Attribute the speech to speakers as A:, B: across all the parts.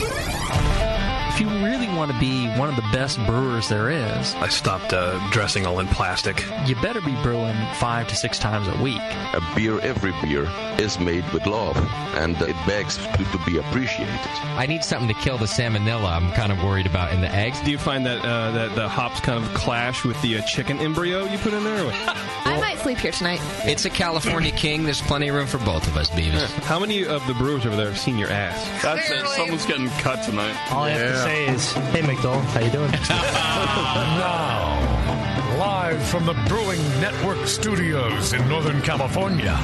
A: If you really want to be one of the best brewers there is,
B: I stopped uh, dressing all in plastic.
A: you better be brewing five to six times a week.
C: A beer, every beer, is made with love, and it begs to, to be appreciated.
D: I need something to kill the salmonella. I'm kind of worried about in the eggs.
E: Do you find that uh, that the hops kind of clash with the uh, chicken embryo you put in there?
F: I might sleep here tonight.
D: It's a California king. There's plenty of room for both of us, Beavis.
E: How many of the brewers over there have seen your ass?
G: That's it. Someone's getting cut tonight.
H: All I have to say is, hey, McDowell, how you doing?
I: Now, live from the Brewing Network studios in Northern California,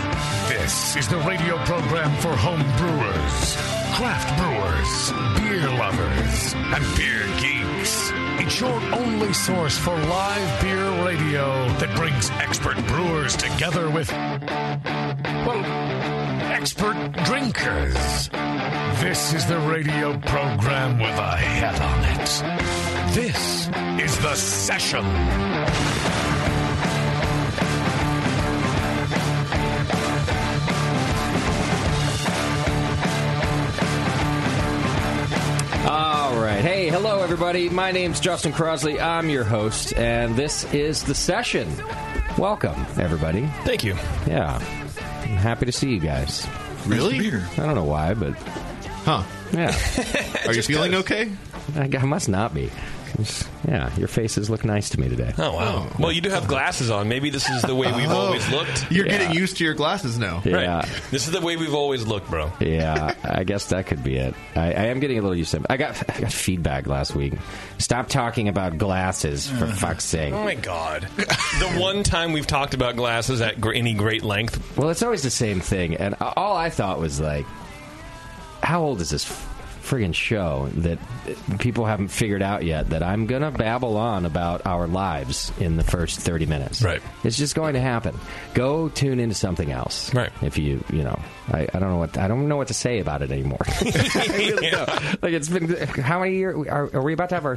I: this is the radio program for home brewers, craft brewers, beer lovers, and beer geeks. It's your only source for live beer radio that brings expert brewers together with, well, expert drinkers. This is the radio program with a head on it. This is The Session.
D: All right. Hey, hello, everybody. My name's Justin Crosley. I'm your host, and this is The Session. Welcome, everybody.
B: Thank you.
D: Yeah. I'm happy to see you guys.
B: Really?
D: I don't know why, but. Huh. Yeah.
J: Are you feeling okay?
D: I g- I must not be. It's- Yeah, your faces look nice to me today.
B: Oh wow. Well, you do have glasses on. Maybe this is the way we've
J: Oh.
B: always looked.
J: You're getting used to your glasses now.
D: Yeah.
B: This is the way we've always looked, bro.
D: yeah, I guess that could be it. I, I am getting a little used to it. I got, I got feedback last week. Stop talking about glasses, for fuck's sake.
B: Oh my god. the one time we've talked about glasses at gr- any great length.
D: Well, it's always the same thing. And a- all I thought was, like, how old is this friggin' show that people haven't figured out yet that I'm going to babble on about our lives in the first 30 minutes?
B: Right.
D: It's just going to happen. Go tune into something else.
B: Right.
D: If you, you know, I, I don't know what I don't know what to say about it anymore. like it's been how many years are, are we about to have our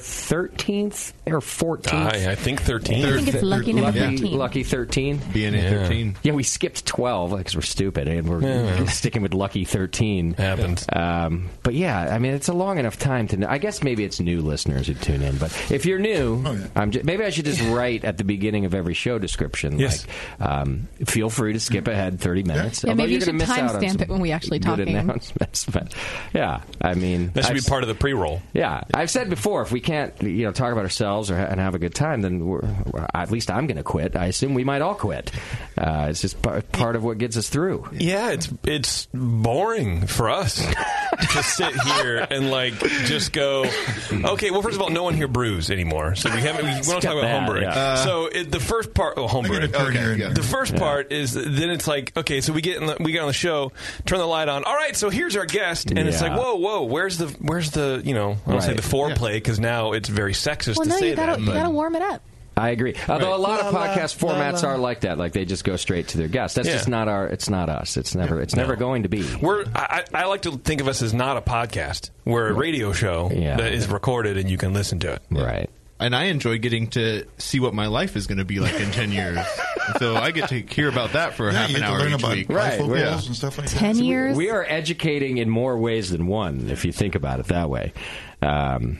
D: 13th or 14th?
B: I, I think 13.
F: I think it's lucky number
D: lucky,
F: 13.
D: lucky 13.
J: Being in 13.
D: Yeah, we skipped 12 because we're stupid and we're sticking with lucky 13.
B: Happens.
D: Um, but yeah, I mean, it's a long enough time to. Know. I guess maybe it's new listeners who tune in. But if you're new,
J: Oh,
D: I'm ju- maybe I should just write at the beginning of every show description.
B: Yes.
D: Like, um, feel free to skip
J: Mm.
D: ahead 30 minutes.
F: Yeah,
D: although
F: maybe
D: you're
F: you
D: gonna
F: should
D: miss out on
F: timestamp
D: some
F: it when we actually
D: good
F: talking.
D: announcements. But yeah, I mean,
B: That should
D: I've
B: be part of the pre-roll.
D: yeah, I've said before, if we can't, you know, talk about ourselves or ha- and have a good time, then we're, we're- at least I'm going to quit. I assume we might all quit. Uh, it's just par- part of what gets us through.
B: Yeah, it's it's boring for us to sit here and like just go. Okay, well, first of all, no one here brews anymore, so we haven't. We, we don't talk about
D: that,
B: homebrewing.
D: yeah.
B: so it, the first part, oh, homebrewing.
J: perk Okay, here. yeah.
B: The first part is then it's like okay, so we get in the, we get on the show, turn the light on. All right, so here's our guest, and it's
D: Yeah.
B: like whoa, whoa, where's the where's the you know I don't say
D: Right.
B: the foreplay because now it's very sexist
F: Well,
B: to
F: no,
B: say
F: you gotta
B: that.
F: you
B: but-
F: gotta warm it up.
D: I agree. Although a lot of
B: La, la,
D: podcast
B: la,
D: formats
B: la.
D: are like that, like they just go straight to their guests. That's
B: Yeah.
D: just not our. It's not us. It's never. It's never going to be.
B: We're I, I I like to think of us as not a podcast. We're a radio show
D: Yeah.
B: that is recorded and you can listen to it.
D: right.
J: And I enjoy getting to see what my life is going to be like in 10 years. so I get to hear about that for half
K: you
J: an
K: get to
J: hour
K: learn
J: each
K: about
J: week.
D: Right,
K: rifle
D: yeah.
K: rules and stuff like
F: Ten
K: that.
F: years.
D: We are educating in more ways than one, if you think about it that way. Um,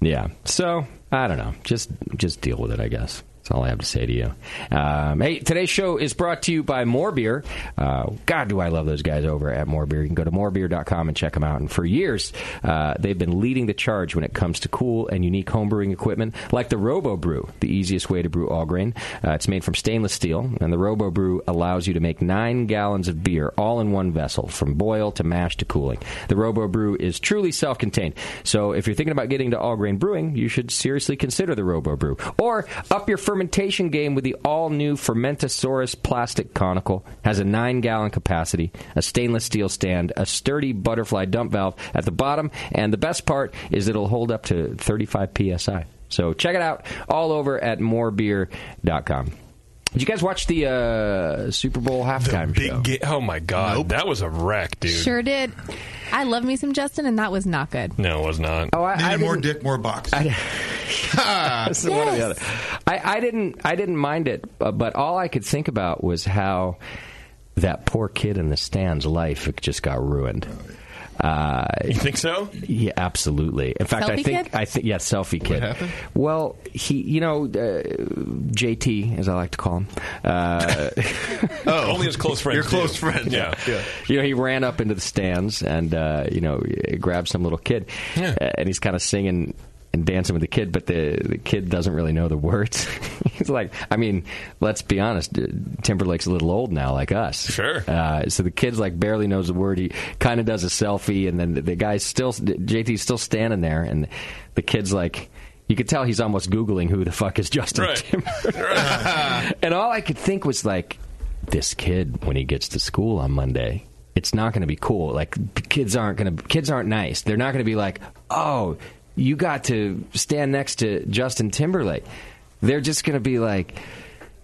D: yeah. So I don't know. Just just deal with it, I guess. That's all I have to say to you. Um, hey, today's show is brought to you by More Beer. Uh, God, do I love those guys over at More Beer. You can go to morebeer.com and check them out. And for years, uh, they've been leading the charge when it comes to cool and unique homebrewing equipment, like the Robo Brew, the easiest way to brew all grain. Uh, it's made from stainless steel, and the Robo Brew allows you to make nine gallons of beer all in one vessel, from boil to mash to cooling. The Robo Brew is truly self contained. So if you're thinking about getting to all grain brewing, you should seriously consider the Robo Brew. Or up your fermentation game with the all new Fermentosaurus plastic conical. Has a nine gallon capacity, a stainless steel stand, a sturdy butterfly dump valve at the bottom, and the best part is it'll hold up to 35 psi. So check it out all over at morebeer.com. Did you guys watch the uh, Super Bowl halftime show?
B: oh my god, that was a wreck, dude.
F: Sure did. I love me some Justin, and that was not good.
B: No, it was not.
D: Oh, I,
K: Needed more Ah. dick, more box.
D: It's one or the other. I, I didn't. I didn't mind it, uh, but all I could think about was how that poor kid in the stands' life just got ruined. Uh, you
B: think so?
D: Yeah, absolutely. In fact, I
L: Selfie
D: think
L: kid?
D: I think yeah, selfie kid. Well, he, you know, uh, JT, as I like to call him. Uh,
B: Oh, only his close friends.
J: Your close
B: do.
J: friends,
B: Yeah.
D: you know, he ran up into the stands and uh, you know grabbed some little kid, Uh, and he's kind of singing and dancing with the kid, but the the kid doesn't really know the words. he's like, I mean, let's be honest, uh, Timberlake's a little old now, like us. Sure. Uh, so the kid's like barely knows the word. He kind of does a selfie, and then the, the guy's still JT's still standing there, and the kid's like. You could tell he's almost googling who the fuck is Justin Timberlake, and all I could think was like, this kid when he gets to school on Monday. It's not going to be cool. Like p- kids aren't going to kids aren't nice. They're not going to be like, "Oh, you got to stand next to Justin Timberlake." They're just going to be like,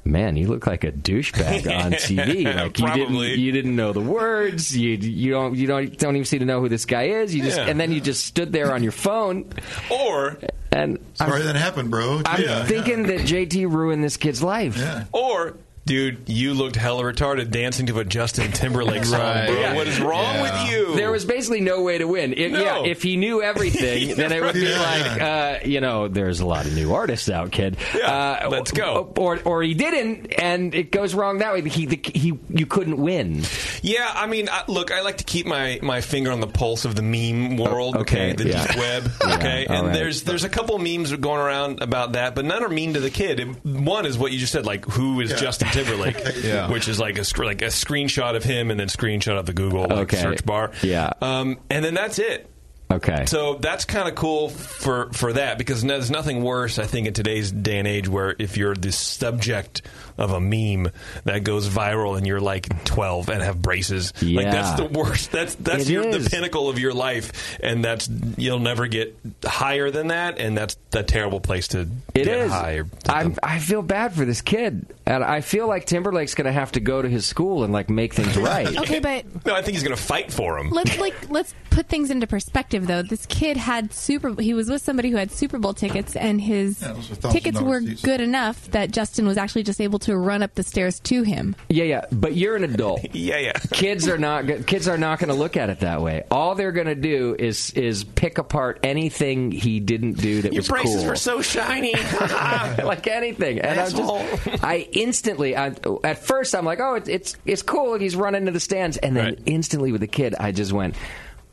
D: "Man, you look like a douchebag on TV. Like you didn't
B: Probably.
D: you didn't know the words. You you don't you don't don't even seem to know who this guy is. You just
B: Yeah.
D: and then you just stood there on your phone
B: or
D: and I'm-
K: Sorry that happened, bro.
D: I'm
K: Yeah.
D: thinking that JT ruined this kid's life.
B: Or dude, you looked hella retarded dancing to a Justin Timberlake song,
D: Right.
B: bro.
D: Yeah.
B: What is wrong with you?
D: There was basically no way to win. If, Yeah, if he knew everything, then it would be
B: Yeah.
D: like, uh, you know, there's a lot of new artists out, kid. uh, let's go. Or, or he didn't, and it goes wrong that way. He, the, he, you couldn't win.
B: Yeah, I mean, I, look, I like to keep my, my finger on the pulse of the meme world, okay,
D: Oh, okay,
B: the
D: yeah.
B: deep web,
D: Yeah,
B: okay,
D: all
B: and
D: right.
B: there's there's a couple memes going around about that, but none are mean to the kid. It- One is what you just said, like who is
K: Yeah.
B: Justin Timberlake,
K: Yeah.
B: which is like a sc- like a screenshot of him and then screenshot of the Google like,
D: Okay.
B: search bar,
D: Yeah.
B: um, and then that's it.
D: Okay.
B: So that's kind of cool for for that because no- there's nothing worse, I think, in today's day and age where if you're the subject of a meme that goes viral and you're like 12 and have braces, like
L: Yeah.
B: that's the worst. That's that's
L: It
B: your, the
L: is.
B: pinnacle of your life, and that's you'll never get higher than that, and that's a terrible place to
D: It
B: get
D: is.
B: higher.
D: I'm, I feel bad for this kid, and I feel like Timberlake's going to have to go to his school and like make things right.
F: Okay, but
B: No, I think he's going to fight for him.
F: let's like let's put things into perspective though. This kid had Super. He was with somebody who had Super Bowl tickets, and his
K: was a thousand
F: tickets were
K: dollars each.
F: good enough that Justin was actually just able to run up the stairs to him.
D: Yeah, yeah, but you're an adult.
B: yeah, yeah.
D: Kids are not go- kids are not going to look at it that way. All they're going to do is is pick apart anything he didn't do that was cool.
B: shiny.
D: like anything. And I'm just, I instantly, I, at first, I'm like, oh, it's it's it's cool. He's running to the stands, and then instantly with the kid, I just went,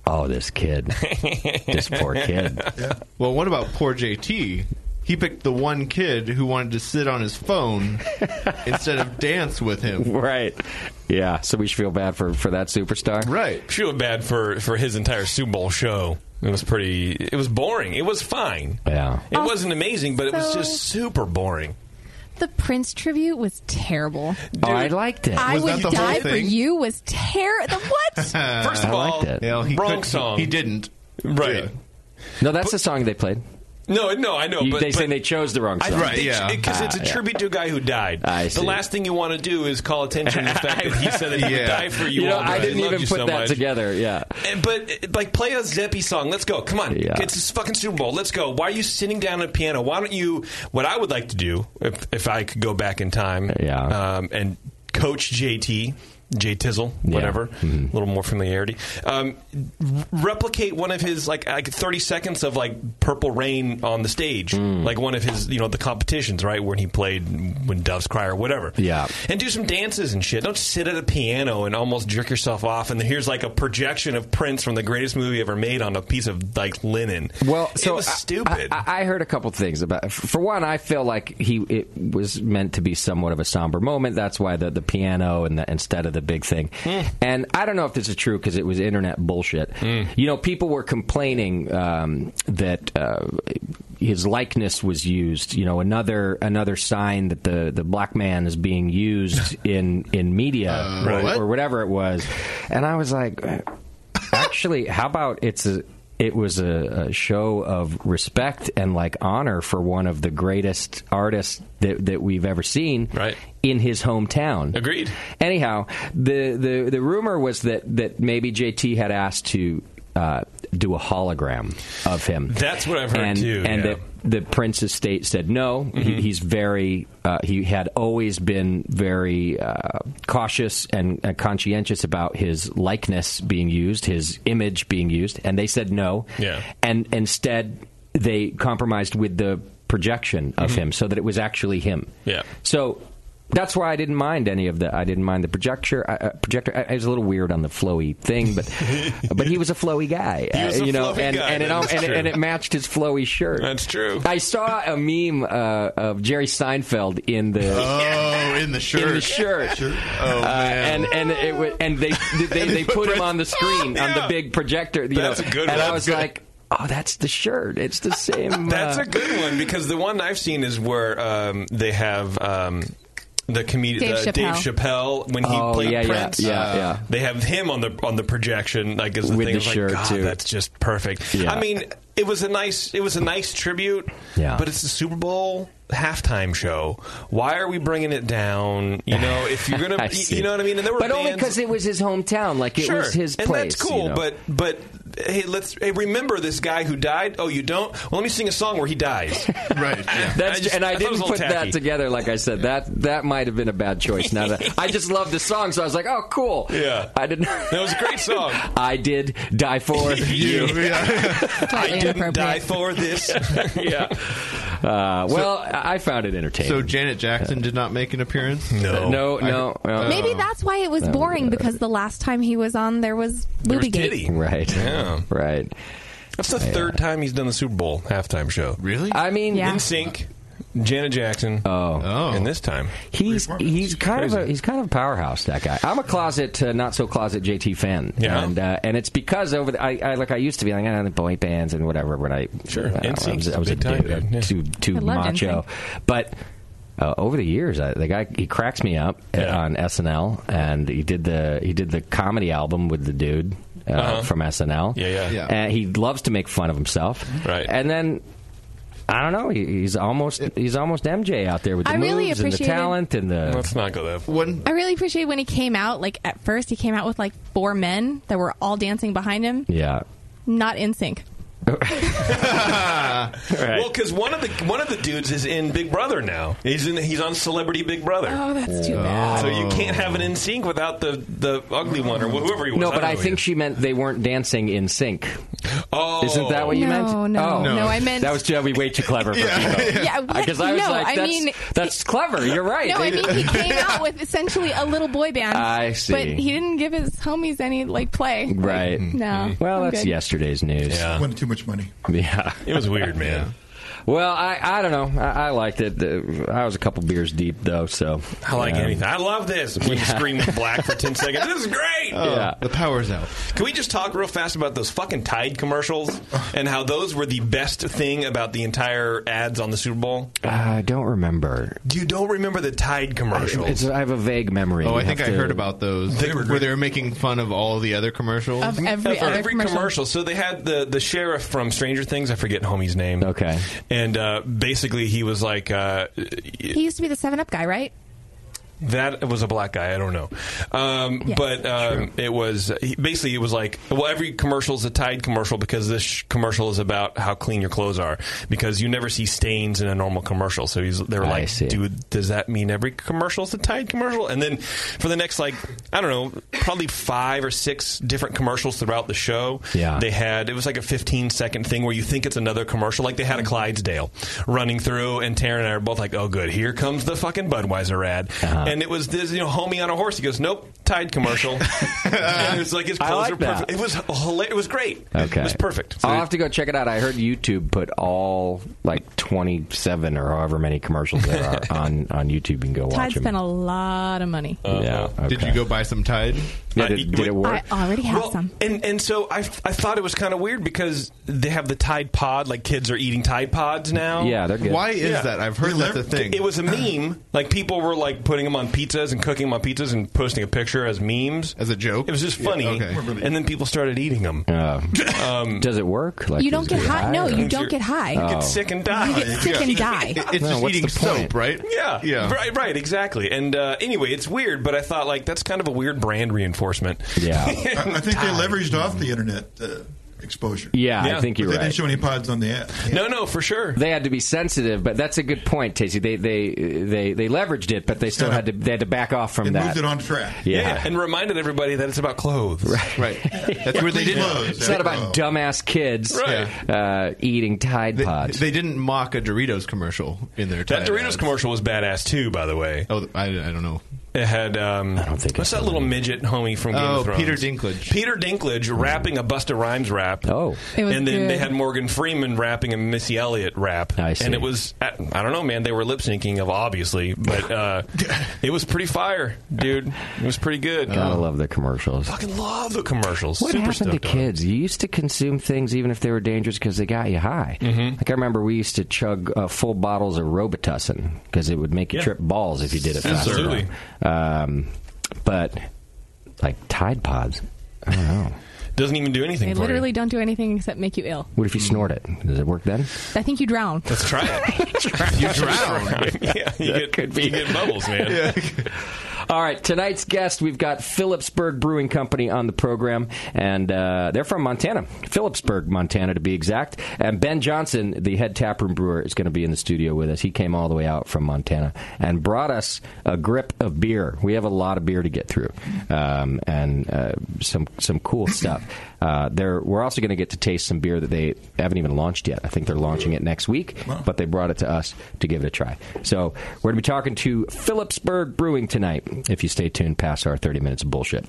D: oh, this kid, this poor kid.
J: Well, what about poor JT? He picked the one kid who wanted to sit on his phone instead of dance with him.
D: Right. Yeah. So we should feel bad for for that superstar.
J: Right.
B: Feel bad for for his entire Super Bowl show. It was pretty. It was boring. It was fine.
D: Yeah.
B: It wasn't amazing, but it was
F: So-
B: just super boring.
F: The Prince tribute was terrible.
D: oh, I liked it.
F: I would die for you was terrible. What?
B: First of
D: I
B: all,
D: liked it. Yeah, he
B: wrong
D: could- he-
B: song.
D: he
J: didn't.
B: Right.
D: No, that's the song they played.
B: No, no, I know.
D: You-
B: but,
D: they
B: but
D: say they chose the wrong
B: I
D: song.
B: think because it's a
D: Ah, yeah. Ah,
B: tribute to a guy who died.
D: I
B: The
D: see.
B: last thing you want to do is call attention to the fact that he said that he would
D: Yeah.
B: die for you.
D: You know,
B: all
D: I
B: because he
D: didn't even
B: loved you
D: put
B: so
D: that
B: much.
D: together. Yeah.
B: And, but uh, like, play a Zeppy song. Let's go. Come on.
D: Yeah.
B: It's this fucking Super Bowl. Let's go. Why are you sitting down at a piano? Why don't you? What I would like to do, if, if I could go back in time, yeah. um, and coach JT. Jay Tizzle, whatever, a little more familiarity. Um, r- replicate one of his like like thirty seconds of like Purple Rain on the stage,
D: Hmm.
B: like one of his you know the competitions, right, when he played when doves cry or whatever.
D: Yeah.
B: and do some dances and shit. Don't sit at a piano and almost jerk yourself off. And then here's like a projection of Prince from the greatest movie ever made on a piece of like linen.
D: Well,
B: so it was stupid.
D: I, I heard a couple things about. f- For one, I feel like he it was meant to be somewhat of a somber moment. That's why the the piano and the, instead of the big thing.
B: Hmm.
D: and I don't know if this is true because it was internet bullshit.
B: Hmm.
D: You know, people were complaining um, that uh, his likeness was used. You know, another another sign that the the black man is being used in in media
B: Uh,
D: or-
L: Right.
D: or whatever it was. And I was like, actually, how about it's a it was a, a show of respect and like honor for one of the greatest artists that, that we've ever seen right. in his hometown.
B: Agreed.
D: Anyhow, the, the, the rumor was that, that maybe JT had asked to uh, do a hologram of him.
B: That's what I've heard
D: and,
B: too,
D: And
B: yeah. Mm-hmm.
D: that the Prince estate said no. He, he's very. Uh, he had always been very uh, cautious and uh, conscientious about his likeness being used, his image being used, and they said no.
B: Yeah.
D: And instead, they compromised with the projection of him, so that it was actually him.
B: Yeah.
D: So. That's why I didn't mind any of the. I didn't mind the projector. I, uh, projector. I, I was a little weird on the flowy thing, but but he was a flowy guy.
L: He
D: uh,
L: was a
D: you know,
L: flowy
D: and
L: guy,
D: and it,
L: that
D: al-
L: is
D: and, it-
L: true.
D: and it matched his flowy shirt. That's
B: true.
D: I saw a meme uh, of Jerry Seinfeld in the
J: Oh, in the shirt.
D: in the shirt.
J: Oh,
D: Uh,
J: man.
D: and and it wa and they they, they put him on the screen on the big projector. You
B: That's
D: know,
B: a good
D: And
B: one.
D: I was
B: Good.
D: like, oh, that's the shirt. It's the same.
B: That's
D: uh,
B: a good one because the one I've seen is where um, they have um, the comedian
D: Dave
B: Dave,
D: Chappelle.
B: Chappelle when he
D: Oh,
B: played
D: yeah, yeah,
B: Prince.
D: yeah, yeah.
B: They have him on the on the projection. Like as the
D: With
B: thing
D: the
B: It's like,
D: shirt,
B: God,
D: too.
B: That's just perfect.
D: Yeah.
B: I mean, it was a nice it was a nice tribute.
D: Yeah.
B: but it's the Super Bowl halftime show. Why are we bringing it down? You know, if you're gonna,
D: I
B: you,
D: see.
B: you know what I mean. And there were
D: but only
B: bands-
D: because it was his hometown. Like it
B: sure.
D: was his
B: and
D: place.
B: that's cool.
D: you know?
B: But but hey, let's hey, remember this guy who died. Oh, you don't? Well, let me sing a song where he dies. right.
D: That's ju- and I didn't put that together. Like I said, that that might have been a bad choice. Now that I just loved the song, so I was like, "Oh, cool." Yeah, I didn't. That
B: was a great song.
D: I did die for you.
B: I didn't die for this. yeah.
D: Uh, well, I I found it entertaining.
J: So Janet Jackson did not make an appearance. Oh.
D: No. No, no, no.
F: Maybe that's why it was
D: Oh. That-
F: boring because the last time he was on, there was booby gate.
D: Right.
B: Yeah.
D: Right.
B: That's the third time he's done the Super Bowl halftime show.
J: Really?
D: I mean,
F: Yeah.
B: In Sync, Janet Jackson.
D: Oh,
B: and this time
D: he's he's kind of a, he's kind of a powerhouse. That guy. I'm a closet, uh, not so closet JT fan.
B: Yeah.
D: and uh, and it's because over the, I, I like I used to be like ah, the boy bands and whatever when I sure I, don't know, I was, I was a
B: Big time,
D: dude, I'm
B: dude. Yeah.
D: too too
B: I loved
D: macho, but. Uh, over the years, I, the guy he cracks me up uh, on SNL, and he did the he did the comedy album with the dude uh,
B: Uh-huh.
D: from SNL.
B: Yeah, yeah. Yeah.
D: And he loves to make fun of himself. Right. And then I don't know. He, he's almost he's almost MJ out there with the
F: I really
D: moves and the
F: appreciated-
D: talent and the.
B: Let's not go there.
J: One.
F: I really appreciate when he came out. Like at first, he came out with like four men that were all dancing behind him,
D: Yeah.
F: not in sync.
B: Well, because one of the one of the dudes is in Big Brother now. He's in he's on Celebrity Big Brother.
F: Oh, that's
D: too bad.
B: So you can't have an in sync without the the ugly one or whoever he was.
D: No,
B: don't
D: but I
B: know who he
D: think she meant they weren't dancing in sync.
B: Oh,
D: isn't that what you
F: No,
D: meant?
F: no,
D: oh.
F: no, No. I meant-
D: that was that would be way too clever for people.
F: Yeah, what?
D: because I was
F: No,
D: like,
F: I
D: that's,
F: mean-
D: that's clever. You're right.
F: No, I mean he came out with essentially a little boy band.
D: I see.
F: But he didn't give his homies any like play.
D: Right.
B: Mm-hmm.
D: Mm-hmm.
F: No.
D: Well,
F: I'm
D: that's
F: good.
D: yesterday's news. Yeah.
K: Wanted too much money.
D: yeah.
B: It was weird, man.
D: Well, I, I don't know. I, I liked it. Uh, I was a couple beers deep though, so
B: I like anything. I love this. When you
D: Yeah.
B: scream in black for 10 seconds. This is great.
D: Yeah.
J: Oh, The power's out.
B: Can we just talk real fast about those fucking Tide commercials and how those were the best thing about the entire ads on the Super Bowl?
D: Uh, I don't remember.
B: You don't remember the Tide commercials.
D: It's, I have a vague memory.
J: Oh, I
D: You
J: think
D: have
J: I
D: to-
J: heard about those where they were making fun of all the other commercials.
F: Of every
B: Of
F: other
B: every
F: commercial.
B: commercial. So they had the the sheriff from Stranger Things. I forget homie's name.
D: Okay,
B: and uh, basically he was like, uh,
F: He used to be the Seven Up guy, right?
B: That was a black guy. I don't know, um, but um, it was he- basically it was like well, every commercial is a Tide commercial because this sh- commercial is about how clean your clothes are because you never see stains in a normal commercial. So he's they were
D: I
B: like,
D: see.
B: dude, does that mean every commercial is a Tide commercial? And then for the next like I don't know, probably five or six different commercials throughout the show.
D: Yeah.
B: they had it was like a 15 second thing where you think it's another commercial like they
D: Mm-hmm.
B: had a clydesdale running through and taryn and i are both like oh good here comes the fucking budweiser ad
D: Uh-huh.
B: and it was this you know homie on a horse he goes nope tide commercial and it was like his
D: I
B: clothes
D: like
B: are
D: that.
B: perfect it was hilarious. it was great
D: Okay.
B: it was perfect
D: I'll have to go check it out. I heard YouTube put all like 27 or however many commercials there are on, on YouTube and go
F: Tide
D: watch them.
F: spent a lot of money.
D: yeah.
J: Um, Did you
D: okay.
J: go buy some Tide?
B: Uh,
D: Yeah, did, did it work?
F: I already have some.
B: And and so I, I thought it was kind of weird because they have the Tide Pod, like kids are eating Tide Pods now.
J: Yeah, they're good. Why is that? I've heard that's a thing.
B: It was a meme. Like people were like putting them on pizzas and cooking them on pizzas and posting a picture as memes as a joke. It was just
J: Yeah,
B: funny.
J: okay.
B: And then people started eating Um, them.
D: Does it work? Like,
F: you don't
D: is
F: get
D: it
F: high.
D: high
F: No,
D: or-
F: you don't get high.
D: You get Oh.
B: sick and die.
F: You get sick and die.
J: It's just
D: what's
J: eating
D: the point?
J: soap, right?
B: Yeah,
J: Yeah.
B: right, right, exactly. And uh, anyway, it's weird, but I thought like that's kind of a weird brand reinforcement.
D: Yeah.
K: I, I think they leveraged off the internet uh, exposure.
D: Yeah, I Yeah. think you're
K: But They
D: right.
K: didn't show any pods on the ad.
B: No, no, for sure.
D: They had to be sensitive, but that's a good point, Casey. They they they they leveraged it, but they still had to they had to back off from that.
K: track.
D: Yeah.
B: and reminded everybody that it's about clothes. Right,
J: right. That's where they didn't.
D: It's not about dumbass kids
J: Right.
D: uh, eating Tide Pods.
J: They didn't mock a Doritos commercial in their
B: That
J: Tide
B: Doritos
J: ads.
B: commercial was badass too, by the way.
J: Oh, I, I don't know.
B: It had um, I don't think what's that little midget homie from Game
J: Oh,
B: of Thrones?
J: Peter Dinklage.
B: Peter Dinklage rapping a Busta Rhymes rap.
D: Oh,
F: It was
B: and then they
F: good.
B: had Morgan Freeman rapping a Missy Elliott rap.
D: I see.
B: And it was I I don't know, man. They were lip syncing of obviously, but uh, it was pretty fire, dude. It was pretty good.
D: Gotta love the commercials.
B: Fucking love the commercials.
D: What
B: Super
D: happened to
B: stoked on it.
D: kids? You used to consume things even if they were dangerous because they got you high.
B: Mm-hmm.
D: Like I remember, we used to chug uh, full bottles of Robitussin because it would make you
L: Yeah.
D: trip balls if you did it fast
L: Absolutely.
D: enough. Um, but like Tide Pods, I don't know.
B: Doesn't even do anything
F: They literally don't do anything except make you ill.
D: What if you snort it? Does it work then?
F: I think you drown.
B: Let's try it.
D: You
B: drown. yeah, you get, you get bubbles, man.
D: All right, tonight's guest, we've got Phillipsburg Brewing Company on the program, and uh, they're from Montana, Phillipsburg, Montana, to be exact. And Ben Johnson, the head taproom brewer, is going to be in the studio with us. He came all the way out from Montana and brought us a grip of beer. We have a lot of beer to get through, um, and uh, some some cool stuff. Uh, there, we're also going to get to taste some beer that they haven't even launched yet. I think they're launching it next week, but they brought it to us to give it a try. So we're going to be talking to Phillipsburg Brewing tonight. If you stay tuned past our 30 minutes of bullshit.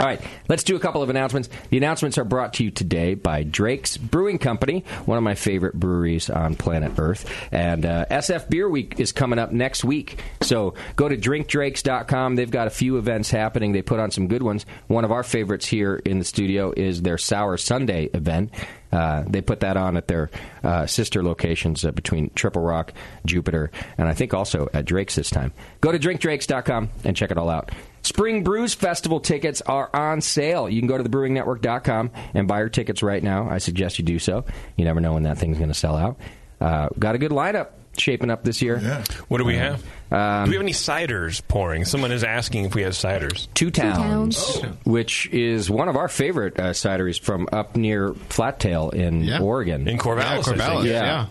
D: All right, let's do a couple of announcements. The announcements are brought to you today by Drake's Brewing Company, one of my favorite breweries on planet Earth. And uh, SF Beer Week is coming up next week. So go to drinkdrakes.com. They've got a few events happening. They put on some good ones. One of our favorites here in the studio is their Sour Sunday event. Uh, they put that on at their uh, sister locations uh, between Triple Rock, Jupiter, and I think also at Drake's this time. Go to drinkdrakes.com and check it all out. Spring Brews Festival tickets are on sale. You can go to thebrewingnetwork.com and buy your tickets right now. I suggest you do so. You never know when that thing's going to sell out. Uh, got a good lineup shaping up this year.
B: What do we
D: Uh,
B: have? do we have any ciders pouring? Someone is asking if we have ciders. Oh,
D: Two Towns,
B: Towns.
D: which is one of our favorite uh, cideries from up near Flattail in
B: Yeah.
D: Oregon.
B: In Corvallis, Yeah, I Corvallis, think.
D: yeah.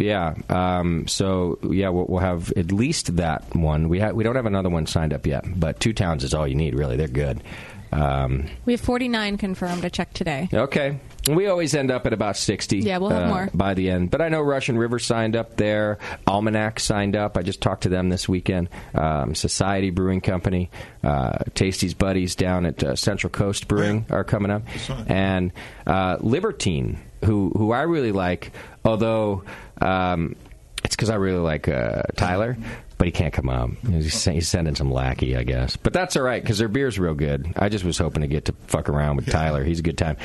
D: yeah. Um, so, yeah, we'll, we'll have at least that one. We, ha- we don't have another one signed up yet, but Two Towns is all you need, really. They're good. Um,
F: We have 49 confirmed. I checked today.
D: Okay. We always end up at about 60.
F: Yeah, we'll have
D: uh,
F: more.
D: By the end. But I know Russian River signed up there. Almanac signed up. I just talked to them this weekend. Um, Society Brewing Company, uh, Tasty's Buddies down at uh, Central Coast Brewing are coming up. And uh, Libertine, who, who I really like, although um, it's because I really like uh, Tyler. But he can't come up. He's, sen- he's sending some lackey, I guess. But that's all right because their beer's real good. I just was hoping to get to fuck around with Tyler. He's a good time.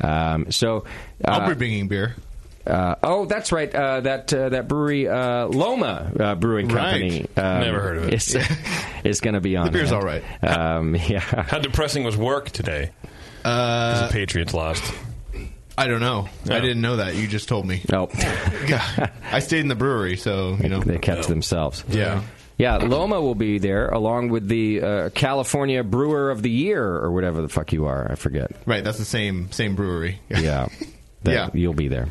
D: Um, so uh,
J: I'll be bringing beer.
D: uh, oh, that's right. Uh, that uh, that brewery, uh, Loma uh, Brewing Company. um,
B: Right. Never heard of it.
D: Is, is going to be on.
B: The beer's
D: hand.
B: all right.
D: Um, yeah.
B: How depressing was work today? Uh, the Patriots lost.
J: I don't know. I didn't know that. You just told me.
D: Nope.
J: I stayed in the brewery, so you know
D: they kept to themselves.
J: Yeah.
D: Yeah, Loma will be there along with the uh, California Brewer of the Year or whatever the fuck you are. I forget.
J: Right, that's the same same brewery.
D: Yeah, That-
J: Yeah.
D: you'll be there.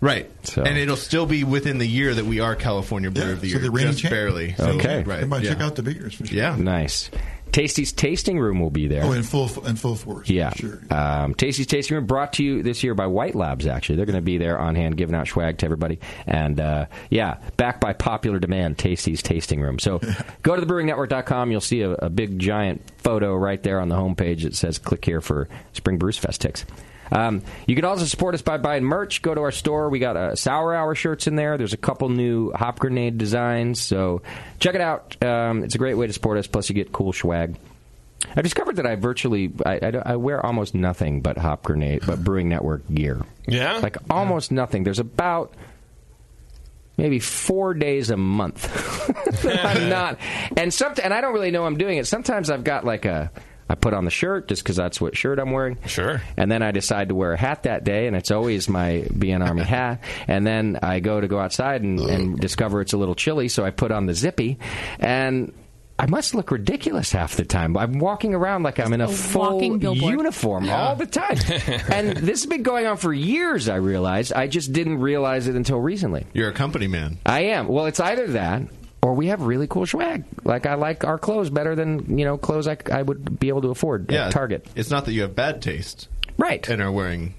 J: Right.
D: So-
J: And it'll still be within the year that we are California Brewer of the
K: so
J: Year.
K: the reigning
J: just
K: champ-
J: barely. So,
D: Okay,
J: Right.
K: Everybody
J: yeah.
K: check out the beers. For sure.
J: Yeah.
D: Nice. Tasty's tasting room will be there.
K: Oh, in full in full force.
D: Yeah. Um, Tasty's Tasting Room brought to you this year by White Labs, actually. They're going to be there on hand giving out swag to everybody. And uh, yeah, backed by popular demand, Tasty's Tasting Room. So go to thebrewingnetwork.com. You'll see a, a big, giant photo right there on the homepage that says click here for Spring Brews Fest tickets. Um, you can also support us by buying merch. Go to our store. We got uh, Sour Hour shirts in there. There's a couple new Hop Grenade designs. So check it out. Um, it's a great way to support us. Plus, you get cool swag. I discovered that I virtually I, I don't- I wear almost nothing but Hop Grenade, but Brewing Network gear.
B: Yeah,
D: like almost nothing. There's about maybe four days a month. that I'm not, and some, and I don't really know I'm doing it. Sometimes I've got like a. I put on the shirt just because that's what shirt I'm wearing. Sure. And then I decide to wear a hat that day, and it's always my be an army hat. And then I go to go outside and, and discover it's a little chilly, so I put on the zippy, and I must look ridiculous half the time. I'm walking around like I'm in a, full
L: walking billboard.
D: uniform
L: Yeah.
D: all the time, and this has been going on for years. I realized I just didn't realize it until recently.
J: You're a company man.
D: I am. Well, it's either that or we have really cool swag. Like I like our clothes better than you know clothes I, I would be able to afford
J: Yeah.
D: at Target.
J: It's not that you have bad taste.
D: Right.
J: And are wearing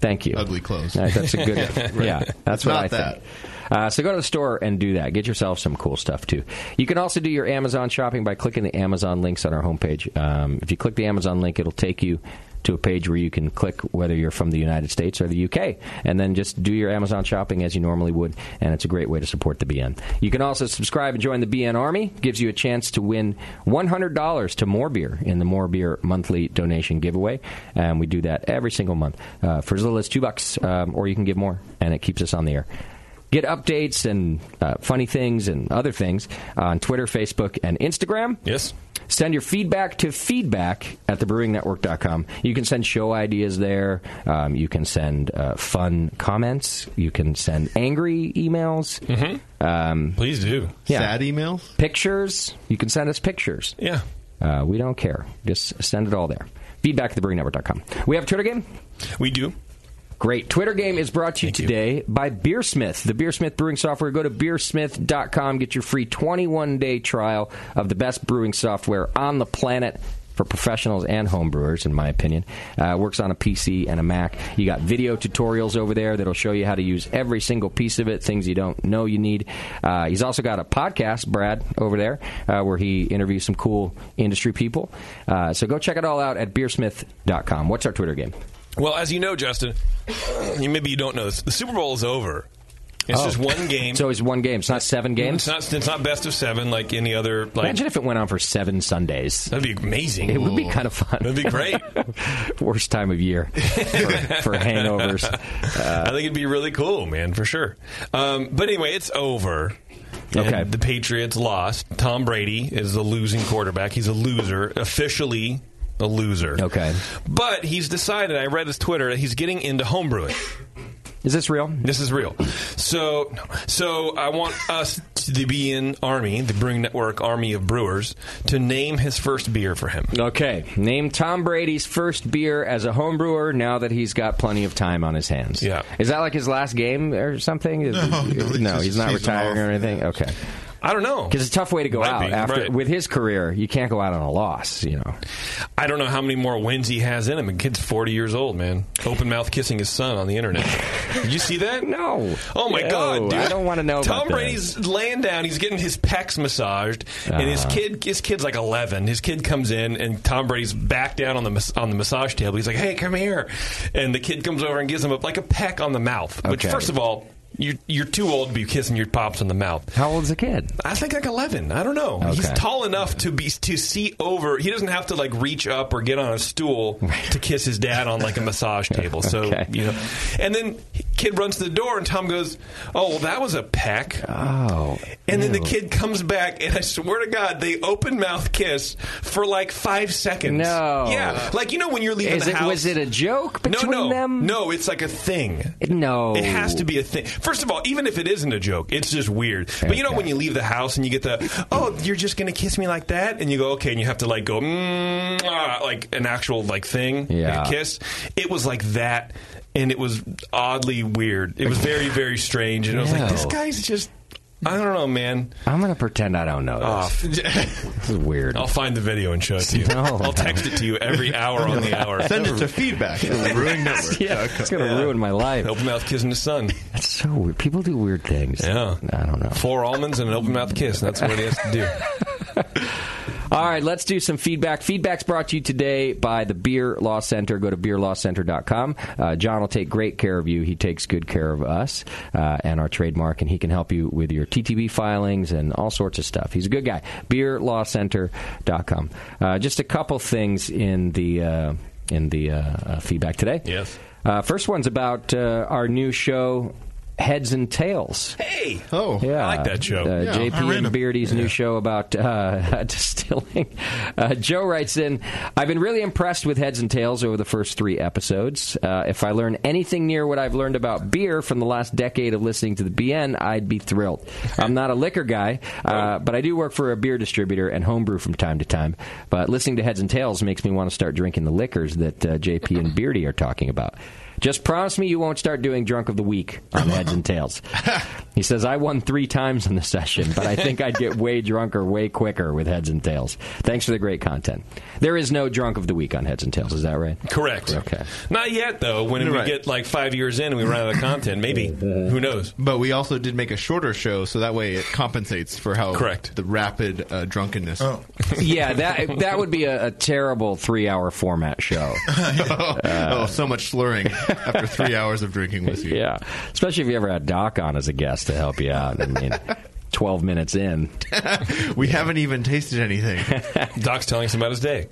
D: Thank you.
J: ugly clothes.
D: All right, that's a good.
J: Right.
D: Yeah, that's
J: It's
D: what
J: not
D: I
J: that.
D: think. Uh, so go to the store and do that. Get yourself some cool stuff too. You can also do your Amazon shopping by clicking the Amazon links on our homepage. Um, if you click the Amazon link, it'll take you to a page where you can click whether you're from the United States or the UK, and then just do your Amazon shopping as you normally would. And it's a great way to support the BN. You can also subscribe and join the BN Army. Gives you a chance to win $100 to More Beer in the More Beer monthly donation giveaway, and we do that every single month uh, for as little as two bucks, um, or you can give more, and it keeps us on the air get updates and uh, funny things and other things on Twitter, Facebook, and Instagram. Yes. Send your feedback to feedback at thebrewingnetwork.com. You can send show ideas there. Um, you can send uh, fun comments. You can send angry emails. Mm-hmm. Um,
B: Please do.
J: Sad emails?
D: Pictures. You can send us pictures.
B: Yeah.
D: Uh, we don't care. Just send it all there. Feedback at thebrewingnetwork.com. We have a Twitter game?
B: We do.
D: Great. Twitter game is brought to you today by Beersmith, the Beersmith brewing software. Go to beersmith.com, get your free 21 day trial of the best brewing software on the planet. For professionals and homebrewers, in my opinion, uh, works on a PC and a Mac. You got video tutorials over there that'll show you how to use every single piece of it, things you don't know you need. Uh, he's also got a podcast, Brad, over there, uh, where he interviews some cool industry people. Uh, so go check it all out at beersmith.com. What's our Twitter game?
B: Well, as you know, Justin, you- maybe you don't know this. The Super Bowl is over. It's
D: Oh.
B: just one game.
D: So it's one game. It's not seven
B: It's
D: games.
B: not. It's not best of seven like any other. Like
D: Imagine if it went on for seven Sundays. That'd
B: be amazing.
D: It would be
B: Ooh.
D: kind of fun.
B: That'd be great.
D: Worst time of year for, for hangovers. Uh,
B: I think it'd be really cool, man, for sure. Um, but anyway, it's over. And
D: Okay.
B: The Patriots lost. Tom Brady is the losing quarterback. He's a loser, officially a loser.
D: Okay.
B: But he's decided, I read his Twitter, that he's getting into homebrewing.
D: Is this real?
B: This is real. So, so I want us to be in Army, the Brewing Network Army of Brewers, to name his first beer for him.
D: Okay, name Tom Brady's first beer as a home brewer now that he's got plenty of time on his hands. Yeah. Is that like his last game or something? No,
B: just
D: he's not
B: season
D: retiring or anything? Okay.
B: I don't know.
D: Because it's a tough way to go
B: Might
D: out
B: be,
D: after
B: right.
D: with his career. You can't go out on a loss, you know.
B: I don't know how many more wins he has in him. The kid's 40 years old, man. Open mouth kissing his son on the internet. Did you see that?
D: No.
B: Oh, my
D: No,
B: God, dude.
D: I don't wanna know
B: Tom
D: about that.
B: Brady's laying down. He's getting his pecs massaged. And his
D: Uh-huh.
B: kid his kid's like 11. His kid comes in, and Tom Brady's back down on the mas- on the massage table. He's like, hey, come here. And the kid comes over and gives him a, like a peck on the mouth. Which,
D: Okay.
B: first of all, you're, you're too old to be kissing your pops on the mouth.
D: How old's the kid?
B: I think like eleven. I don't know. He's
D: Okay.
B: tall enough to be to see over. He doesn't have to like reach up or get on a stool to kiss his dad on like a massage table. So
D: Okay.
B: you know, and then kid runs to the door and Tom goes, "Oh, well, that was a peck."
D: Oh.
B: And then the
D: ew.
B: kid comes back, and I swear to God, they open mouth kiss for like five seconds.
D: No.
B: yeah, like you know when you're leaving
D: Is
B: the
D: it-
B: house.
D: was it a joke
B: no,
D: between
B: no,
D: them?
B: No, it's like a thing.
D: No.
B: It has to be a thing. First First of all, even if it isn't a joke, it's just weird. But you know when you leave the house and you get the, oh, you're just gonna kiss me like that, and you go okay, and you have to like go mm, ah, like an actual like thing,
D: Yeah.
B: like a kiss. It was like that, and it was oddly weird. It was very very strange, and it was like this
D: No.
B: guy's just. I don't know, man. Uh,
D: I'm gonna pretend I don't know this. this is weird.
B: I'll find the video and show it to you.
D: No.
B: I'll text it to you every hour on the hour.
D: Send it to
J: feedback
D: at Brewing Network. Yeah, it's gonna ruin my life.
B: Open mouth kissing the sun.
D: That's so weird. People do weird things.
B: Yeah.
D: I don't know.
B: Four almonds and an open mouth kiss. That's what he has to do.
D: All right, let's do some feedback. Feedback's brought to you today by the Beer Law Center. Go to beerlawcenter.com. Uh, John will take great care of you. He takes good care of us uh, and our trademark, and he can help you with your TTB filings and all sorts of stuff. He's a good guy. Beerlawcenter.com. Uh, just a couple things in the uh, in the uh, uh, feedback today. Yes. Uh, first one's about uh, our new show. Heads and Tails.
B: Hey!
J: Oh,
D: yeah.
B: I like that show.
D: Uh,
B: Yeah, I
D: JP
B: read
D: and
B: 'em.
D: Beardy's new show about uh, distilling. Uh, Joe writes in I've been really impressed with Heads and Tails over the first three episodes. Uh, if I learn anything near what I've learned about beer from the last decade of listening to the BN, I'd be thrilled. I'm not a liquor guy, uh, but I do work for a beer distributor and homebrew from time to time. But listening to Heads and Tails makes me want to start drinking the liquors that uh, JP and Beardy are talking about. Just promise me you won't start doing drunk of the week on heads and tails. he says I won three times in the session, but I think I'd get way drunker way quicker with heads and tails. Thanks for the great content. There is no drunk of the week on heads and tails. Is that right?
B: Correct. Okay. Not yet, though. When we
J: Right.
B: get like five years in and we run out of content, maybe. Who knows?
J: But we also did make a shorter show, so that way it compensates for how
B: Correct.
J: the rapid uh, drunkenness.
K: Oh,
D: yeah, that that would be a, a terrible three-hour format show.
J: oh, so much slurring after three hours of drinking whiskey.
D: Yeah, especially if you ever had Doc on as a guest to help you out. I mean, twelve minutes in,
J: we haven't even tasted anything.
B: Doc's telling us about his day.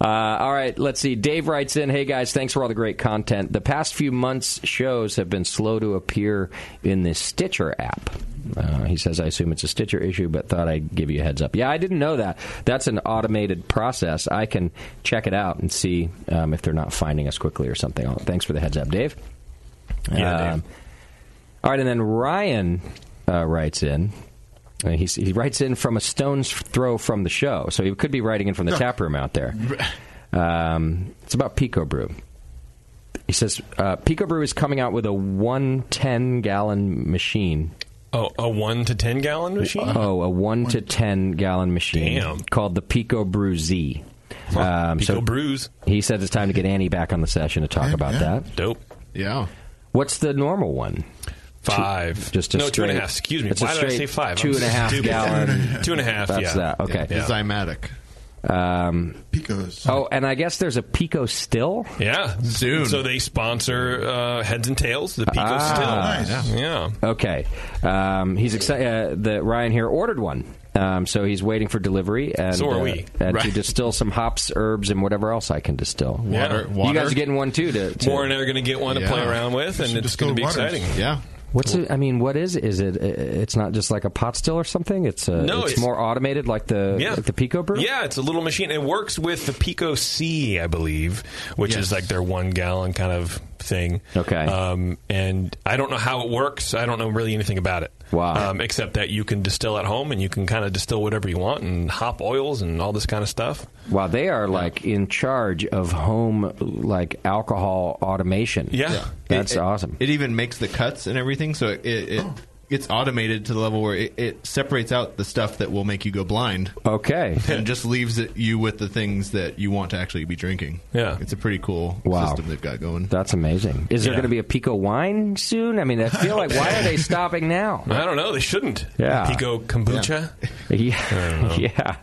D: Uh, all right, let's see. Dave writes in, "Hey guys, thanks for all the great content. The past few months' shows have been slow to appear in the Stitcher app." Uh, he says, "I assume it's a Stitcher issue, but thought I'd give you a heads up." Yeah, I didn't know that. That's an automated process. I can check it out and see um, if they're not finding us quickly or something. Oh, Thanks for the heads up, Dave. Yeah, all right, and then Ryan uh, writes in. Uh, he, he writes in from a stone's throw from the show, so he could be writing in from the tap room out there. Um, it's about Pico Brew. He says uh, Pico Brew is coming out with a 110 gallon machine.
B: Oh, a one to ten gallon machine?
D: Oh, a 1 to 10 gallon machine
B: Damn.
D: called the Pico Brew Z. Um,
B: Pico Brews.
D: He said it's time to get Annie back on the session to talk about that.
B: Dope.
J: Yeah.
D: What's the normal one?
B: Five.
D: Two- just a
B: no, two and a
D: straight-
B: half. Excuse me.
D: It's a
B: Why did I
D: straight
B: say five?
D: Two
B: I'm
D: and a half
B: stupid.
D: gallon.
B: two and a half.
D: That's
B: yeah.
D: that. Okay.
B: Yeah.
J: Zymatic.
D: Um,
K: Picos.
D: Oh, and I guess there's a Pico still.
B: Yeah.
D: Soon.
B: So they sponsor uh, Heads and Tails, the Pico
D: Ah.
B: Still. Yeah.
D: Okay. Um, he's excited. Uh, the Ryan here ordered one. Um, so he's waiting for delivery, and
B: So are
D: uh,
B: we.
D: and to
B: Right.
D: distill some hops, herbs, and whatever else I can distill.
B: Yeah. Water-
D: You guys
B: water.
D: are getting one too. To, to
B: More and I are going to get one to
D: Yeah.
B: play around with, and
D: Some
B: it's going to be
D: distilled waters.
B: exciting.
J: Yeah.
D: What's it? I mean, what is is it? uh, It's not just like a pot still or something. It's uh,
B: No,
D: it's,
B: it's-
D: more automated, like the
B: Yeah.
D: like the Pico brew.
B: Yeah, it's a little machine. It works with the Pico C, I believe, which
D: Yes.
B: is like their one gallon kind of thing.
D: Okay.
B: Um, and I don't know how it works. I don't know really anything about it.
D: Wow.
B: Um, except that you can distill at home and you can kind of distill whatever you want and hop oils and all this kind of stuff.
D: Wow, they are like in charge of home like alcohol automation. that's
J: It- it-
D: awesome.
J: It even makes the cuts and everything, so it, it it's automated to the level where it, it separates out the stuff that will make you go blind.
D: Okay,
J: and just leaves it, you with the things that you want to actually be drinking.
B: Yeah,
J: it's a pretty cool
D: Wow.
J: system they've got going.
D: That's amazing. Is there
J: Yeah.
D: going to be a Pico wine soon? I mean, I feel like why are they stopping now?
B: I don't know. They shouldn't.
D: Yeah.
B: Pico kombucha.
D: Yeah, yeah.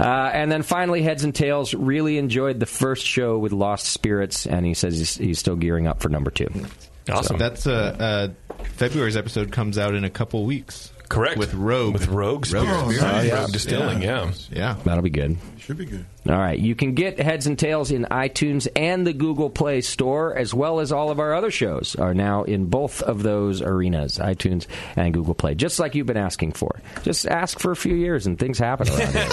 D: Uh, and then finally, heads and tails. Really enjoyed the first show with Lost Spirits, and he says he's, he's still gearing up for number two.
J: Awesome. That's uh, uh, February's episode comes out in a couple weeks.
B: Correct.
J: With Rogue. With
B: Rogue
J: Rogue,
D: Oh,
B: Spirits.
J: Spirits.
B: Rogue Distilling, yeah.
J: Yeah.
D: That'll be good.
K: Should be good.
D: All right. You can get Heads and Tails in iTunes and the Google Play Store, as well as all of our other shows are now in both of those arenas, iTunes and Google Play, just like you've been asking for. Just ask for a few years and things happen around here.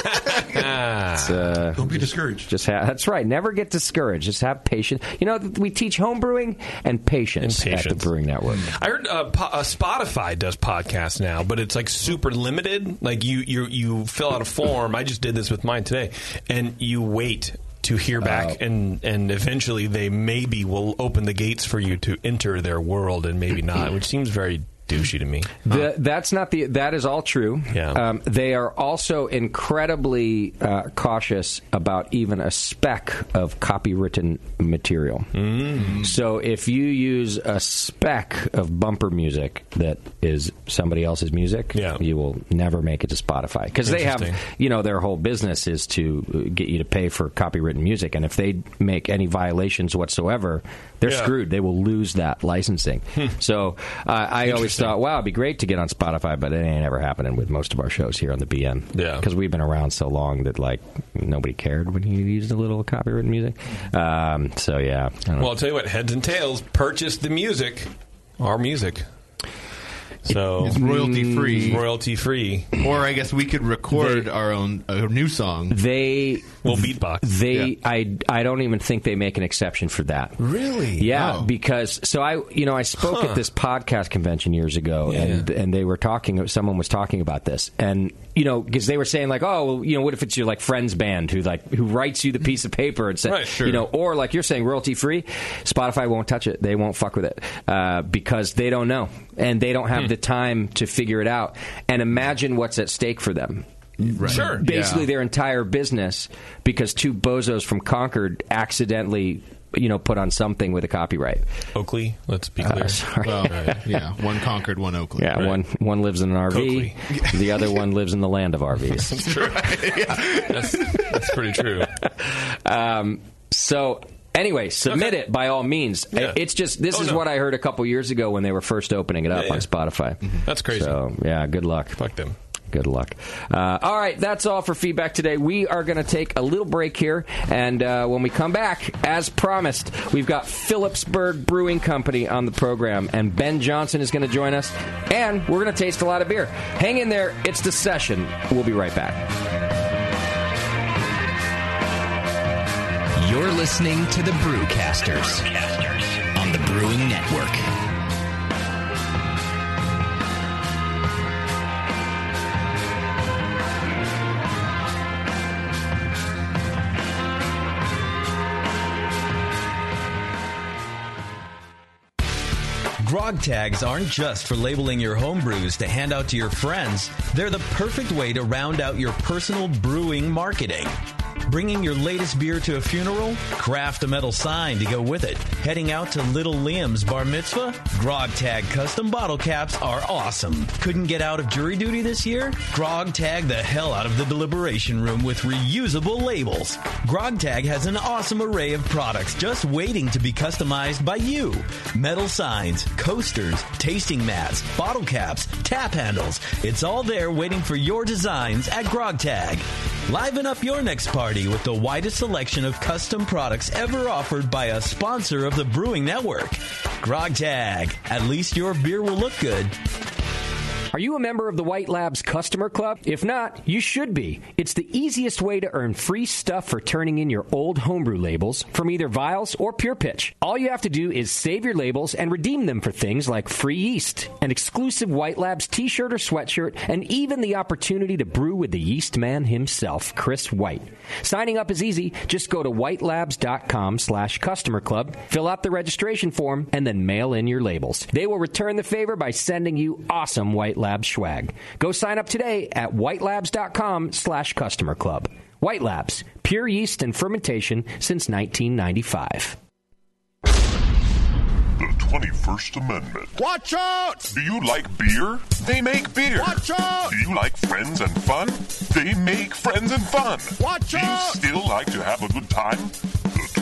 D: It's, uh, Don't be discouraged. Just ha- that's right. Never get discouraged. Just have patience. You know, th- we teach homebrewing and patience, at the Brewing Network.
B: I heard uh, po- uh, Spotify does podcasts now, but it's like super limited. Like you, you, you fill out a form. I just did this with mine today, and you wait to hear back,
J: Oh.
B: and and eventually they maybe will open the gates for you to enter their world, and maybe not, which seems very douchey to me.
D: The, that's not the. That is all true. Yeah. Um, they are also incredibly uh, cautious about even a speck of copywritten material. So if you use a speck of bumper music that is somebody else's music, you will never make it to Spotify because they have,
L: Interesting.
D: you know, their whole business is to uh, get you to pay for copywritten music, and if they make any violations whatsoever, they're
L: Yeah.
D: screwed. They will lose that licensing.
B: Hmm.
D: so uh, I always thought, wow, it'd be great to get on Spotify, but it ain't ever happening with most of our shows here on the BN. Yeah, because we've been around so long that like nobody cared when you used a little copywritten music. Um, so yeah, I don't know.
B: Well, I'll tell you what. Heads and tails purchase the music, our music. So Mm,
J: It's royalty free.
B: Royalty free.
J: Or I guess we could record our own a new song.
D: They
B: will beatbox.
D: They, I, I don't even think they make an exception for that.
B: Really?
D: Yeah, because so I, you know, I spoke
L: Huh.
D: at this podcast convention years ago, and and they were talking. Someone was talking about this, and you know, because they were saying like, oh, well, you know, what if it's your like friend's band who like who writes you the piece of paper and says,
L: Right, sure.
D: you know, or like you're saying royalty free, Spotify won't touch it. They won't fuck with it uh, because they don't know and they
J: Hmm.
D: don't have the time to figure it out. And imagine what's at stake for them.
L: Sure.
D: Basically,
L: Yeah.
D: their entire business because two bozos from Concord accidentally, you know, put on something with a copyright.
J: Oh,
D: Uh,
B: Oakley, let's be clear.
D: sorry.
J: Well, uh, yeah, one Concord, one Oakland.
D: Yeah, one one lives in an RV,
J: Coakley.
D: the other one lives in the land of RVs.
B: that's, that's pretty true.
D: Um, so anyway, submit it by all means.
B: Yeah.
D: It's just this
B: Oh,
D: is
B: no.
D: what I heard a couple years ago when they were first opening it up
B: Yeah,
D: on
B: yeah.
D: Spotify.
B: That's crazy.
D: So yeah, good luck.
B: Fuck them.
D: Good luck. Uh, all right, that's all for feedback today. We are going to take a little break here, and uh, when we come back, as promised, we've got Phillipsburg Brewing Company on the program, and Ben Johnson is going to join us, and we're going to taste a lot of beer. Hang in there; it's the session. We'll be right back.
M: You're listening to the Brewcasters on the Brewing Network.
N: Grog tags aren't just for labeling your home brews to hand out to your friends. They're the perfect way to round out your personal brewing marketing. Bringing your latest beer to a funeral? Craft a metal sign to go with it. Heading out to Little Liam's bar mitzvah? Grog Tag custom bottle caps are awesome. Couldn't get out of jury duty this year? Grog Tag the hell out of the deliberation room with reusable labels. Grog Tag has an awesome array of products just waiting to be customized by you. Metal signs, coasters, tasting mats, bottle caps, tap handles. It's all there waiting for your designs at GrogTag. Liven up your next party with the widest selection of custom products ever offered by a sponsor of the Brewing Network. GrogTag. At least your beer will look good.
D: Are you a member of the White Labs Customer Club? If not, you should be. It's the easiest way to earn free stuff for turning in your old homebrew labels from either Vials or Pure Pitch. All you have to do is save your labels and redeem them for things like free yeast, an exclusive White Labs t shirt or sweatshirt, and even the opportunity to brew with the yeast man himself, Chris White. Signing up is easy. Just go to whitelabs.com slash customer club, fill out the registration form, and then mail in your labels. They will return the favor by sending you awesome White Lab swag. Go sign up today at whitelabs.com slash customer club. White Labs, pure yeast and fermentation since 1995.
O: The 21st Amendment. Watch out! Do you like beer? They make beer. Watch out! Do you like friends and fun? They make friends and fun. Watch out! Do you still like to have a good time? The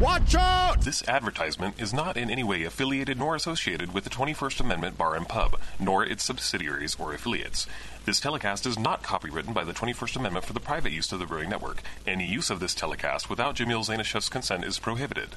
O: Watch out! This advertisement is not in any way affiliated nor associated with the 21st Amendment Bar and Pub, nor its subsidiaries or affiliates. This telecast is not copywritten by the 21st Amendment for the private use of the Brewing Network. Any use of this telecast without Jamil Zanishev's consent is prohibited.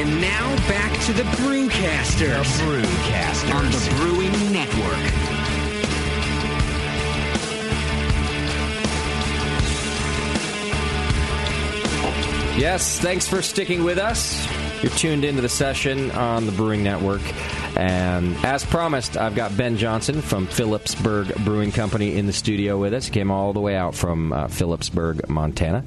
M: And now back to the Brewcasters. The Brewcasters. On the Brewing Network.
D: Yes, thanks for sticking with us. You're tuned into the session on the Brewing Network. And as promised, I've got Ben Johnson from Phillipsburg Brewing Company in the studio with us. He came all the way out from uh, Phillipsburg, Montana.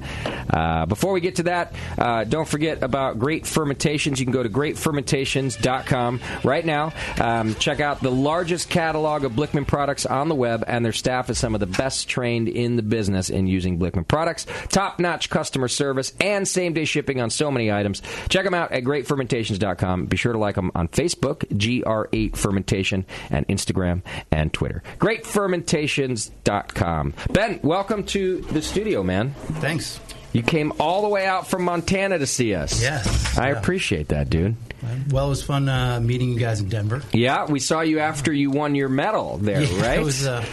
D: Uh, before we get to that, uh, don't forget about Great Fermentations. You can go to greatfermentations.com right now. Um, check out the largest catalog of Blickman products on the web, and their staff is some of the best trained in the business in using Blickman products. Top notch customer service and same day shipping on so many items. Check them out at greatfermentations.com. Be sure to like them on Facebook, GR8 Fermentation, and Instagram and Twitter. Greatfermentations.com. Ben, welcome to the studio, man.
P: Thanks.
D: You came all the way out from Montana to see us.
P: Yes.
D: I appreciate that, dude.
P: Well, it was fun uh, meeting you guys in Denver.
D: Yeah, we saw you after you won your medal there,
P: Yeah,
D: right?
P: It was, uh,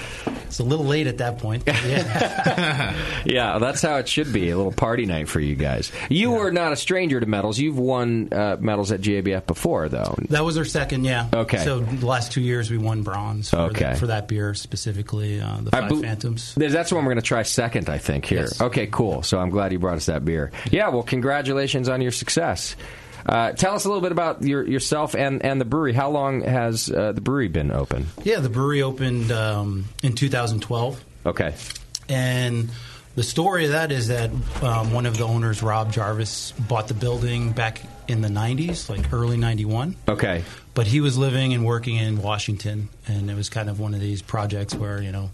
P: it's a little late at that point. but Yeah.
D: yeah, that's how it should be. A little party night for you guys. You were not a stranger to medals. You've won uh, medals at GABF before, though.
P: that was our second, yeah.
D: Okay.
P: So the last two years we won bronze for, the-
D: Okay.
P: for that beer specifically, uh, the
D: I
P: Five
D: bel-
P: Phantoms.
D: Th- That's the one we're going to try second, I think, here. Okay, cool. So I'm glad you brought us that beer. Yeah, well, congratulations on your success. Uh, tell us a little bit about your, yourself and, and the brewery. How long has uh, the brewery been open?
P: Yeah, the brewery opened um, in 2012.
D: Okay.
P: And the story of that is that um, one of the owners, Rob Jarvis, bought the building back in the 90s, like early 91.
D: Okay.
P: But he was living and working in Washington. And it was kind of one of these projects where, you know,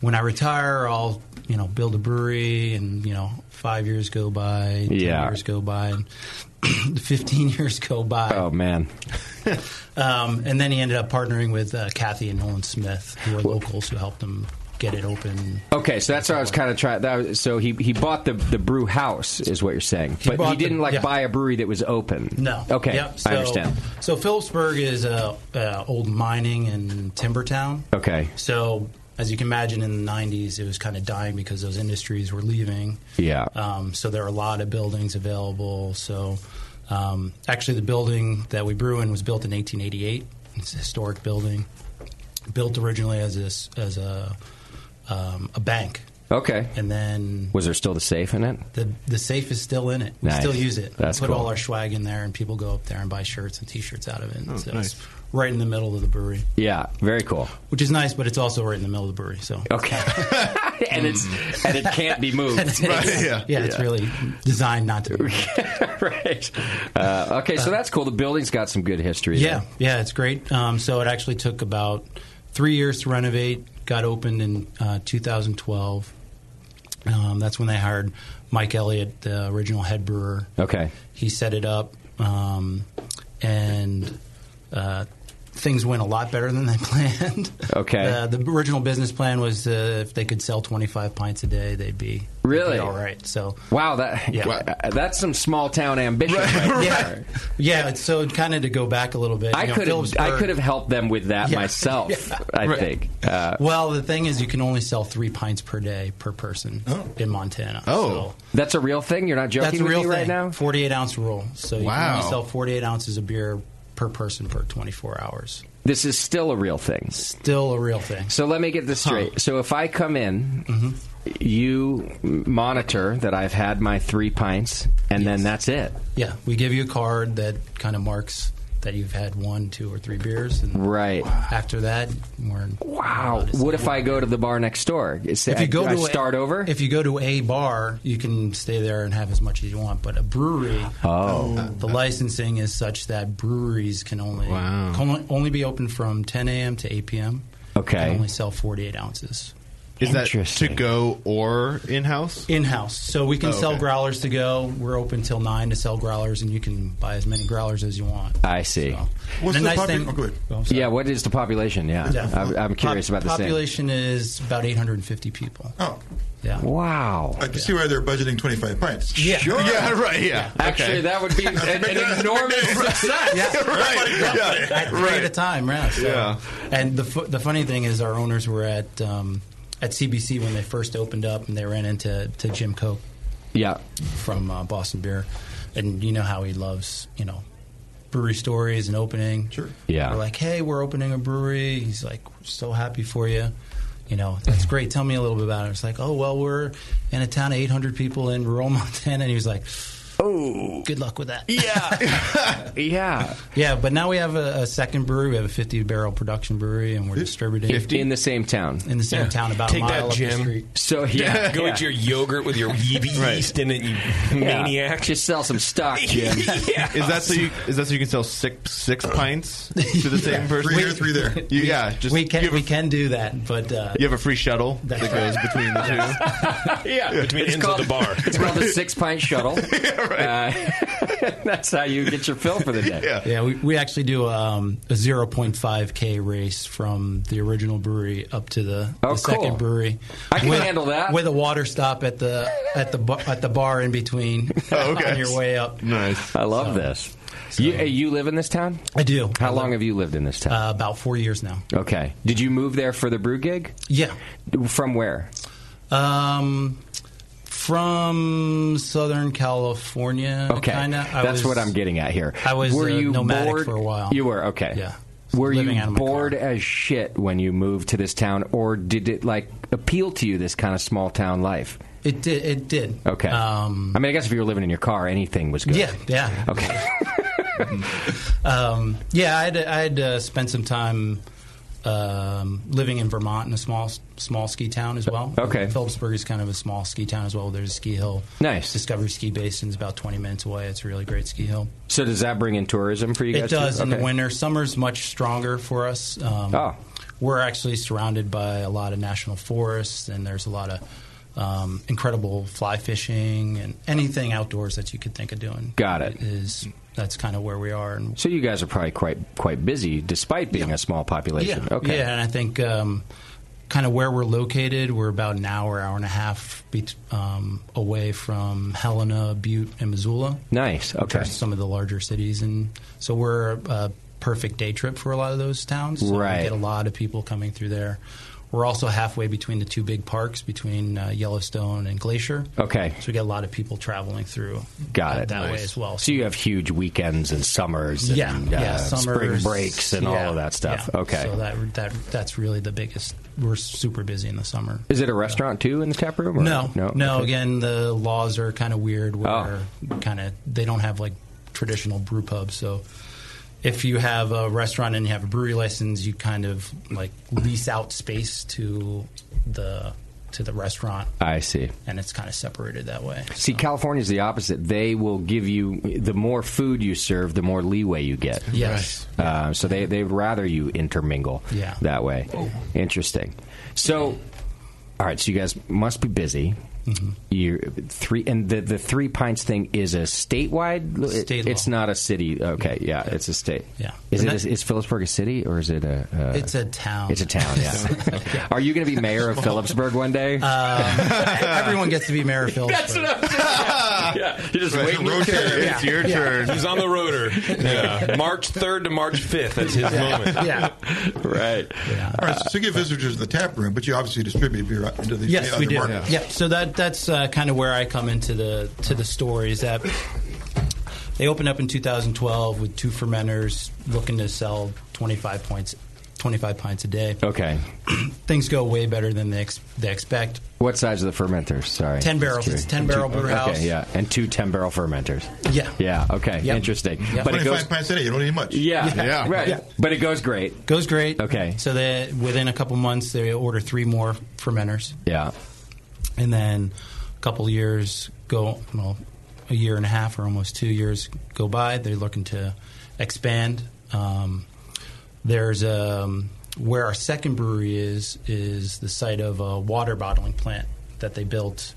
P: when I retire, I'll, you know, build a brewery and, you know, five years go by, ten
D: Yeah.
P: years go by, and 15 years go by.
D: Oh, man.
P: Um, and then he ended up partnering with uh, Kathy and Nolan Smith, who are locals who helped him get it open.
D: Okay, so that's what I was kind of trying. That was, so he he bought the the brew house, is what you're saying,
P: He
D: but he
P: bought the-
D: didn't like
P: yeah.
D: buy a brewery that was open.
P: No.
D: Okay,
P: Yep.
D: I understand.
P: So Phillipsburg is a uh, old mining and timber town.
D: Okay,
P: So as you can imagine, in the '90s, it was kind of dying because those industries were leaving.
D: yeah.
P: Um, so there are a lot of buildings available. So um, actually, the building that we brew in was built in 1888. It's a historic building, built originally as this as a um, a bank,
D: Okay.
P: and then
D: Was there still the safe in it?
P: the the safe is still in it. We
D: Nice.
P: still use it.
D: That's
P: we put
D: cool.
P: all our swag in there, and people go up there and buy shirts and T-shirts out of it.
D: Oh,
P: so
D: nice.
P: it's right in the middle of the brewery,
D: Yeah, very cool.
P: which is nice, but it's also right in the middle of the brewery. So
D: okay, Mm. and it's and it can't be moved.
P: yeah. it's really designed not to. be moved.
D: right. Uh, okay, so that's cool. The building's got some good history.
P: Yeah, yeah, it's great. Um, so it actually took about three years to renovate. Got opened in uh, 2012. Um, that's when they hired Mike Elliott, the original head brewer.
D: there. Okay.
P: He set it up, um, and uh, things went a lot better than they planned.
D: Okay.
P: Uh, the original business plan was uh, if they could sell 25 pints a day, they'd be
D: Really?
P: they'd be all right. So
D: Wow, that
P: Yeah.
D: uh, that's some small town ambition. Right. there.
P: yeah, it's- so kind of to go back a little bit,
D: I
P: you know,
D: could have
P: Phillipsburg-
D: I could have helped them with that
P: Yeah.
D: myself.
P: Yeah.
D: I
P: Right.
D: think. Uh,
P: Well, the thing is, you can only sell three pints per day per person in Montana. So
D: that's a real thing. You're not Oh. joking
P: Oh. that's a
D: with
P: real
D: me
P: thing.
D: right now.
P: Forty-eight ounce rule. So you
D: Wow.
P: can only sell forty-eight ounces of beer per person per twenty-four hours.
D: This is still a real thing.
P: Still a real thing.
D: So let me get this straight. So if I come in,
P: Mm-hmm.
D: you monitor that I've had my three pints, and then that's it.
P: Yeah, we give you a card that kind of marks that you've had one, two, or three beers, and
D: Right.
P: after that, we're
D: wow. What if I go to the bar next door? Is
P: If you go
D: I
P: to a-
D: start over.
P: If you go to a bar, you can stay there and have as much as you want. But a brewery,
D: Oh.
P: uh, the licensing is such that breweries can only
D: Wow.
P: can only be open from 10 a.m. to 8 p.m.
D: Okay.
P: can only sell 48 ounces.
J: Is that to go or in house?
P: In house. So we can
J: Oh,
P: sell
J: okay.
P: growlers to go. We're open till nine to sell growlers, and you can buy as many growlers as you want.
D: I see.
P: What's And the the nice popu- thing- oh, go ahead.
D: yeah, what is the population? Yeah,
P: Yeah.
D: I'm, I'm curious about the same.
P: population is about 850 people.
K: Oh,
P: yeah.
D: Wow.
K: I can see why they're budgeting 25 pints.
P: Yeah.
K: Sure.
P: Yeah, right,
D: yeah. Actually, that would be an- an enormous success.
P: Yeah,
K: Right,
P: Yeah. At three at a time, yeah. so-
K: Yeah.
P: And the fu- the funny thing is, our owners were at um, at CBC when they first opened up, and they ran into to Jim Cope.
D: Yeah.
P: From uh, Boston Beer, and you know how he loves you know brewery stories and opening. Sure.
D: Yeah.
P: We're like, hey, we're opening a brewery. He's like, we're so happy for you. You know, that's
D: Mm-hmm.
P: great. Tell me a little bit about it. It's like, oh, well, we're in a town of 800 people in rural Montana. And he was like, oh, good luck with that.
D: Yeah. yeah.
P: Yeah, but now we have a, a second brewery. We have a 50 barrel production brewery, and we're distributing
D: in the same town.
P: in the same town, about
B: Take
P: a mile up
B: that, Jim.
P: the street.
D: So yeah,
B: go
D: yeah.
B: eat your yogurt with your yeast in it, you
D: Yeah.
B: maniac.
D: Just sell some stock,
J: Jim. Is that so? You, is that so you can sell six six pints to the same person?
P: Three here, three there.
J: You, yeah, just
P: we can we can do that, but uh,
J: you have a free shuttle that
P: That's
J: goes
P: right.
J: between the two.
D: yeah.
J: Between
D: it's
J: ends
D: called,
J: of the bar.
D: It's called the six pint shuttle. Uh, that's how you get your fill for the day.
P: Yeah, we, we actually do um, a 0.5K race from the original brewery up to the,
D: Oh,
P: the
D: cool.
P: second brewery.
D: I can handle that.
P: With a water stop at the at the bar, at the bar in between
D: Oh, okay.
P: on your way up.
D: Nice. I love this. you, uh, you live in this town?
P: I do.
D: How long have you lived in this town?
P: Uh, about four years now.
D: okay. Did you move there for the brew gig?
P: Yeah.
D: From where?
P: Um, from Southern California.
D: Okay.
P: kinda. I
D: That's
P: was-
D: what I'm getting at here.
P: I was
D: were
P: uh,
D: you
P: nomadic
D: bored?
P: for a while.
D: You were okay.
P: Yeah.
D: Were
P: Living
D: you
P: out of my
D: bored as shit when you moved to this town, or did it like appeal to you this kind of small town life?
P: It did. It did.
D: Okay.
P: Um,
D: I mean, I guess if you were living in your car, anything was good.
P: Yeah, yeah.
D: Okay.
P: um, yeah, I had, I had uh, spent some time um, living in Vermont in a small small ski town as well.
D: Okay.
P: Phillipsburg is kind of a small ski town as well. There's a ski hill.
D: Nice.
P: Discovery Ski Basin's about 20 minutes away. It's a really great ski hill.
D: So does that bring in tourism for you guys?
P: It does
D: too?
P: in the
D: Okay.
P: winter. Summer's much stronger for us. Um,
D: Oh.
P: We're actually surrounded by a lot of national forests, and there's a lot of um, incredible fly fishing and anything outdoors that you could think of doing.
D: Got it.
P: Is that's kind of where we are, and
D: So you guys are probably quite quite busy, despite being a small population.
P: Yeah,
D: Okay.
P: yeah, and I think um, kind of where we're located, we're about an hour, hour and a half bet- um, away from Helena, Butte, and Missoula.
D: Nice.
P: which
D: Okay.
P: are some of the larger cities, and so we're a perfect day trip for a lot of those towns. So
D: Right.
P: We get a lot of people coming through there. We're also halfway between the two big parks, between uh, Yellowstone and Glacier.
D: Okay.
P: So we get a lot of people traveling through.
D: Got
P: uh,
D: it.
P: that way as well.
D: So you have huge weekends and summers and
P: Yeah, yeah,
D: uh, spring
P: summers,
D: breaks and all
P: yeah,
D: of that stuff.
P: yeah.
D: Okay.
P: So that that that's really the biggest. We're super busy in the summer.
D: Is it a restaurant too in the tap room? Or?
P: No,
D: no,
P: no.
D: Okay. Oh.
P: Again, the laws are kind of weird. Where kind of they don't have like traditional brew pubs. So if you have a restaurant and you have a brewery license, you kind of like lease out space to the to the restaurant,
D: I see.
P: and it's kind of separated that way.
D: See, California's the opposite. They will give you the more food you serve, the more leeway you get.
P: Yes.
D: Uh, so they they rather you intermingle.
P: Yeah. Oh.
D: That way. Interesting. So, all right. So you guys must be busy.
P: Mm-hmm.
D: You three and the the three pints thing is a statewide.
P: State
D: It's not a city. Okay. Yeah. It's a state.
P: Yeah.
D: Is
P: And
D: it?
P: that-
D: is Phillipsburg a city or is it a? Uh,
P: It's a town.
D: It's a town. Yeah. Are you going to be mayor of Phillipsburg one day?
P: Uh, Everyone gets to be mayor of Phillipsburg.
B: yeah, you just
D: Right,
B: wait.
D: rotate.
P: It's your Yeah. turn.
B: He's on the rotor. Yeah, March third to March fifth. That's his moment.
P: Yeah.
D: right.
K: All right, so you give visitors the tap room, but you obviously distribute beer out into the
P: yes,
K: other
P: we do.
K: markets.
P: Yeah. So that that's uh, kind of where I come into the to the story is that they opened up in 2012 with two fermenters looking to sell 25 points, 25 pints a day.
D: Okay.
P: Things go way better than they, ex- they expect.
D: What size are the fermenters? Sorry.
P: Ten
D: Just
P: barrels.
D: curious.
P: It's a ten
D: And two-
P: barrel brew house.
D: Okay, yeah. And two 10 barrel fermenters.
P: Yeah.
D: Yeah, okay.
P: Yep.
D: Interesting.
P: Yep.
D: But it
P: 25
D: goes.
K: pints a day, you don't need much.
D: Yeah.
P: Yeah. Yeah.
D: Right.
P: Yeah.
D: But it goes great.
P: Goes great.
D: Okay.
P: So they, within a couple months, they order three more fermenters.
D: Yeah.
P: And then a couple years go, well, a year and a half or almost two years go by. They're looking to expand. Um, there's um, where our second brewery is is the site of a water bottling plant that they built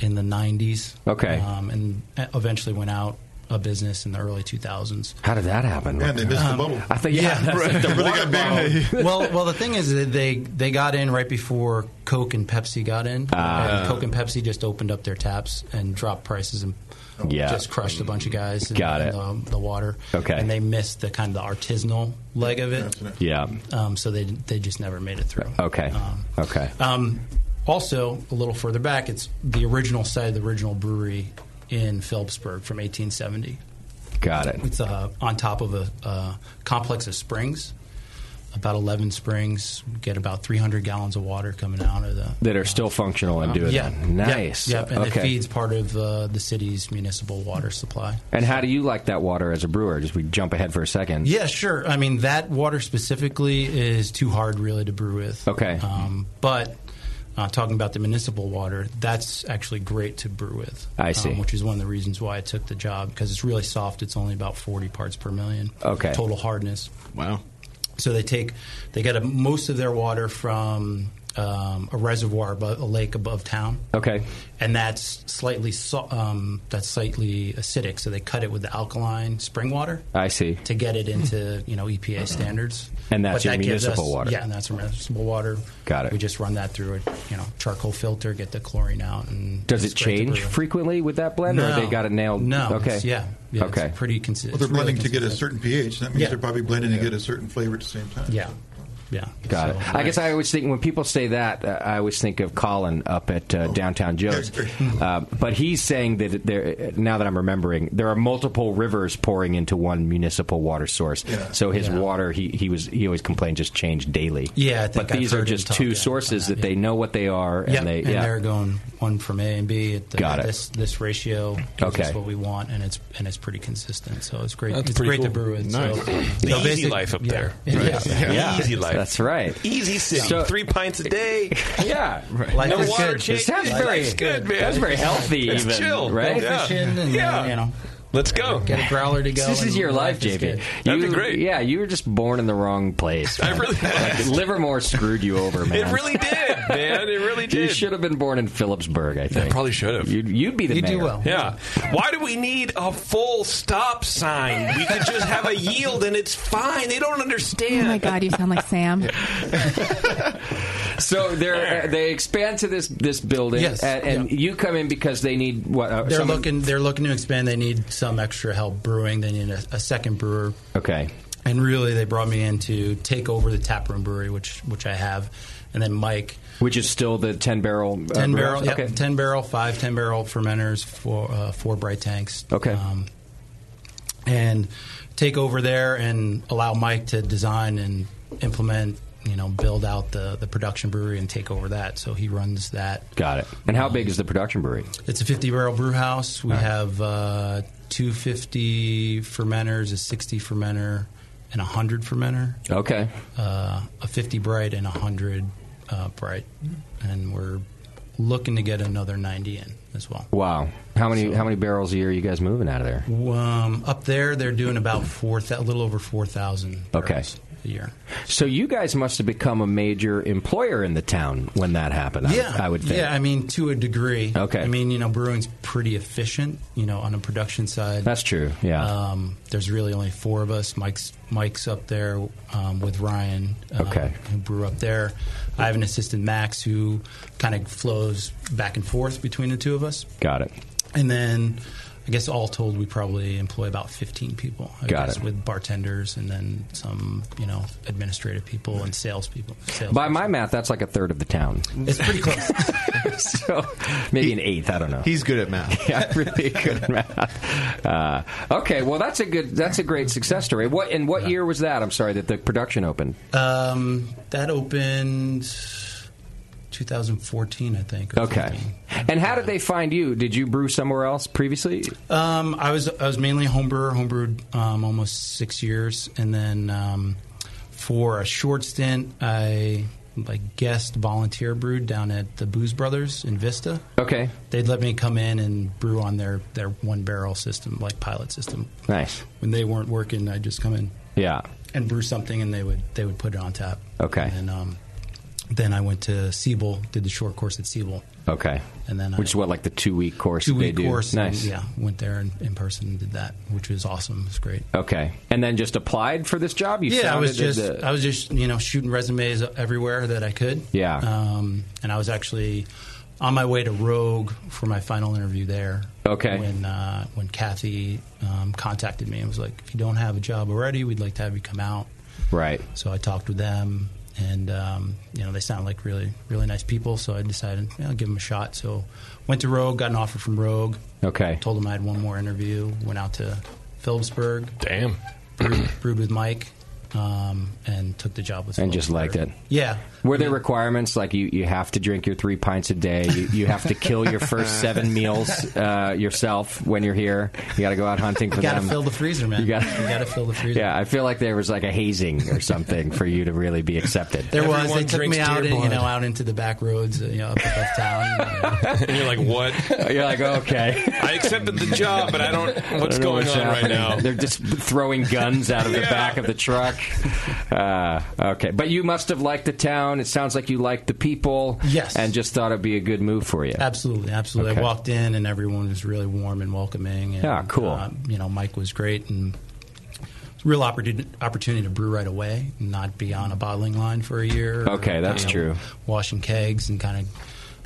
P: in the 90s.
D: Okay.
P: Um, and eventually went out of business in the early 2000s.
D: How did that happen?
K: Man, they missed the bubble.
D: Um, I think, yeah. that's
P: that's
D: like the
P: the
D: water bottle.
P: bottle. well, well, the thing is that they they got in right before Coke and Pepsi got in.
D: Ah.
P: and Coke and Pepsi just opened up their taps and dropped prices and
D: Oh. Yeah.
P: just crushed a bunch of guys. in-
D: Got
P: in
D: it.
P: the, the water.
D: Okay.
P: And they missed the kind of the artisanal leg of it.
D: Yeah.
P: Um, so they they just never made it through.
D: Okay. okay.
P: Um, also, a little further back, it's the original site of the original brewery in Phillipsburg from 1870.
D: Got it.
P: It's uh, on top of a uh, complex of springs, about 11 springs. We get about 300 gallons of water coming out of the.
D: That are still functional and doing
P: yeah,
D: that. Nice.
P: Yep, yep. and
D: okay.
P: it feeds part of uh, the city's municipal water supply.
D: And how do you like that water as a brewer? Just we jump ahead for a second.
P: Yeah, sure. I mean, that water specifically is too hard, really, to brew with.
D: Okay.
P: Um, but uh, talking about the municipal water, that's actually great to brew with.
D: I see.
P: um, which is one of the reasons why I took the job because it's really soft. It's only about 40 parts per million.
D: Okay.
P: Total hardness.
D: Wow.
P: So they take, they get a, most of their water from um, a reservoir, above, a lake above town.
D: Okay.
P: And that's slightly so, um, that's slightly acidic, so they cut it with the alkaline spring water
D: I see.
P: to get it into you know EPA standards.
D: And that's
P: But
D: your
P: that gives
D: municipal
P: us-
D: water.
P: Yeah, and that's our municipal water.
D: Got it.
P: We just run that through a you know charcoal filter, get the chlorine out, and
D: Does
P: it's
D: it
P: great to
D: change
P: brew.
D: frequently with that blend, or
P: No.
D: they got it nailed?
P: No,
D: Okay.
P: it's- yeah, yeah, it's
D: okay.
P: pretty consistent.
K: Well, they're blending to get a certain pH. That means
P: Yeah.
K: they're probably blending to get a certain flavor at the same time.
P: Yeah, yeah.
D: Got it.
P: So-
D: I guess I always think when people say that, uh, I always think of Colin up at
P: Oh.
D: uh, Downtown Joe's. Uh, but he's saying that there, now that I'm remembering, there are multiple rivers pouring into one municipal water source. So his water, he, he was he always complained, just changed daily.
P: Yeah, I think
D: but
P: I've
D: these are
P: heard him
D: just
P: talk,
D: two
P: yeah,
D: sources that they know what they are, and
P: Yep,
D: they yeah.
P: are going one from A and B. At the,
D: Got it.
P: This this ratio gives
D: Okay.
P: us what we want, and it's and it's pretty consistent. So it's great.
B: That's
P: it's
B: pretty
P: great to
B: cool.
P: brew it.
B: Nice.
P: So,
B: The
P: so
B: easy
P: basic-
B: life up
P: yeah.
B: there.
P: Yeah.
B: Right.
P: Yeah.
B: Yeah. Easy life.
D: That's right.
B: Easy city.
D: So-
B: Three pints a day.
D: Yeah,
P: Life
B: no
P: is
B: water
P: good.
B: change.
P: It sounds very-
B: Life's good, man.
D: that's very healthy,
B: It's
D: even,
B: chill,
D: right?
B: Yeah.
P: Fishing and, uh,
B: yeah.
P: you know,
B: Let's go.
P: Get a growler to go.
D: This is
P: and
D: your life,
P: is
D: JP.
P: good.
D: You,
B: That'd be great.
D: Yeah, you were just born in the wrong place. man. Like, Livermore screwed you over, man.
B: It really did, man. It really
D: You
B: did.
D: should have been born in Phillipsburg, I think.
B: probably should have.
D: You'd, you'd be the
B: You
D: mayor.
B: do well. Yeah. Why do we need a full stop sign? We could just have a yield and it's fine. They don't understand.
F: Oh my God, you sound like Sam.
D: So they they expand to this this building,
P: Yes,
D: and, and you come in because they need what? Uh,
P: They're
D: someone-
P: looking. They're looking to expand. They need some extra help brewing. They need a, a second brewer.
D: Okay.
P: And really, they brought me in to take over the taproom brewery, which which I have, and then Mike,
D: which is still the ten barrel, uh,
P: ten
D: brewer?
P: barrel, yep,
D: Okay.
P: ten barrel, five ten barrel fermenters, four uh, four bright tanks.
D: Okay.
P: Um, and take over there and allow Mike to design and implement. You know, build out the the production brewery and take over that. So he runs that
D: Got it. And how big is the production brewery?
P: It's a 50 barrel brew house. We have uh, 250 fermenters, a 60 fermenter, and a 100 fermenter.
D: Okay.
P: Uh, a 50 bright and a 100 uh, bright. And we're looking to get another 90 in as well.
D: Wow. How many how many barrels a year are you guys moving out of there?
P: Um, up there, they're doing about four, thou- a little over 4,000
D: Okay.
P: a year.
D: So you guys must have become a major employer in the town when that happened. I-
P: yeah,
D: I, would think.
P: Yeah, I mean, to a degree.
D: Okay.
P: I mean, you know, brewing's pretty efficient. You know, on the production side,
D: That's true, yeah.
P: Um, there's really only four of us. Mike's Mike's up there um, with Ryan. uh,
D: Okay.
P: Who brew up there? I have an assistant Max who kind of flows back and forth between the two of us,
D: Got it.
P: and then. I guess all told, we probably employ about 15 people. I
D: Got
P: guess,
D: it.
P: With bartenders and then some, you know, administrative people and salespeople. Sales.
D: By my math, that's like a third of the town.
P: It's pretty close.
D: so maybe an eighth. I don't know.
J: He's good at math.
D: yeah, I'm really good at math. Uh, okay, well that's a good that's a great success story. What and what year was that? I'm sorry that the production opened.
P: Um, that opened 2014, I think. or
D: Okay. And how did they find you? Did you brew somewhere else previously?
P: Um, I was I was mainly a home brewer, home brewed um, almost six years, and then um, for a short stint, I like guest volunteer brewed down at the Booze Brothers in Vista.
D: Okay,
P: they'd let me come in and brew on their their one barrel system, like pilot system.
D: Nice.
P: When they weren't working, I'd just come in
D: Yeah.
P: and brew something, and they would they would put it on tap.
D: Okay.
P: And um, then I went to Siebel, did the short course at Siebel,
D: Okay.
P: And then I-
D: which is what like the two week course
P: two
D: they
P: week
D: do.
P: course. and,
D: Nice.
P: yeah, went there in, in person and did that, which was awesome. It was great.
D: Okay. And then just applied for this job. You
P: yeah, I was
D: sounded
P: just
D: the-
P: I was just you know shooting resumes everywhere that I could.
D: Yeah.
P: Um, and I was actually on my way to Rogue for my final interview there.
D: Okay.
P: When uh, when Kathy um, contacted me and was like, if you don't have a job already, we'd like to have you come out.
D: right.
P: So I talked with them, and um, you know they sound like really really nice people. So I decided yeah, I'll give them a shot. So went to Rogue, got an offer from Rogue.
D: Okay.
P: Told them I had one more interview. Went out to Phillipsburg.
B: Damn.
P: Brewed, brewed with Mike, um, and took the job with.
D: And just liked
P: Phillipsburg.
D: it.
P: Yeah.
D: Were there requirements like you, you have to drink your three pints a day? You, you have to kill your first seven meals uh, yourself when you're here. You got to go out hunting for
P: You gotta
D: them.
P: fill the freezer, man.
D: You
P: You
D: gotta-
P: gotta, fill the freezer.
D: yeah, I feel like there was like a hazing or something for you to really be accepted.
P: There was. They took me out, in, you know, out into the back roads, you know, up above town.
B: and you're like, what?
D: You're like, okay.
B: I accepted the job, but I don't. What's
D: I don't know
B: going on right
D: happening.
B: now?
D: They're just throwing guns out of the
B: Yeah.
D: back of the truck. Uh, okay, but you must have liked the town. It sounds like you liked the people.
P: Yes.
D: and just thought it'd be a good move for you.
P: Absolutely, absolutely.
D: Okay.
P: I walked in and everyone was really warm and welcoming. And,
D: Yeah, cool.
P: uh, you know, Mike was great and it's a real opportunity, opportunity to brew right away, not be on a bottling line for a year.
D: Okay, that's
P: you know,
D: true.
P: Washing kegs and kind of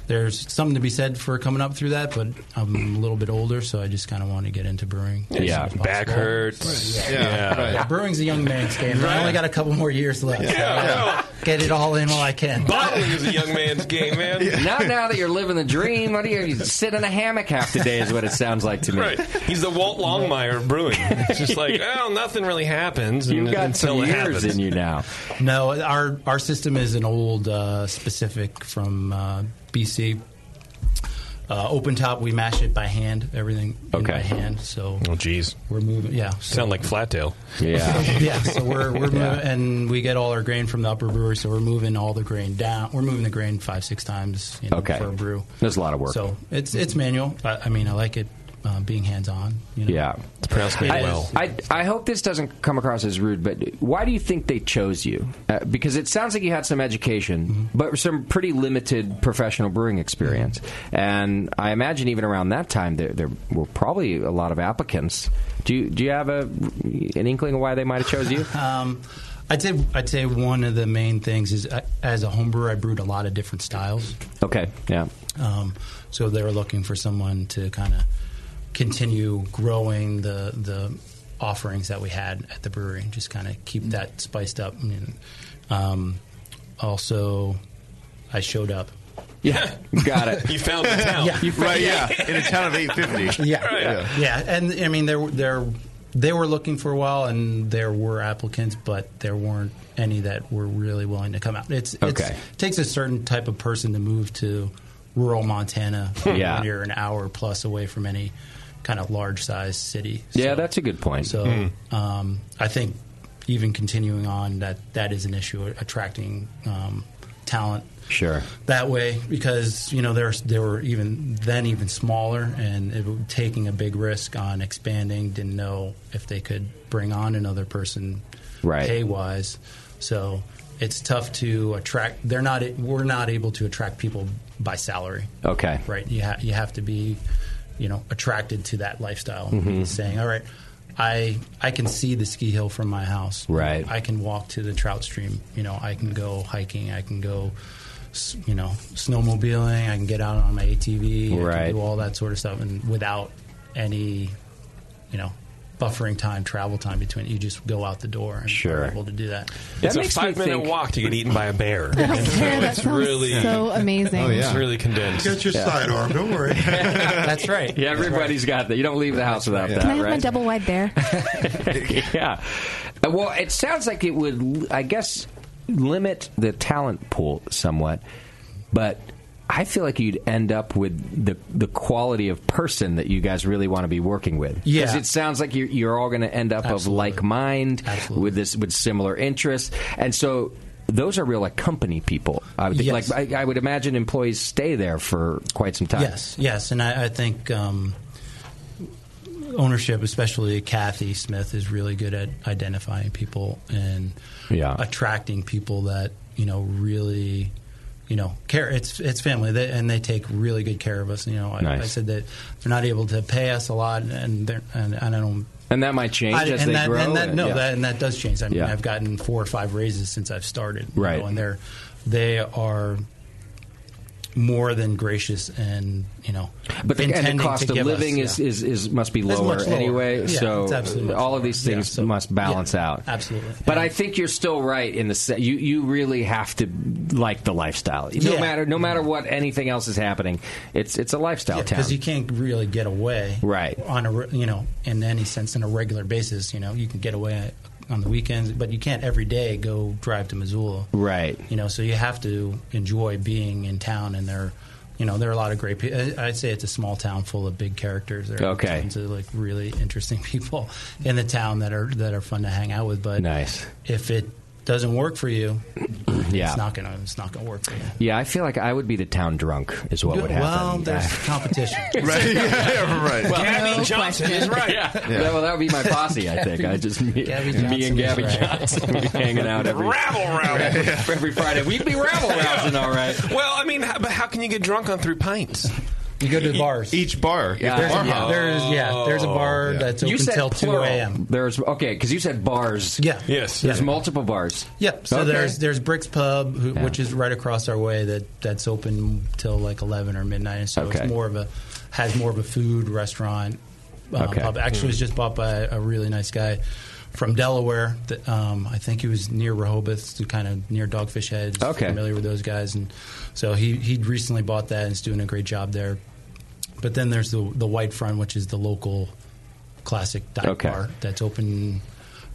P: there's something to be said for coming up through that, but I'm a little bit older, so I just kind of want to get into brewing. as soon
B: Yeah,
P: as possible.
B: back hurts.
P: Right,
B: Yeah, right.
P: Yeah, brewing's a young man's game. I only got a couple more years left. so
B: Yeah,
P: I gotta
B: well.
P: get it all in while I can.
B: Bottling is a young man's game, man.
D: Not now that you're living the dream. What do you, you sit in a hammock half the day? Is what it sounds like to me.
B: Right. He's the Walt Longmire of brewing. It's just like, oh, nothing really happens
D: You've
B: and-
D: got
B: until
D: some
B: it
D: years
B: happens.
D: in you now.
P: No, our our system is an old uh, specific from uh, BC. Uh, open top, we mash it by hand. Everything in
B: Okay.
P: by hand. So
B: Oh, jeez.
P: We're moving. Yeah.
B: Sound like Flattail.
P: yeah. So we're we're moving,
B: Yeah.
P: and we get all our grain from the upper brewery. So we're moving all the grain down. We're moving the grain five six times. You know,
D: Okay.
P: For a brew.
D: There's a lot of work.
P: So it's it's manual. I, I mean, I like it uh, being hands on. You know?
D: Yeah, it's
B: pronounced
P: very well.
D: I, I hope this doesn't come across as rude, but why do you think they chose you? Uh, because it sounds like you had some education,
P: Mm-hmm.
D: but some pretty limited professional brewing experience, and I imagine even around that time there, there were probably a lot of applicants. Do you, do you have a an inkling of why they might have chose you?
P: Um, I'd say I'd say one of the main things is uh, as a home brewer, I brewed a lot of different styles.
D: Okay. Yeah.
P: Um, so they were looking for someone to kind of continue growing the the offerings that we had at the brewery, and just kind of keep
D: Mm.
P: that spiced up. And, um, also, I showed up.
D: Yeah, got it.
B: You found the town.
P: Yeah. You found-
J: right? Yeah, in a town of eight fifty.
P: Yeah, yeah, yeah. And I mean, there there they were looking for a while, and there were applicants, but there weren't any that were really willing to come out. It's, it's
D: Okay.
P: it takes a certain type of person to move to rural Montana
D: Yeah.
P: when you're an hour plus away from any kind of large sized city.
D: Yeah, that's a good point.
P: So
D: Mm.
P: um, I think even continuing on that that is an issue attracting um, talent
D: Sure.
P: that way because you know there they were even then even smaller and it, was taking a big risk on expanding didn't know if they could bring on another person
D: Right.
P: pay wise so it's tough to attract they're not we're not able to attract people by salary
D: Okay.
P: right you ha- you have to be you know attracted to that lifestyle
D: Mhm.
P: saying all right I I can see the ski hill from my house
D: Right.
P: I can walk to the trout stream you know I can go hiking I can go s- you know snowmobiling I can get out on my ATV I can
D: Right.
P: do all that sort of stuff and without any you know buffering time travel time between you just go out the door and
D: Sure.
P: are able to do that
B: It's a five-minute walk to get eaten by a bear. it's really
F: so amazing.
D: Oh,
B: It's really condensed.
K: Get your sidearm. Don't worry.
P: That's right.
D: Yeah, everybody's got that. You don't leave the house without that,
F: Can I have
D: right?
F: my double wide there?
D: yeah. Uh, Well, it sounds like it would, I guess, limit the talent pool somewhat, but I feel like you'd end up with the the quality of person that you guys really want to be working with. 'Cause
Q: Yeah.
D: it sounds like you're, you're all going to end up of like mind with this with similar interests, and so. Those are real like company people. I would think,
P: Yes.
D: like I, I would imagine employees stay there for quite some time.
P: Yes, yes, and I, I think um, ownership, especially Kathy Smith, is really good at identifying people and
D: Yeah.
P: attracting people that you know really you know care. It's it's family, they, and they take really good care of us. You know, I, I
D: Nice.
P: said that they're not able to pay us a lot, and they're, and, and I don't.
D: And that might change
P: I-
D: as
P: and
D: they
P: that,
D: grow.
P: And that,
D: and-
P: no,
D: yeah.
P: that, and that does change. I mean,
D: Yeah.
P: I've gotten four or five raises since I've started. you
D: Right.
P: know, and they're they are more than gracious and you know,
D: But the, and
P: intending
D: the cost
P: to
D: of
P: give us,
D: living is,
P: yeah.
D: is, is must be
P: It's
D: lower,
P: much lower.
D: anyway.
P: Yeah, it's absolutely
D: so
P: much
D: all of these things must balance out.
P: absolutely.
D: But I think you're still right in the se- you you really have to like the lifestyle. No
P: Yeah.
D: matter no matter what anything else is happening, it's it's a lifestyle town.
P: because you can't really get away
D: Right.
P: on a re- you know in any sense on a regular basis. You know, you can get away on the weekends, but you can't every day go drive to Missoula.
D: Right.
P: You know, so you have to enjoy being in town, and there, you know, there are a lot of great people. I'd say it's a small town full of big characters. There are
D: Okay.
P: tons of like really interesting people in the town that are that are fun to hang out with. But
D: nice
P: if it doesn't work for you,
D: Yeah.
P: it's not gonna it's not gonna work for you.
D: Yeah, I feel like I would be the town drunk is what would happen.
P: Well, there's
D: Yeah.
P: competition,
D: Right. Yeah, right. Well,
P: Gabby
B: Johnson is right.
D: Yeah. Well, that would be my posse. I think I just me,
P: Gabby
D: me
P: Johnson
D: and Gabby
P: is right.
D: Johnson would be hanging out every
B: Rabble rousing.
D: every Friday. We'd be rabble rousing, all right.
B: Well, I mean, how, but how can you get drunk on three pints? E-
P: You go to bars.
J: Each bar.
D: Yeah.
P: There's,
D: Bar
P: yeah,
D: hop.
P: there's yeah, there's a bar that's
D: you
P: open
D: said
P: till two
D: plural.
P: a.m.
D: There's okay because you said bars.
P: Yeah.
B: Yes.
D: There's multiple bars.
P: Yep. So
D: Okay.
P: there's there's Bricks Pub, who, which is right across our way. That that's open till like eleven or midnight. And so
D: Okay.
P: it's more of a has more of a food restaurant. Um,
D: Okay.
P: Pub actually was
D: Mm.
P: just bought by a really nice guy from Delaware. That um, I think he was near Rehoboth, kind of near Dogfish Head.
D: Okay.
P: Familiar with those guys, and so he he recently bought that and is doing a great job there. But then there's the the White Front, which is the local classic dive
D: Okay.
P: bar that's open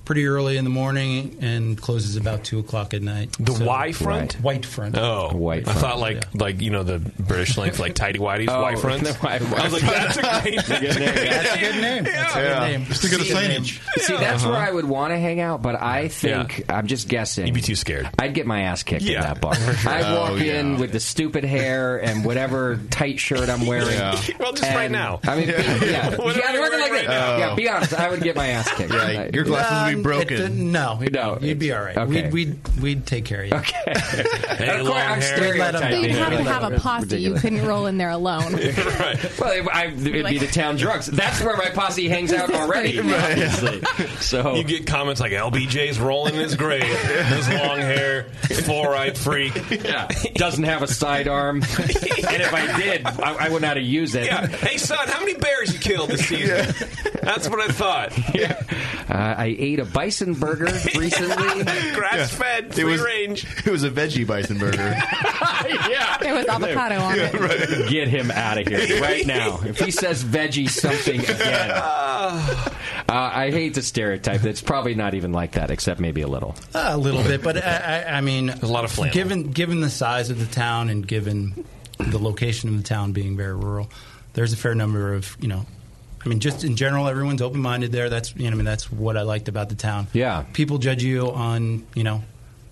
P: pretty early in the morning and closes about two o'clock at night.
B: The Y front?
P: white front.
B: Oh,
D: white.
B: I thought like like you know the British length like tidy whities,
P: Oh,
B: white fronts.
P: the
D: white-
B: I was like, that's a great
D: That's a good name,
P: That's a good name. That's a
B: Yeah.
P: good name.
B: Just to go to
P: See Uh-huh. a name.
B: signage.
D: See, that's where I would want to hang out, but I think I'm just guessing. You'd be
B: too scared.
D: I'd get my ass kicked in
B: Yeah.
D: that bar.
B: For sure.
D: I'd walk
B: Oh,
D: in with the stupid hair and whatever tight shirt I'm wearing.
B: Yeah. Well, just
D: And-
B: right now.
D: I mean, yeah,
B: Yeah.
D: yeah,
B: Whatever
D: yeah,
B: you're
D: like
B: wearing
D: that.
B: right now.
D: yeah. Be honest, I would get my ass kicked.
J: Yeah, your glasses
D: Yeah.
J: would be broken.
P: Um, it- no, no, you'd be all right.
J: Okay.
P: We'd, we'd we'd take care of you. Okay.
D: Of course, I'm stereotyping.
F: You'd have to have a posse.
D: Ridiculous.
F: You couldn't roll in there alone.
D: right. Well, it, I, it'd be
F: Like-
D: the town drugs. That's where my posse hangs out already. obviously. So
B: you get comments like LBJ's rolling in his grave, his long hair, four-eyed freak.
D: Yeah, doesn't have a sidearm. and if I did, I, I wouldn't know how to use it.
B: Yeah. Hey, son, how many bears you killed this season? That's what I thought.
D: Uh, I ate a bison burger recently.
B: Grass fed,
J: It
B: free
J: was-
B: range.
J: It was a veggie bison burger.
D: yeah.
F: There was avocado on it.
D: Get him out of here right now. If he says veggie something again, uh, I hate to stereotype. It's probably not even like that, except maybe a little.
P: a little bit, but I, I, I mean, a lot
D: of flannel.
P: Given given the size of the town and given the location of the town being very rural, there's a fair number of you know. I mean, just in general, everyone's open minded there. That's you know, I mean, that's what I liked about the town.
D: Yeah.
P: people judge you on you know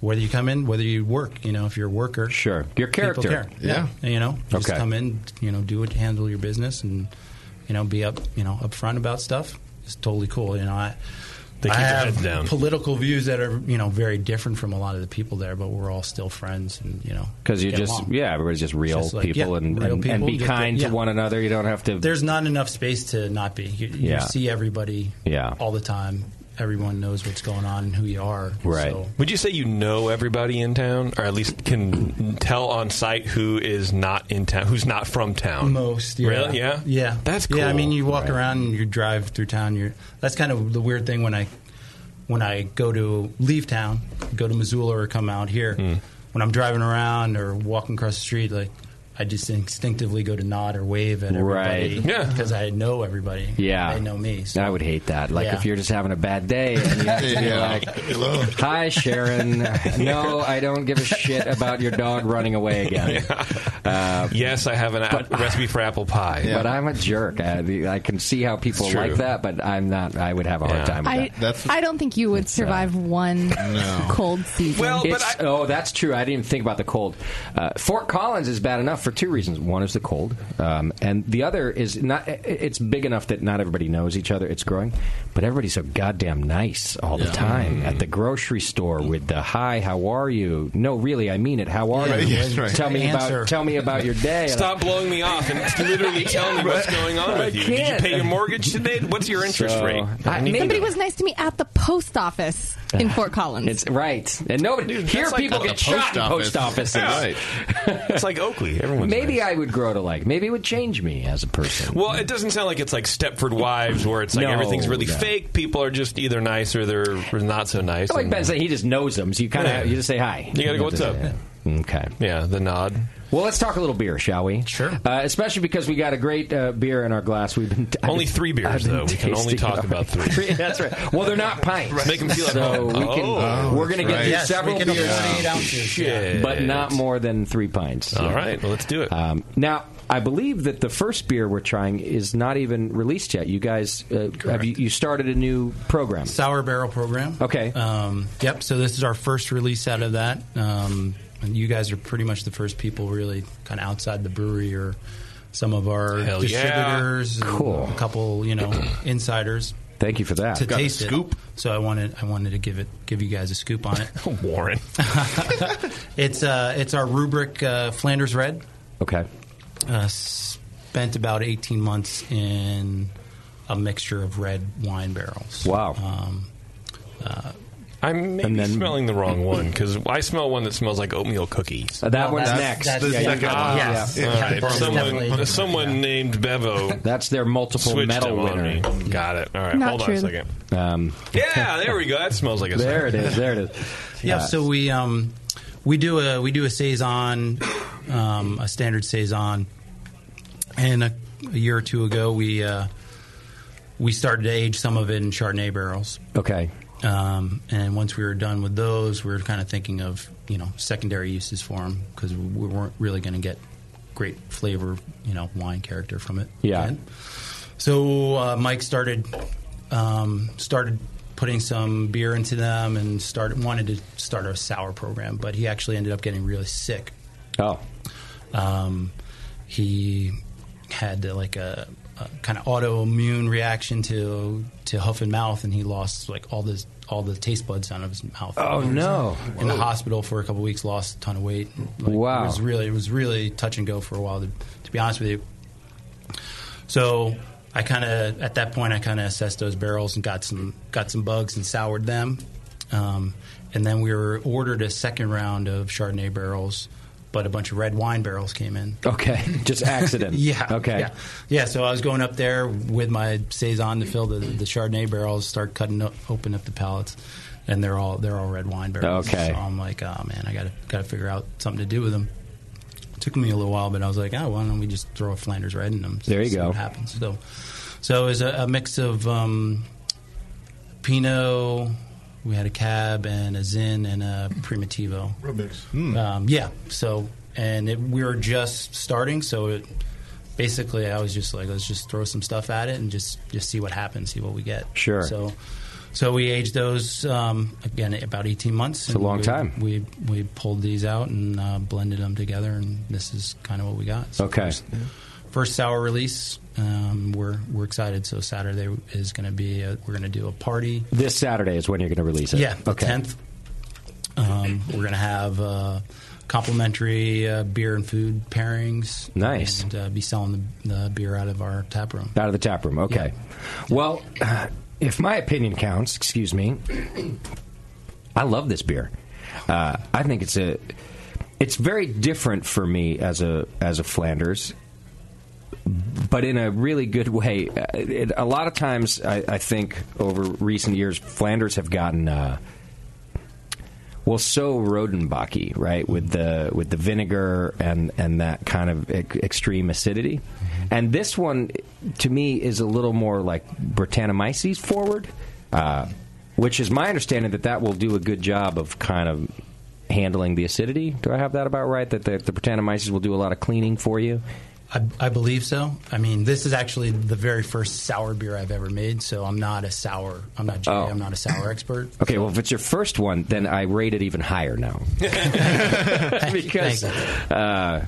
P: whether you come in, whether you work. You know, if you're a worker,
D: sure, your
P: People
D: character.
P: care.
D: Yeah.
P: Yeah. you know, just
D: Okay.
P: come in, you know, do it, handle your business, and you know, be up, you know, upfront about stuff. It's totally cool. You know, I.
B: They keep
P: I
B: their
P: have
B: heads down.
P: political views that are you know very different from a lot of the people there, but we're all still friends, and you know
D: Because you
P: get
D: just,
P: along.
D: yeah, everybody's just real,
P: Just like,
D: people,
P: yeah,
D: and,
P: real
D: and, and
P: people,
D: be
P: get the-
D: kind
P: yeah.
D: to one another. You don't have to.
P: There's not enough space to not be. You, you
D: Yeah.
P: see everybody
D: Yeah.
P: all the time. Everyone knows what's going on and who you are. So
B: Would you say you know everybody in town, or at least can tell on site who is not in town, who's not from town?
P: Most, yeah.
B: Really? Yeah.
P: Yeah.
B: That's
P: Yeah, I
B: cool.
P: mean, you walk
B: Right.
P: around and you drive through town. You're that's kind of the weird thing when I when I go to leave town, go to Missoula or come out here.
B: Hmm.
P: When I'm driving around or walking across the street, like I just instinctively go to nod or wave at everybody,
D: Right. Yeah.
P: because I know everybody.
D: Yeah,
P: they know me.
D: I would hate that. Like
P: Yeah.
D: if you're just having a bad day, and you have to be
P: Yeah.
D: like, "Hi, Sharon. No, I don't give a shit about your dog running away again." Uh,
B: yes, I have an app recipe for apple pie,
D: But I'm a jerk. I, I can see how people
B: It's true.
D: like that, but I'm not. I would have a hard time with
F: I,
D: that.
F: I don't think you would survive one cold season.
D: uh, It's- oh, that's true. I didn't even think about the cold. Uh, Fort Collins is bad enough for two reasons. One is the cold, um, and the other is not. it- It's big enough that not everybody knows each other. It's growing, but everybody's so goddamn nice all the
B: Mm.
D: time at the grocery store with the "Hi, how are you?" No, really, I mean it. How are
B: Yeah,
D: you?
B: that's right.
D: Tell me
B: Answer.
D: about. Tell me about your day. And
B: Stop blowing me off and literally tell me what's going on
D: I
B: with you. Did you
D: can't.
B: pay your mortgage today? What's your interest
D: So,
B: rate?
D: I- I need to
F: Somebody
D: know.
F: was nice to me at the post office in Fort Collins.
D: Uh, It's right, and nobody here.
B: that's like
D: people
B: the
D: get
B: post
D: shot in
B: office.
D: post offices.
B: Yeah. Right. it's like Oakley. Everyone's
D: maybe I would grow to like. Maybe it would change me as a person.
B: Well, it doesn't sound like it's like Stepford Wives, where it's like
D: No,
B: everything's really
D: no.
B: fake. People are just either nice or they're not so nice.
D: like Ben said, he just knows them, so you kind of
B: Yeah.
D: you just say hi.
B: You gotta go, "What's up?"
D: Okay.
B: Yeah, the nod.
D: Well, let's talk a little beer, shall we? Sure. Uh, especially because we got a great uh, beer in our glass. We've been I've
B: Only
D: been-
B: three beers,
D: I've been
B: though. We can only
D: tasting
B: talk
D: our-
B: about three.
D: That's right. Well, they're not pints.
B: Right. Make 'em feel at
D: so
B: home.
D: we can.
B: Oh,
D: we're gonna
B: that's
D: get
B: right.
D: through
B: Yes, we
D: several
B: can
D: beers,
B: afford eight ounces, Shit. yeah.
D: but not more than three pints.
B: All right, well, let's do it.
D: Um, now, I believe that the first beer we're trying is not even released yet. You guys, uh, have you, you started a new program?
P: Sour Barrel program.
D: Okay.
P: Um, yep. So this is our first release out of that. Um, and you guys are pretty much the first people, really, kind of outside the brewery or some of our
D: Hell yeah.
P: distributors. and
D: Cool.
P: A couple, you know, insiders.
D: Thank you for that.
P: To
D: Got a
P: taste
D: scoop?
P: it. So I wanted, I wanted to give it, give you guys a scoop on it.
B: Warren.
P: it's uh, it's our rubric uh, Flanders Red.
D: Okay.
P: Uh, spent about eighteen months in a mixture of red wine barrels.
D: Wow.
P: Um, uh,
B: I'm maybe smelling the wrong one because I smell one that smells like oatmeal cookies.
D: Uh, that Oh, one's that's- next. that's the Yeah, second yeah. one.
B: Ah,
D: Yes. Yeah.
B: all right.
D: Definitely.
B: Someone, someone named Bevo.
D: That's their multiple
B: switched
D: medal
B: them on
D: winner.
B: me. Got it. All right,
P: Not
B: hold on
P: true.
B: a second.
D: Um,
B: Yeah, there we go. That smells like a.
D: There it is. There it is.
P: Yeah.
D: Uh,
P: so we um, we do a we do a saison, um, a standard saison, and a, a year or two ago we uh, we started to age some of it in Chardonnay barrels.
D: Okay.
P: Um, and once we were done with those, we were kind of thinking of you know secondary uses for them because we weren't really going to get great flavor, you know, wine character from it.
D: Yeah.
P: again. So uh, Mike started um, started putting some beer into them and started wanted to start a sour program, but he actually ended up getting really sick.
D: Oh.
P: Um, he had uh, like a, uh, kind of autoimmune reaction to to huff and mouth, and he lost like all this all the taste buds out of his mouth.
D: Oh, no.
P: In the
D: Whoa.
P: hospital for a couple weeks, lost a ton of weight. Like,
D: Wow.
P: it was really it was really touch and go for a while. To, to be honest with you, so I kind of at that point I kind of assessed those barrels and got some got some bugs and soured them, um, and then we were ordered a second round of Chardonnay barrels, but a bunch of red wine barrels came in.
D: Okay, just accident.
P: yeah.
D: Okay.
P: Yeah. Yeah, So I was going up there with my saison to fill the, the Chardonnay barrels, start cutting up, open up the pallets, and they're all they're all red wine barrels.
D: Okay.
P: So I'm like, oh man, I gotta gotta figure out something to do with them. took me a little while, but I was like, oh, why don't we just throw a Flanders red in them?
D: There you
P: see
D: go.
P: What happens? So, so it was a, a mix of um, Pinot. We had a cab and a Zin and a Primitivo.
K: Real mix.
D: Hmm.
P: Um, yeah. So, and it, we were just starting, so it, basically, I was just like, let's just throw some stuff at it and just just see what happens, see what we get.
D: Sure.
P: So, so we aged those um, again about eighteen months.
D: It's a
P: and
D: long
P: we-
D: time.
P: We we pulled these out and uh, blended them together, and this is kind of what we got. So
D: Okay.
P: First, first sour release. Um, we're we're excited. So Saturday is going to be a, we're going to do a party.
D: This Saturday is when you're going to release it.
P: Yeah, the
D: Okay.
P: tenth. Um, we're gonna have uh, complimentary uh, beer and food pairings.
D: Nice.
P: And uh, be selling the, the beer out of our tap room.
D: Out of the tap room. Okay. Well, if my opinion counts, excuse me, I love this beer. Uh, I think it's a. It's very different for me as a as a Flanders but in a really good way. Uh, It, a lot of times, I, I think over recent years, Flanders have gotten uh, well so Rodenbachy, right, with the with the vinegar and and that kind of ec- extreme acidity. And this one, to me, is a little more like Britannomyces forward, uh, which is my understanding that that will do a good job of kind of handling the acidity. Do I have that about right? That the, the Britannomyces will do a lot of cleaning for you.
P: I, I believe so. I mean, this is actually the very first sour beer I've ever made. So I'm not a sour. I'm not.
D: Oh.
P: Jerry, I'm not a sour expert.
D: Okay, well, if it's your first one, then I rate it even higher now. because, uh,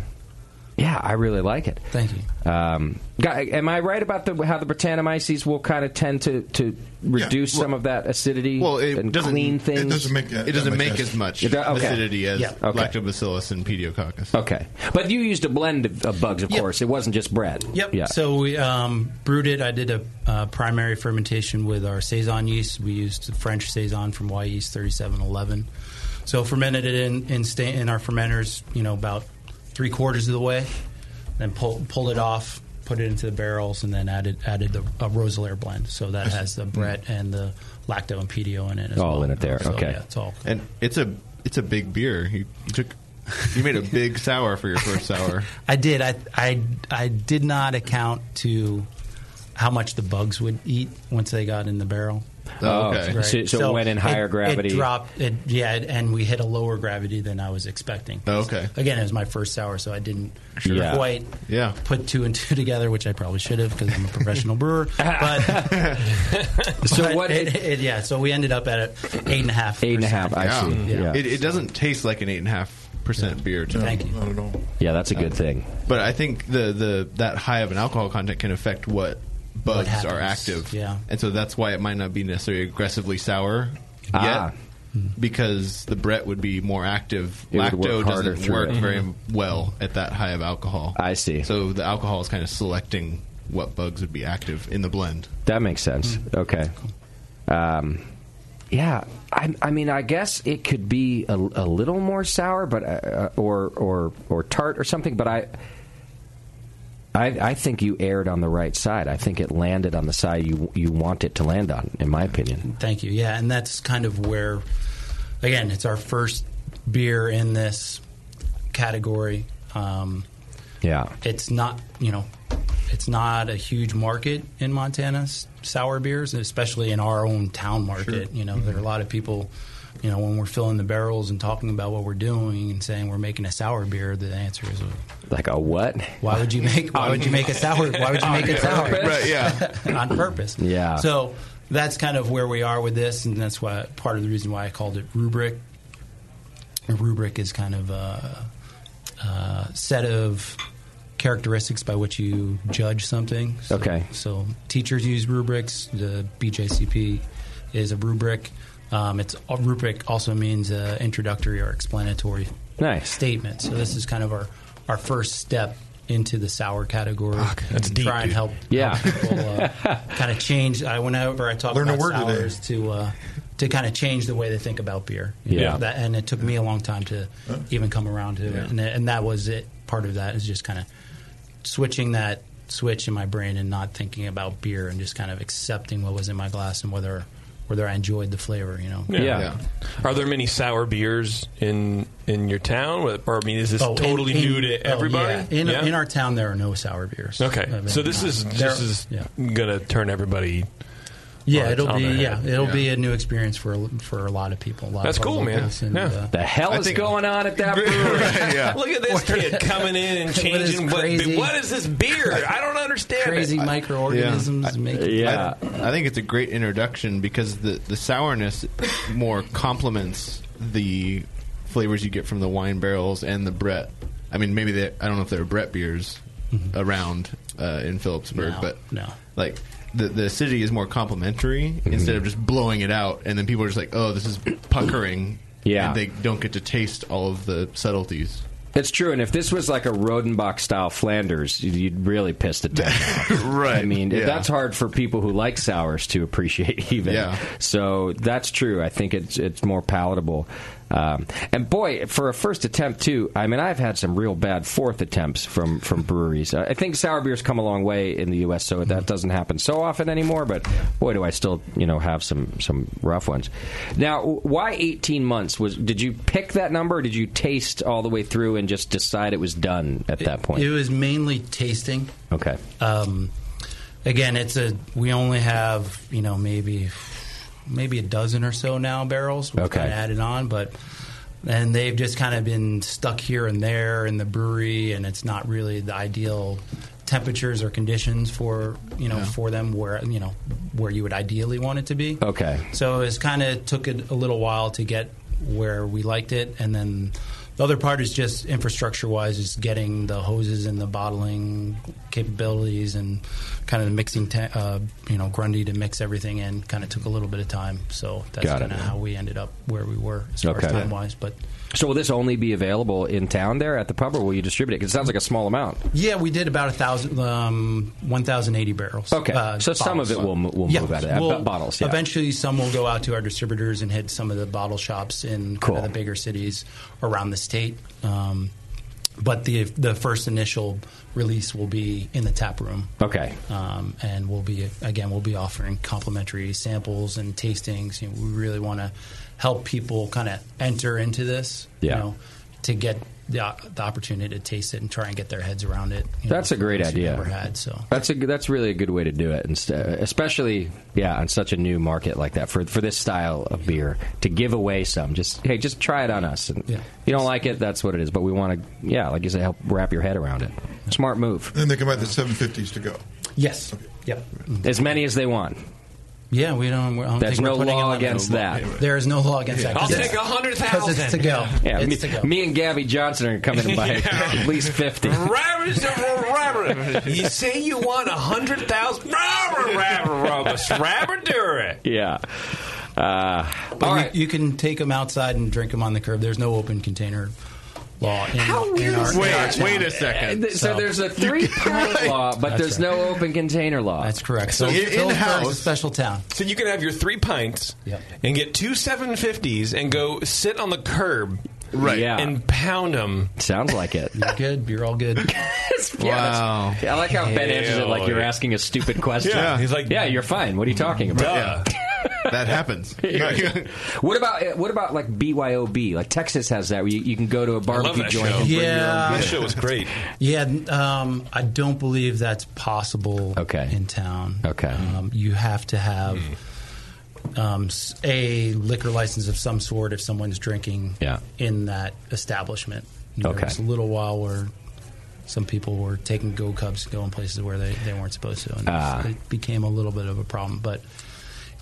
D: yeah, I really like it.
P: Thank you.
D: Um, guy, am I right about the, how the Britannomyces will kind of tend to, to reduce
J: well-
D: some of that acidity
J: Well, it
D: and
J: doesn't
D: clean things?
J: It doesn't make that-
D: It
J: that
D: doesn't make
J: as
D: as-
J: much
D: It do- okay.
J: acidity as
D: Yeah. Okay.
J: lactobacillus and pediococcus.
D: Okay, but you used a blend of, of bugs, of course. It wasn't just bread.
P: Yep.
D: Yeah.
P: So we um, brewed it. I did a uh, primary fermentation with our saison yeast. We used the French saison from Y yeast thirty seven eleven. So fermented it in in, sta- in our fermenters. You know, about three quarters of the way, then pull, pulled it off, put it into the barrels, and then added added the, a Rosalair blend. So that has the Brett and the lacto and PDO in it. As
D: All
P: well.
D: in it there.
P: So,
D: Okay.
P: yeah, it's all
J: And it's a it's a big beer. You, you took you made a big sour for your first sour.
P: I did. I, I, I did not account to how much the bugs would eat once they got in the barrel.
D: Oh, okay.
P: Right.
D: So- so it went in higher gravity.
P: It dropped. It, yeah, it- and we hit a lower gravity than I was expecting.
J: Oh, okay.
P: Again, it was my first sour, so I didn't
J: Sure. Yeah.
P: quite
J: Yeah.
P: put two and two together, which I probably should have because I'm a professional brewer. But
D: so
P: what? It, it, yeah. So we ended up at a eight and a half.
D: Eight and a half, I
P: percent.
D: see. Yeah.
J: It, it doesn't taste like an eight and a half percent beer. To
P: Thank
J: me.
P: you.
K: Not at all.
D: Yeah, that's a good thing.
J: But I think the, the that high of an alcohol content can affect what bugs
P: happens.
J: are active.
P: Yeah.
J: And so that's why it might not be necessarily aggressively sour yet.
D: Ah.
J: Because the Brett would be more active.
D: It would
J: Lacto
D: work harder
J: doesn't
D: through
J: work
D: it.
J: very
D: Mhm.
J: well at that high of alcohol.
D: I see.
J: So the alcohol is kind of selecting what bugs would be active in the blend.
D: That makes sense. Okay. Um, yeah, I, I mean, I guess it could be a, a little more sour, but uh, or or or tart or something. But I, I, I think you aired on the right side. I think it landed on the side you you want it to land on, in my opinion.
P: Thank you. Yeah, and that's kind of where, again, it's our first beer in this category. Um,
D: Yeah.
P: it's not, you know, it's not a huge market in Montana, s- sour beers, especially in our own town market. You know, there are a lot of people, you know, when we're filling the barrels and talking about what we're doing and saying we're making a sour beer, the answer is,
D: Like a what?
P: why would you make why would you make a sour why would you make it sour
D: Right,
J: yeah
P: on purpose
D: Yeah.
P: so that's kind of where we are with this and that's why part of the reason why I called it rubric a rubric is kind of a, a set of characteristics by which you judge something. So,
D: Okay.
P: So teachers use rubrics. The BJCP is a rubric. Um, it's a rubric also means uh, introductory or explanatory statement. So this is kind of our our first step into the sour category. that's
D: Ah, deep,
P: Try and
D: dude.
P: help,
D: Yeah.
P: help people uh, kind of change. I whenever I talk
K: Learn a
P: about
K: word today.
P: sours to uh, to kind of change the way they think about beer. you
K: Yeah.
P: know, that, and it took me a long time to even come around to
K: Yeah.
P: it. And, that- and that was it. Part of that is just kind of switching that switch in my brain and not thinking about beer and just kind of accepting what was in my glass and whether whether I enjoyed the flavor. You know.
B: Are there many sour beers in in your town? Or I mean, is this
P: Oh, in-
B: totally
P: in-
B: new
P: oh,
B: to everybody?
P: yeah. In, in our town, there are no sour beers.
B: okay.
P: Uh,
B: So this
P: not.
B: is
P: There-
B: this is gonna turn everybody.
P: Yeah,
B: on-
P: it'll
B: on
P: be
B: their
P: yeah,
B: head.
P: it'll be a new experience for a- for a lot of people. A lot
B: That's
P: of our
B: cool, man.
P: locals and,
B: Yeah.
P: uh,
D: The hell is going on at that brewery?
B: Look at this kid coming in and
P: What is
B: changing. What,
P: crazy-
B: what is this beer? I don't understand.
P: Crazy
B: it.
P: microorganisms make it.
J: Yeah, I, I think it's a great introduction because the the sourness more complements the flavors you get from the wine barrels and the Brett. I mean, maybe they, I don't know if there are Brett beers around uh, in Phillipsburg,
P: Mm-hmm. No,
J: but
P: no.
J: like. The, the acidity is more complementary instead of just blowing it out, and then people are just like, "Oh, this is puckering."
D: Yeah.
J: and they don't get to taste all of the subtleties.
D: It's true, and if this was like a Rodenbach style Flanders, you'd- you'd really piss the town off. right. I mean,
J: yeah.
D: that's hard for people who like sours to appreciate even.
J: Yeah.
D: So that's true. I think it's it's more palatable. Um, and boy, for a first attempt too. I mean, I've had some real bad fourth attempts from from breweries. I I think sour beers come a long way in the U.S., so that doesn't happen so often anymore. But boy, do I still you know have some some rough ones. Now, w- why eighteen months? Was did you pick that number? or Did you taste all the way through and just decide it was done at that point?
P: It was mainly tasting.
D: okay.
P: Um, again, it's a we only have you know maybe maybe a dozen or so now barrels. We've
D: Okay.
P: kinda added on, but and they've just kind of been stuck here and there in the brewery, and it's not really the ideal temperatures or conditions for you know
D: Yeah.
P: for them where you know where you would ideally want it to be.
D: Okay.
P: So it's kind of took it a little while to get where we liked it, and then the other part is just infrastructure-wise, is getting the hoses and the bottling capabilities, and kind of the mixing, ta- uh, you know, Grundy to mix everything in. Kind of took a little bit of time, so that's
D: Got it.
P: kind of how we ended up where we were as far as
D: Okay.
P: time-wise. But
D: So will this only be available in town there at the pub, or will you distribute it? 'Cause it sounds like a small amount.
P: yeah, we did about a thousand, um, one thousand eighty barrels. Uh,
D: Okay. So some of it will mo- will move out of- uh, bottles, yeah.
P: Eventually, some will go out to our distributors and hit some of the bottle shops in kind of the bigger cities around the state. Um, but the the first initial release will be in the tap room.
D: Okay.
P: Um, and we'll be again we'll be offering complimentary samples and tastings. You know, we really want to help people kind of enter into this.
D: Yeah.
P: You know, to get the, o- the opportunity to taste it and try and get their heads around it. you know,
D: That's a great
P: which we've
D: idea.
P: Never had so.
D: That's a g- that's really a good way to do it, and st- especially yeah, on such a new market like that for for this style of beer to give away some. Just hey, just try it on us, and
K: Yeah.
D: if you don't like it, that's what it is. But we want to yeah, like you said, help wrap your head around it. Smart move.
K: Then they come out the 750s to go.
P: Yes. Yep.
D: As many as they want.
P: Yeah, we don't. I don't
D: There's
P: think
D: no
P: we're putting
D: law
P: a limit.
D: against that.
P: There is no law against that. 'cause
B: I'll
P: it's-
B: take a hundred
P: 'cause
B: thousand
P: It's to go.
D: Yeah,
P: it's
D: me,
P: to go.
D: me and Gabby Johnson are coming to buy at least fifty.
B: Rabbit, you say you want a hundred thousand. Rabbit, rabbit, rabbit, rabbit.
D: Yeah. Uh,
P: But you, you can take them outside and drink them on the curb. There's no open container law. In, How
D: weird
P: in our,
D: is
P: in
D: that?
P: our town.
D: Wait a second. Uh, th- so there's a three pint law, but there's no open container law.
P: That's correct. So,
B: So in-
P: Phillipsburg's
B: in-house-
P: a special town.
B: So you can have your three pints and get two 750s and go sit on the curb
D: Right. Yeah.
B: and pound them.
D: Sounds like it.
P: You're good. You're all good.
D: wow. I like how Ben answers it like you're
B: Hell, yeah.
D: asking a stupid question.
B: Yeah. He's like,
D: yeah, you're fine. What are you talking about?
B: Duh.
J: that happens.
D: Yeah. what about what about like BYOB? Like Texas has that where you, you can go to a barbecue joint. And
P: Yeah.
D: bring your own
P: That
D: beer.
P: show
B: was great.
P: Yeah, n- um, I don't believe that's possible in town. Okay. Um, you have to have um, s- a liquor license of some sort if someone's drinking
D: Yeah.
P: in that establishment. There
D: Okay.
P: was a little while where some people were taking go cups and going places where they, they weren't supposed to. And
D: Ah.
P: it became a little bit of a problem. But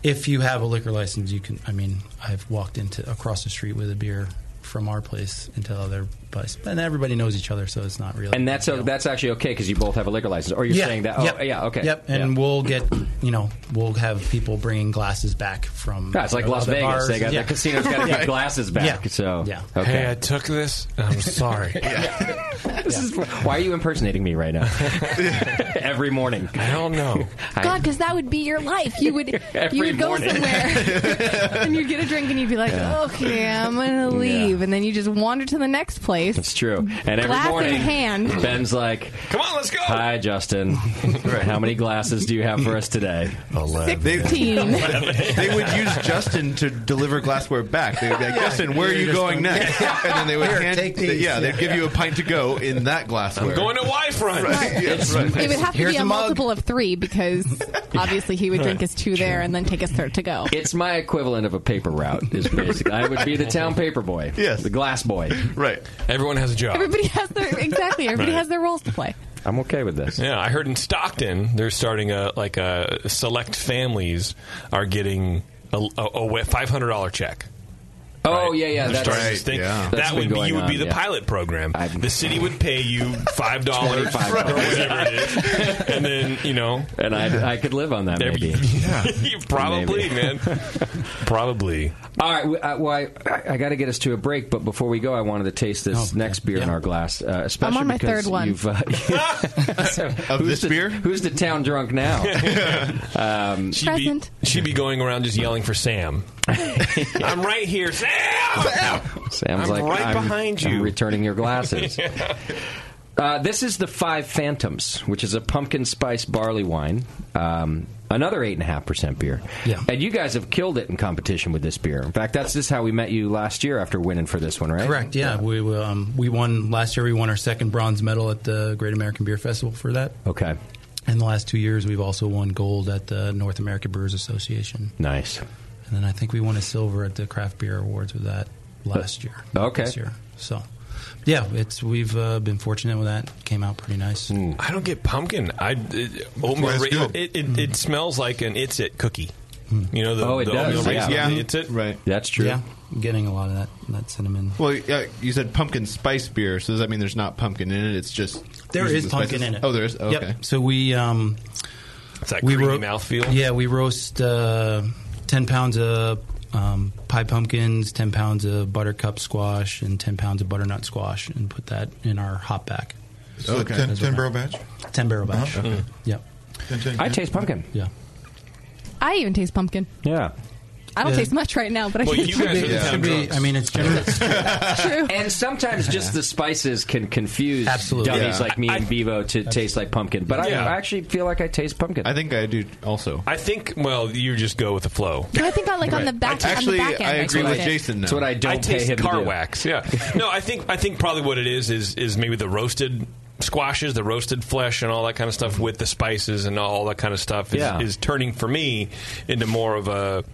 P: if you have a liquor license, you can, I mean, I've walked into across the street with a beer from our place into other place, and everybody knows each other, so it's not really.
D: And that's o that's actually okay because you both have a liquor license. Or you're
P: Yeah,
D: saying that? Oh,
P: yep,
D: yeah. Okay.
P: Yep. And we'll get, you know, we'll have people bringing glasses back from.
D: Yeah, it's like Las
P: other
D: Vegas.
P: bars.
D: They got- the
P: Yeah.
D: casinos gotta get
P: Yeah.
D: glasses back,
P: Yeah.
D: so,
P: yeah.
D: okay. Hey, I
P: took this.
D: I'm sorry. this is why are you impersonating me right now? Every morning. I don't know.
F: God, because that would be your life. You would you
D: Every
F: would go
D: morning.
F: somewhere and you'd get a drink and you'd be like,
D: Yeah.
F: okay, I'm gonna leave, and then you just wander to the next place.
D: It's true. And every
F: Glass in
D: morning,
F: hand.
D: Ben's like, "Come on, let's go." Hi, Justin. How many glasses do you have for us today? Eleven.
F: Sixteen.
J: they would use Justin to deliver glassware back. They would be like,
F: Yeah.
J: Justin, where are
F: You're
J: you
F: just going-
J: going next?
F: Yeah.
J: And then they would
F: Here,
J: hand,
F: take these.
J: yeah, they'd
F: Yeah.
J: give you a pint to go in that glassware.
B: I'm going to Y front.
J: Right. Yeah,
F: It's-
J: right.
F: It would have to
J: Here's
F: be a,
J: a mug.
F: multiple of three because obviously he would drink his two there and then take his third to go.
D: It's my equivalent of a paper route. Is basically, I would be the town paper boy. Yes, the glass boy.
J: Right.
B: Everyone has a job.
F: Everybody has their exactly. Everybody
B: Right.
F: has their roles to play.
D: I'm okay with this.
B: Yeah, I heard in Stockton they're starting a like a select families are getting a, five hundred dollar check.
D: Oh yeah, yeah.
B: They're
D: That's
B: starting this thing.
D: yeah. That's
B: That would
D: been
B: be you
D: going
B: would be
D: on,
B: the
D: yeah.
B: pilot program. the city would pay you five dollars or whatever it is, and then you know,
D: and I I could live on that maybe.
B: Yeah, probably,
D: Maybe.
B: man. Probably.
D: All right. w- uh, Well, I, I got to get us to a break, but before we go, I wanted to taste this next beer in our glass, uh, especially
F: on my
D: because
F: third one.
D: You've, uh, of this beer, who's the town drunk now? um,
B: She'd be, she'd be going around just yelling for Sam. I'm right here, Sam.
D: Sam's
B: I'm
D: like,
B: right
D: I'm,
B: behind
D: I'm
B: you."
D: returning your glasses. Uh, this is the Five Phantoms, which is a pumpkin spice barley wine. Um, another eight and a half percent beer. Yeah. And you guys have killed it in competition with this beer. In fact, that's just how we met you last year after winning for this one, right?
P: Correct. Yeah, we um, we won last year. We won our second bronze medal at the Great American Beer Festival for that.
D: Okay.
P: And the last two years, we've also won gold at the North American Brewers Association.
D: Nice.
P: And then I think we won a silver at the Craft Beer Awards with that last year.
D: Okay.
P: This year. So, yeah, it's we've uh, been fortunate with that. Came out pretty nice.
B: I don't get pumpkin. I it,
P: why it's
B: oatmeal,
P: good.
B: it, it, it smells like an it's it cookie. You know the,
P: Oh, it
B: the
P: does,
B: oatmeal
P: yeah.
B: raisin,
P: Yeah.
B: the it's it
J: right.
D: That's
P: Yeah, getting a lot of that that cinnamon.
J: Well, yeah, you said pumpkin spice beer, so does that mean there's not pumpkin in it? It's just
P: There
J: using
P: is
J: the
P: pumpkin
J: spices?
P: in it.
J: Oh, there is. Oh,
P: Yep.
J: Okay.
P: So we um,
B: it's that
J: creamy
B: mouthfeel.
P: Yeah, we roast uh, ten pounds of um, pie pumpkins, ten pounds of buttercup squash, and ten pounds of butternut squash, and put that in our hop back.
K: So Okay. 10 10 Oh, barrel batch?
P: Ten barrel batch.
K: Uh-huh. Okay.
P: Yep.
D: I taste pumpkin.
P: Yeah.
F: I even taste pumpkin.
D: Yeah.
F: I don't
P: Yeah.
F: taste much right now, but I
D: Well,
F: taste
D: you guys are the town drunks.
P: I mean, it's generally
D: And sometimes just the spices can confuse
J: Absolutely.
D: dummies
J: Yeah.
D: like me and Bevo to taste like pumpkin. But
B: Yeah.
D: I, I actually feel like I taste pumpkin. I
J: think I do also.
B: I think well, you just go with the flow.
F: No, I think I like on the back. on the back end,
B: That's what
F: taste it.
B: That's what I don't pay him
D: to
B: car
D: do.
B: wax. Yeah. no, I think I think probably what it is is is maybe the roasted squashes, the roasted flesh, and all that kind of stuff with the spices and all that kind of stuff is,
D: Yeah.
B: is turning for me into more of a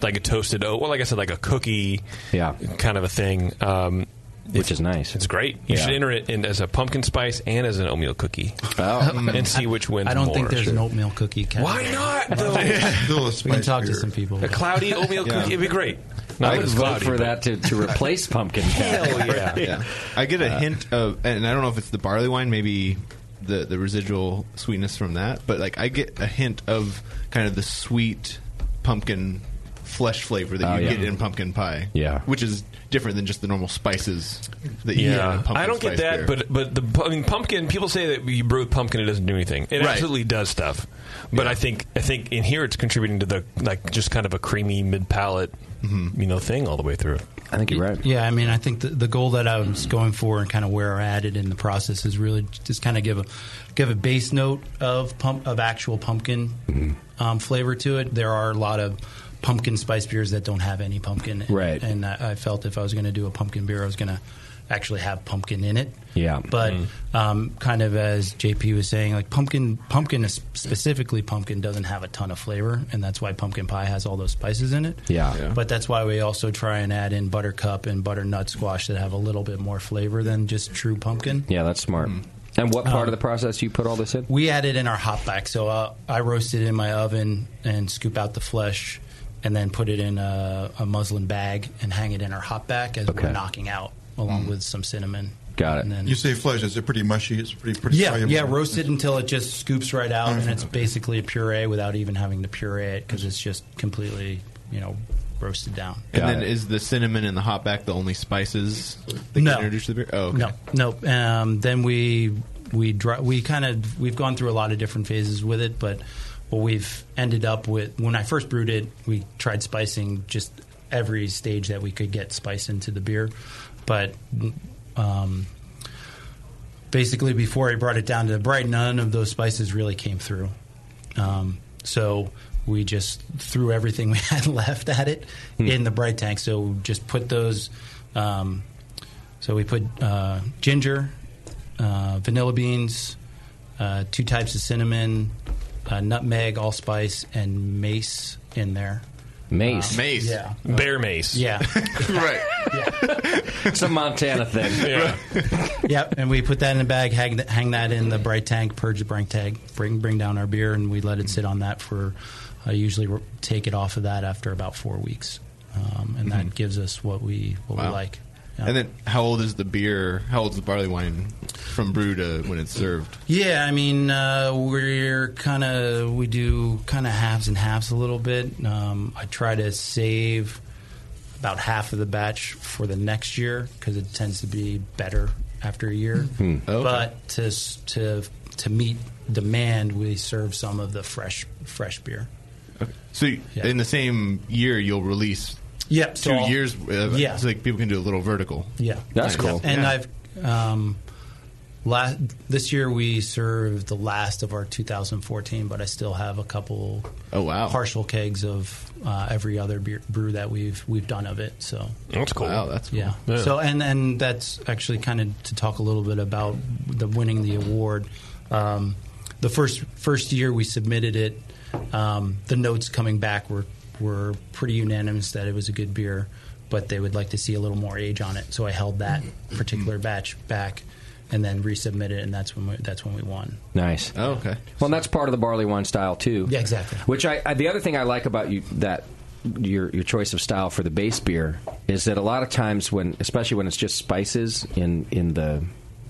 B: like a toasted oat. Well, like I said, like a cookie.
D: Yeah.
B: Kind of a thing. Um,
D: which is nice.
B: It's great. You
D: Yeah.
B: should enter it in as a pumpkin spice and as an oatmeal cookie,
D: Oh.
B: and see which wins.
P: I don't
B: more.
P: think there's an oatmeal cookie.
B: Why not? Though?
P: we can talk to some people.
B: A cloudy oatmeal
P: Yeah.
B: cookie. It'd be great.
D: I
B: Not
D: would
B: as
D: vote
B: cloudy,
D: for
B: but-
D: that to, to replace pumpkin.
B: Hell yeah.
J: I get a
D: Uh,
J: hint of, and I don't know if it's the barley wine, maybe the the residual sweetness from that, but like I get a hint of kind of the sweet pumpkin flesh flavor that
D: Oh,
J: you
D: yeah.
J: get in pumpkin pie.
D: Yeah.
J: which is different than just the normal spices that you get in
B: Yeah,
J: a E pumpkin
B: I don't get
J: spice
B: that,
J: beer.
B: but but the pu- I mean, pumpkin. People say that you brew with pumpkin, it doesn't do anything. It
J: Right.
B: absolutely does stuff, but I think I think in here it's contributing to the like just kind of a creamy mid palate,
J: Mm-hmm.
B: you know, thing all the way through.
D: I think you're right.
P: Yeah, I mean, I think the, the goal that I was going for and kind of where we're at it in the process is really just kind of give a give a base note of pump of actual pumpkin
D: Mm-hmm.
P: um, flavor to it. There are a lot of pumpkin spice beers that don't have any pumpkin,
D: Right.
P: And I, I felt if I was going to do a pumpkin beer, I was going to actually have pumpkin in it.
D: Yeah.
P: But um, kind of as JP was saying, like pumpkin, pumpkin is- specifically, pumpkin doesn't have a ton of flavor, and that's why pumpkin pie has all those spices in it.
D: Yeah. Yeah.
P: But that's why we also try and add in buttercup and butternut squash that have a little bit more flavor than just true pumpkin.
D: Yeah, that's smart. And what
P: Um,
D: part of the process you put all this in?
P: We add it in our hop back. So uh, I roast it in my oven and scoop out the flesh and then put it in a, a muslin bag and hang it in our hop back as
D: Okay.
P: we're knocking out, along with some cinnamon.
D: Got it.
K: You say flesh? Is it pretty mushy? It's pretty pretty
P: Yeah,
K: soluble.
P: yeah, roast it until it just scoops right out, and it's basically a puree without even having to puree it because it's just completely, you know, roasted down.
J: And then is the cinnamon and the hopback the only spices that
P: No.
J: can introduce the beer? Oh, okay.
P: No, no. Um, then we we dry, we kind of we've gone through a lot of different phases with it, but what we've ended up with when I first brewed it, we tried spicing just every stage that we could get spice into the beer, but. Um, basically before I brought it down to bright, none of those spices really came through. Um, so we just threw everything we had left at it in the bright tank. So just put those. Um, so we put uh, ginger, uh, vanilla beans, uh, two types of cinnamon, uh, nutmeg, allspice, and mace in there.
D: Mace.
P: Uh,
D: Mace.
P: Yeah.
B: Um, Bear mace.
P: Yeah.
J: right.
D: it's a Montana thing.
B: Yeah.
P: yep, and we put that in a bag, hang, th- hang that in the bright tank, purge the bright tank, bring bring down our beer, and we let it sit on that for. I usually re- take it off of that after about four weeks, um, and that gives us what we what we
J: Wow.
P: like.
J: And then how old is the beer? How old is the barley wine from brew to when it's served?
P: Yeah, I mean, uh, we're kind of we do kind of halves and halves a little bit. Um, I try to save about half of the batch for the next year because it tends to be better after a year.
D: Hmm. Okay.
P: But to s- to to meet demand, we serve some of the fresh fresh beer.
J: So you-
P: Yeah.
J: in the same year, you'll release
P: Yep, so
J: two
P: I'll-
J: years. Of,
P: Yeah.
J: so like people can do a little vertical.
P: Yeah, And I've um, last this year we served the last of our 2014, but I still have a couple.
J: Oh wow!
P: Partial kegs of uh, every other beer, brew that we've we've done of it. So
B: That's cool.
J: Wow, that's cool.
P: yeah. So and and that's actually kind of to talk a little bit about the winning the award. Um, the first first year we submitted it, um, the notes coming back were were pretty unanimous that it was a good beer, but they would like to see a little more age on it. So I held that particular batch back, and then resubmitted, it, and that's when we, that's when we won.
D: Nice.
J: Oh, okay.
D: Well, and that's part of the barley wine style too.
P: Yeah, exactly.
D: Which I, I the other thing I like about you that your your choice of style for the base beer is that a lot of times when especially when it's just spices in in the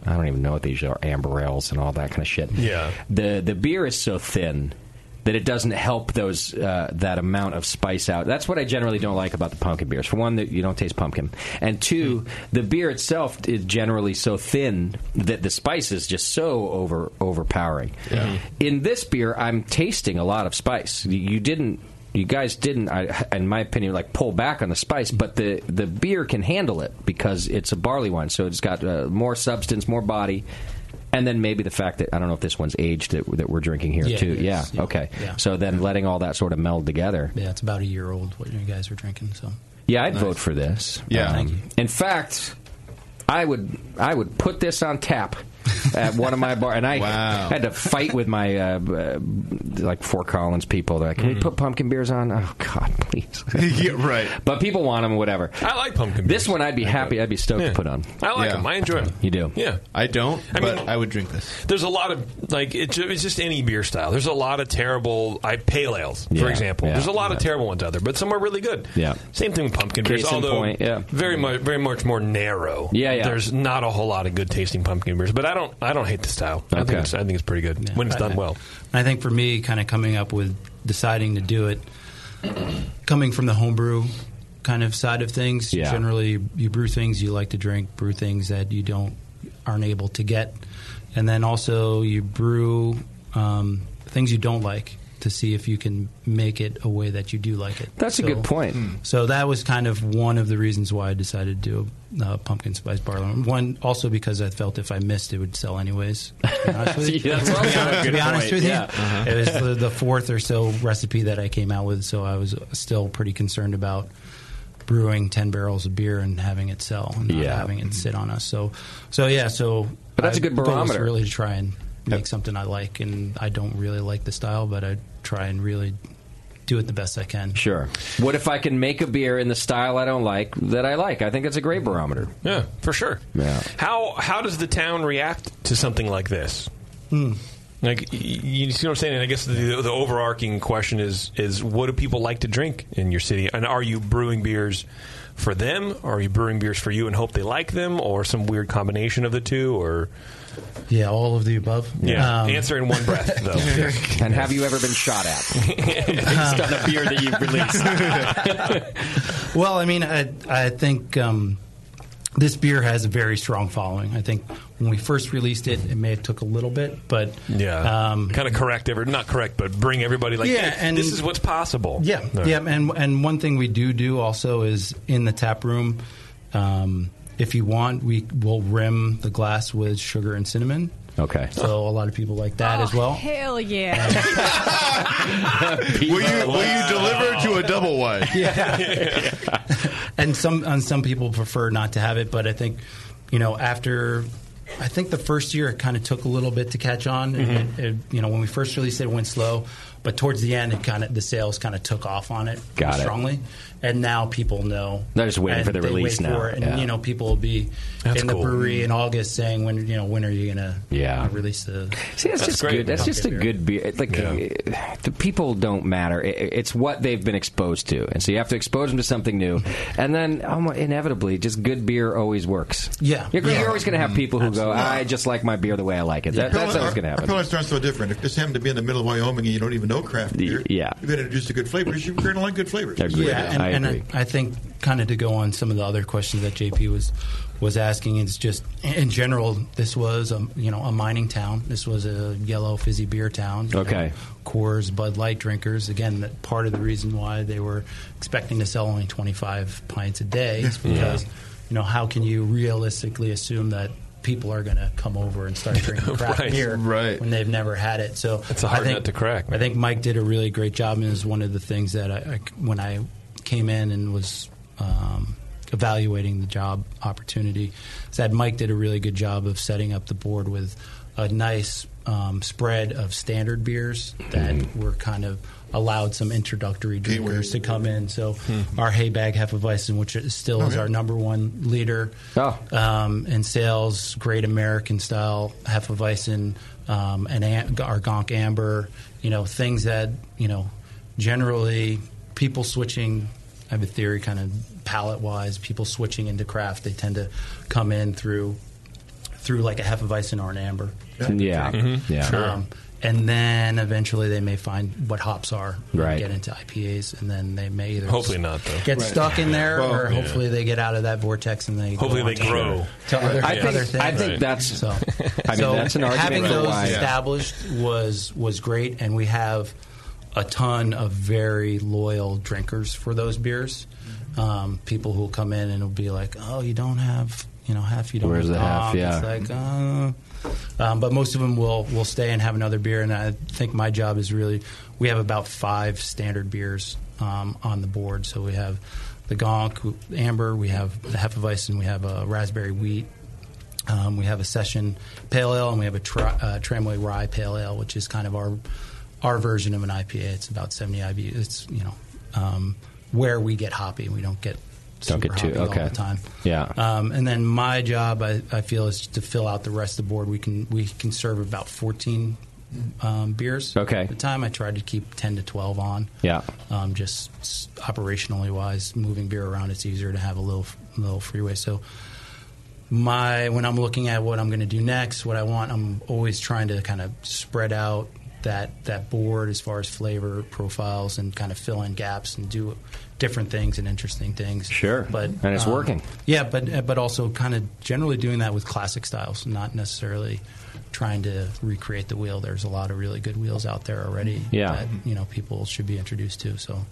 D: I don't even know what these are amber ales and all that kind of shit.
B: Yeah.
D: The the beer is so thin that it doesn't help those uh, that amount of spice out. That's what I generally don't like about the pumpkin beers. For one, that you don't taste pumpkin, and two, the beer itself is generally so thin that the spice is just so over overpowering. In this beer, I'm tasting a lot of spice. You- You didn't. You guys didn't, I, in my opinion, like pull back on the spice, but the, the beer can handle it because it's a barley wine, so it's got uh, more substance, more body, and then maybe the fact that I don't know if this one's aged that, that we're drinking here
P: Yeah,
D: too.
P: it is.
D: Yeah,
P: Yeah.
D: okay.
P: Yeah.
D: So then letting all that sort of meld together.
P: Yeah, it's about a year old what you guys are drinking. So
D: Yeah, I'd vote for this. Um,
P: Yeah. Thank
D: in fact, I would I would put this on tap at one of my bar, and I had to fight with my uh, uh, like Fort Collins people. They're like,
R: Mm-hmm.
D: "Can we put pumpkin beers on?" Oh God, please.
J: yeah, right.
D: But people want them, whatever.
B: I like pumpkin.
D: This one, I'd be happy. I'd be stoked to put on.
B: I like 'em. I enjoy 'em.
D: You do.
B: Yeah.
J: I don't,
B: I
J: but
B: mean-
J: I would drink this.
B: There's a lot of like it, ju- it's just any beer style. There's a lot of terrible I pale ales,
D: Yeah,
B: for example.
D: yeah.
B: There's a lot of terrible ones out there, but some are really good.
D: Yeah.
B: Same thing with pumpkin
D: Case
B: beers,
D: in
B: although
D: point, yeah.
B: very much very much more narrow.
D: Yeah, yeah.
B: There's not a whole lot of good tasting pumpkin beers, but I don't I don't hate the style. I think
D: Okay.
B: it's I think it's pretty good when it's
P: I-
B: done well.
P: I think for me, kind of coming up with deciding to do it, coming from the homebrew kind of side of things.
D: Yeah.
P: Generally, you brew things you like to drink, brew things that you don't aren't able to get, and then also you brew um, things you don't like to see if you can make it a way that you do like it.
D: That's a
P: So- hmm.
D: good point.
P: so that was kind of one of the reasons why I decided to do a uh, pumpkin spice barley. wine. One also because I felt if I missed, it would sell anyways. To be honest with you,
D: Yeah, that's also a
P: to
D: good
P: be honest
D: point,
P: with you,
D: yeah. Uh-huh.
P: it was the, the fourth or so recipe that I came out with. So I was still pretty concerned about brewing ten barrels of beer and having it sell and not
D: Yeah. Mm-hmm.
P: having it sit on us. So, so yeah. So,
D: But that's
P: I-
D: a good
P: goal was
D: barometer.
P: Really to try and make something I like, and I don't really like the style, but I try and really do it the best I can.
D: Sure. What if I can make a beer in the style I don't like that I like? I think that's a great barometer.
B: Yeah, for sure.
D: Yeah.
B: How how does the town react to something like this? Hmm. Like y- you see what I'm saying? And I guess the, the overarching question is is what do people like to drink in your city? And are you brewing beers for them? Or are you brewing beers for you and hope they like them, or some weird combination of the two? Or
P: Yeah, all of the above.
B: yeah,
P: Um,
B: answer in one breath though.
D: and have you ever been shot at?
P: Based on a beer that you've
D: released.
P: Well, I mean, I, I think um, this beer has a very strong following. I think when we first released it, it may have took a little bit, but
B: Yeah, kind of correct every not correct, but bring everybody like
P: Um, Yeah,
B: "Hey,
P: and-
B: this is what's possible.
P: yeah,
B: No.
P: yeah. And and one thing we do do also is in the tap room. Um, if you want, we will rim the glass with sugar and cinnamon.
D: Okay.
P: So a lot of people like that as
F: Oh,
P: well.
F: Hell yeah.
J: will you will you deliver to a double wide?
P: Yeah. and some and some people prefer not to have it, but I think you know after I think the first year it kind of took a little bit to catch on.
D: Mm-hmm.
B: Mhm.
P: It- it- you know when we first released it, it went slow, but towards the end it kind of the sales kind of took off on it
D: Got it.
P: strongly, and now people know.
D: They're just waiting
P: And
D: for the
P: they
D: release
P: wait
D: now.
P: for it, and
D: Yeah.
P: you know people will be
D: That's
P: in the
D: cool.
P: brewery in August saying when you know when are you gonna
D: Yeah.
P: uh, release the
D: See, that's, just good. That's just a good beer. It- Like uh, the people don't matter. It, it- it's what they've been exposed to, and so you have to expose them to something new, and then almost inevitably, just good beer always works.
P: Yeah.
D: you're,
K: Yeah.
D: you're always going to have people who go, "I just like my beer the way I like it." That, that's always going to
K: Our
D: happen.
K: colors aren't so different. If this happened to be in the middle of Wyoming and you don't even know craft beer,
D: yeah.
K: you've been introduced to good flavors. You're going to like good flavors.
P: Yeah, and, and I, I think kind of to go on some of the other questions that JP was was asking is just in general this was a you know a mining town. This was a yellow fizzy beer town. you know,
D: Okay.
P: Coors, Bud Light drinkers. Again, that part of the reason why they were expecting to sell only 25 pints a day is
D: Yeah.
P: because you know how can you realistically assume that people are going to come over and start drinking craft
B: Right.
P: beer when they've never had it. So
B: It's a hard
P: I think,
B: nut to crack, man.
P: I think Mike did a really great job, and is one of the things that I, I when I came in and was um, evaluating the job opportunity, is that Mike did a really good job of setting up the board with a nice um, spread of standard beers that
B: Mm-hmm.
P: were kind of allowed some introductory drinkers to come in. So
D: Mm-hmm.
P: our hay bag Hefeweizen, which is still
K: Oh,
P: is
K: yeah.
P: our number one leader
D: Oh.
P: um, in sales, great American style Hefeweizen, um, and am- our Gonk Amber, you know, things that, you know, generally people switching, I have a theory kind of palette wise, people switching into craft, they tend to come in through through like a Hefeweizen or an amber. Um,
D: Yeah. Yeah. Mhm. Yeah. Sure.
P: and then eventually they may find what hops are, and
D: Right.
P: get into IPAs, and then they may either
B: Hopefully
P: s-
B: not, though.
P: get
B: Right.
P: stuck in there,
B: Well,
P: or
B: yeah.
P: hopefully they get out of that vortex and they go
B: Hopefully
P: on
B: they
P: to-
B: grow.
P: to other,
B: Right. I think-
P: other things.
B: I think Right. that's-
P: so.
D: I mean,
P: so
D: that's an
P: having
D: argument for
P: those
D: why-
P: established was was great, and we have a ton of very loyal drinkers for those beers. Um, people who will come in and will be like, "Oh, you don't have." You know, half you don't.
D: Where's
P: have
D: the half?
P: Dom." It's
D: Yeah.
P: like, like, uh, um, but most of them will will stay and have another beer. And I think my job is really we have about five standard beers um, on the board. So we have the Gonk Amber, we have the Hefeweizen, we have a raspberry wheat. Um, we have a session pale ale, and we have a tri- uh, tramway rye pale ale, which is kind of our our version of an IPA. It's about seventy IBU. It's you know um, where we get hoppy. We don't get
D: Don't
P: super
D: get too
P: hoppy
D: okay.
P: all the time.
D: Yeah.
P: Um, and then my job, I, I feel, is to fill out the rest of the board. We can we can serve about fourteen um, beers. Okay. At the time, I tried to keep ten to twelve on.
D: Yeah.
P: Um, just s- operationally wise, moving beer around, it's easier to have a little little freeway. So my when I'm looking at what I'm going to do next, what I want, I'm always trying to kind of spread out that that board as far as flavor profiles and kind of fill in gaps and do different things and interesting things.
D: Sure.
P: but um,
D: And it's working.
P: Yeah, but uh, but also kind of generally doing that with classic styles, not necessarily trying to recreate the wheel. There's a lot of really good wheels out there already.
D: Yeah.
P: that, you know people should be introduced to. So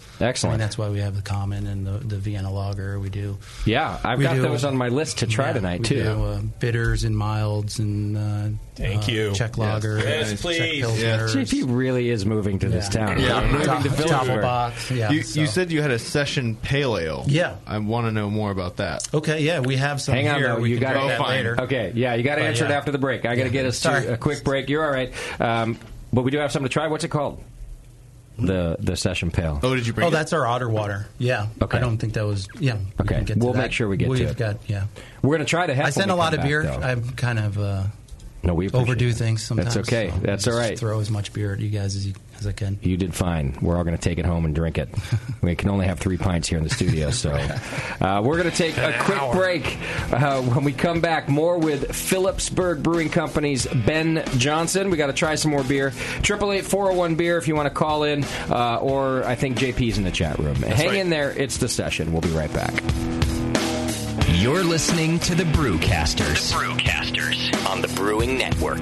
P: I
D: Excellent.
P: mean, that's why we have the common and the, the Vienna lager. We do.
D: Yeah, I've
P: We
D: got
P: do-
D: those on my list to try
P: Yeah,
D: tonight
P: we
D: too.
P: do, uh, bitters and milds and uh,
D: Thank
P: uh,
D: you.
P: Czech
D: Yes.
P: lager.
D: Yes,
P: Czech
D: please.
P: Pilsners.
D: JP really is moving to this town. Moving to Phillipsburg.
J: you, you said you had a session pale ale.
P: Yeah.
J: I want to know more about that.
P: Okay, yeah, we have some
D: Hang on,
P: here.
D: though.
P: We
D: You
P: can
D: got
P: do
D: to
P: that later.
D: Okay, yeah, you got to
P: But,
D: answer it
P: Oh, yeah.
D: after the break. I got to
P: Yeah.
D: get us
P: Sorry.
D: to a quick break. You're all right, um, but we do have something to try. What's it called? The the session pale.
J: Oh, did you
P: Oh, that's our otter water. Yeah.
D: Okay.
P: I don't think that was. Yeah. we
D: Okay.
P: can get to
D: We'll
P: that.
D: make sure we get to
P: We've
D: it.
P: got. Yeah.
D: We're gonna try to. Have
P: I
D: when
P: sent
D: we
P: a lot
D: come
P: of
D: back,
P: beer.
D: though.
P: I'm kind of. Uh,
D: No, we appreciate
S: overdo
D: it.
S: things sometimes.
D: That's okay.
S: so
D: That's
S: just
D: all right.
S: Throw as much beer at you guys as, you, as I can.
D: You did fine. We're all going to take it home and drink it. We can only have three pints here in the studio, so uh, we're going to take a quick break. Uh, when we come back, more with Phillipsburg Brewing Company's Ben Johnson. We got to try some more beer. Triple eight four zero one beer if you want to call in, uh, or I think JP's in the chat room. Hang in there. It's the session. We'll be right back.
P: You're listening to the Brewcasters. The Brewcasters on the Brewing Network.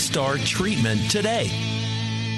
N: star treatment today.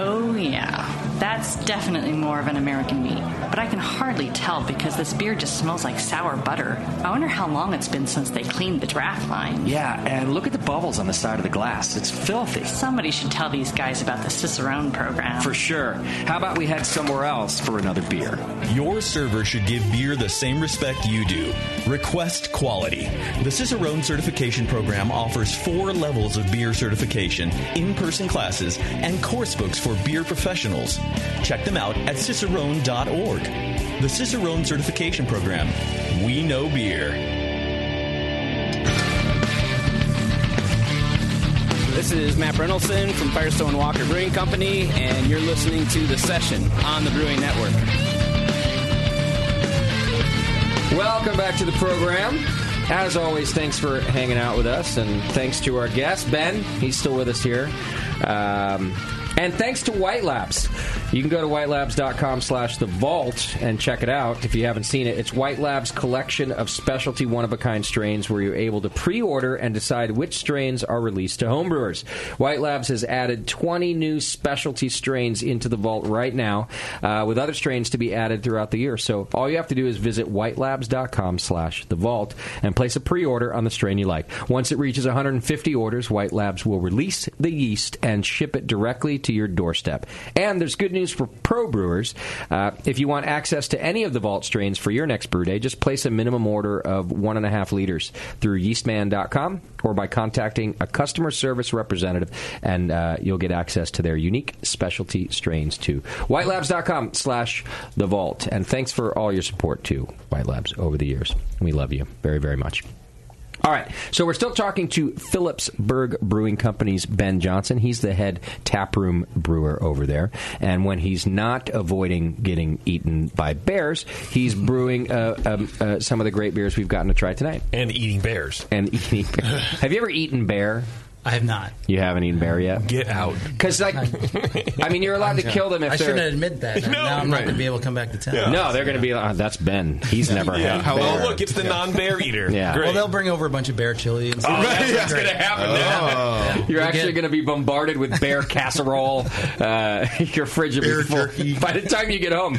T: Oh, yeah. That's definitely more of an American wheat. But I can hardly tell because this beer just smells like sour butter. I wonder how long it's been since they cleaned the draft line.
U: Yeah, and look at the bubbles on the side of the glass. It's filthy.
T: Somebody should tell these guys about the Cicerone program.
D: For sure. How about we head somewhere else for another beer?
N: Your server should give beer the same respect you do. Request quality. The Cicerone Certification Program offers four levels of beer certification, in person classes, and course books for beer professionals. Check them out at cicerone.org. The Cicerone Certification Program. We know beer.
J: This
A: This is Matt Brennelson from Firestone Walker Brewing Company, and you're listening to The Session on the Brewing Network.
D: Welcome back to the program. As always, thanks for hanging out with us, and thanks to our guest, Ben. He's still with us here. Um, and thanks to White Labs. You can go to whitelabs.com slash the vault and check it out if you haven't seen it. It's White Labs' collection of specialty one of a kind strains where you're able to pre order and decide which strains are released to homebrewers. White Labs has added 20 new specialty strains into the vault right now, uh, with other strains to be added throughout the year. So all you have to do is visit whitelabs.com slash the vault and place a pre-order on the strain you like. Once it reaches 150 orders, White Labs will release the yeast and ship it directly to your doorstep. And there's good news for pro brewers. Uh, if you want access to any of the vault strains for your next brew day, just place a minimum order of one and a half liters through yeastman.com or by contacting a customer service representative, and uh, you'll get access to their unique specialty strains too. Whitelabs.com slash the vault. And thanks for all your support to White Labs over the years. We love you very, very much. All right, so we're still talking to Phillipsburg Brewing Company's Ben Johnson. He's the head taproom brewer over there. And when he's not avoiding getting eaten by bears, he's brewing uh, um, uh, some of the great beers we've gotten to try tonight.
B: And eating bears.
D: And eating bears. Have you ever eaten bear?
P: I have not.
D: You haven't eaten bear yet?
B: Get out.
D: Because, like, I mean, you're allowed to kill them if
P: I
D: they're.
P: shouldn't admit that.
D: No,
P: now I'm not
D: right.
P: going to be able to come back to town.
D: No, they're going to be like, oh, that's Ben. He's never
P: Yeah.
D: had
P: How-
D: bear.
P: oh, look, it's the
D: Yeah.
P: non-bear
B: eater.
D: Yeah.
P: Well, they'll bring over a bunch of bear chili. And
D: Oh,
P: stuff.
D: that's what's
P: Great.
D: going to happen now. You're actually going to be bombarded with bear casserole. Uh, your fridge will be full by the time you get home.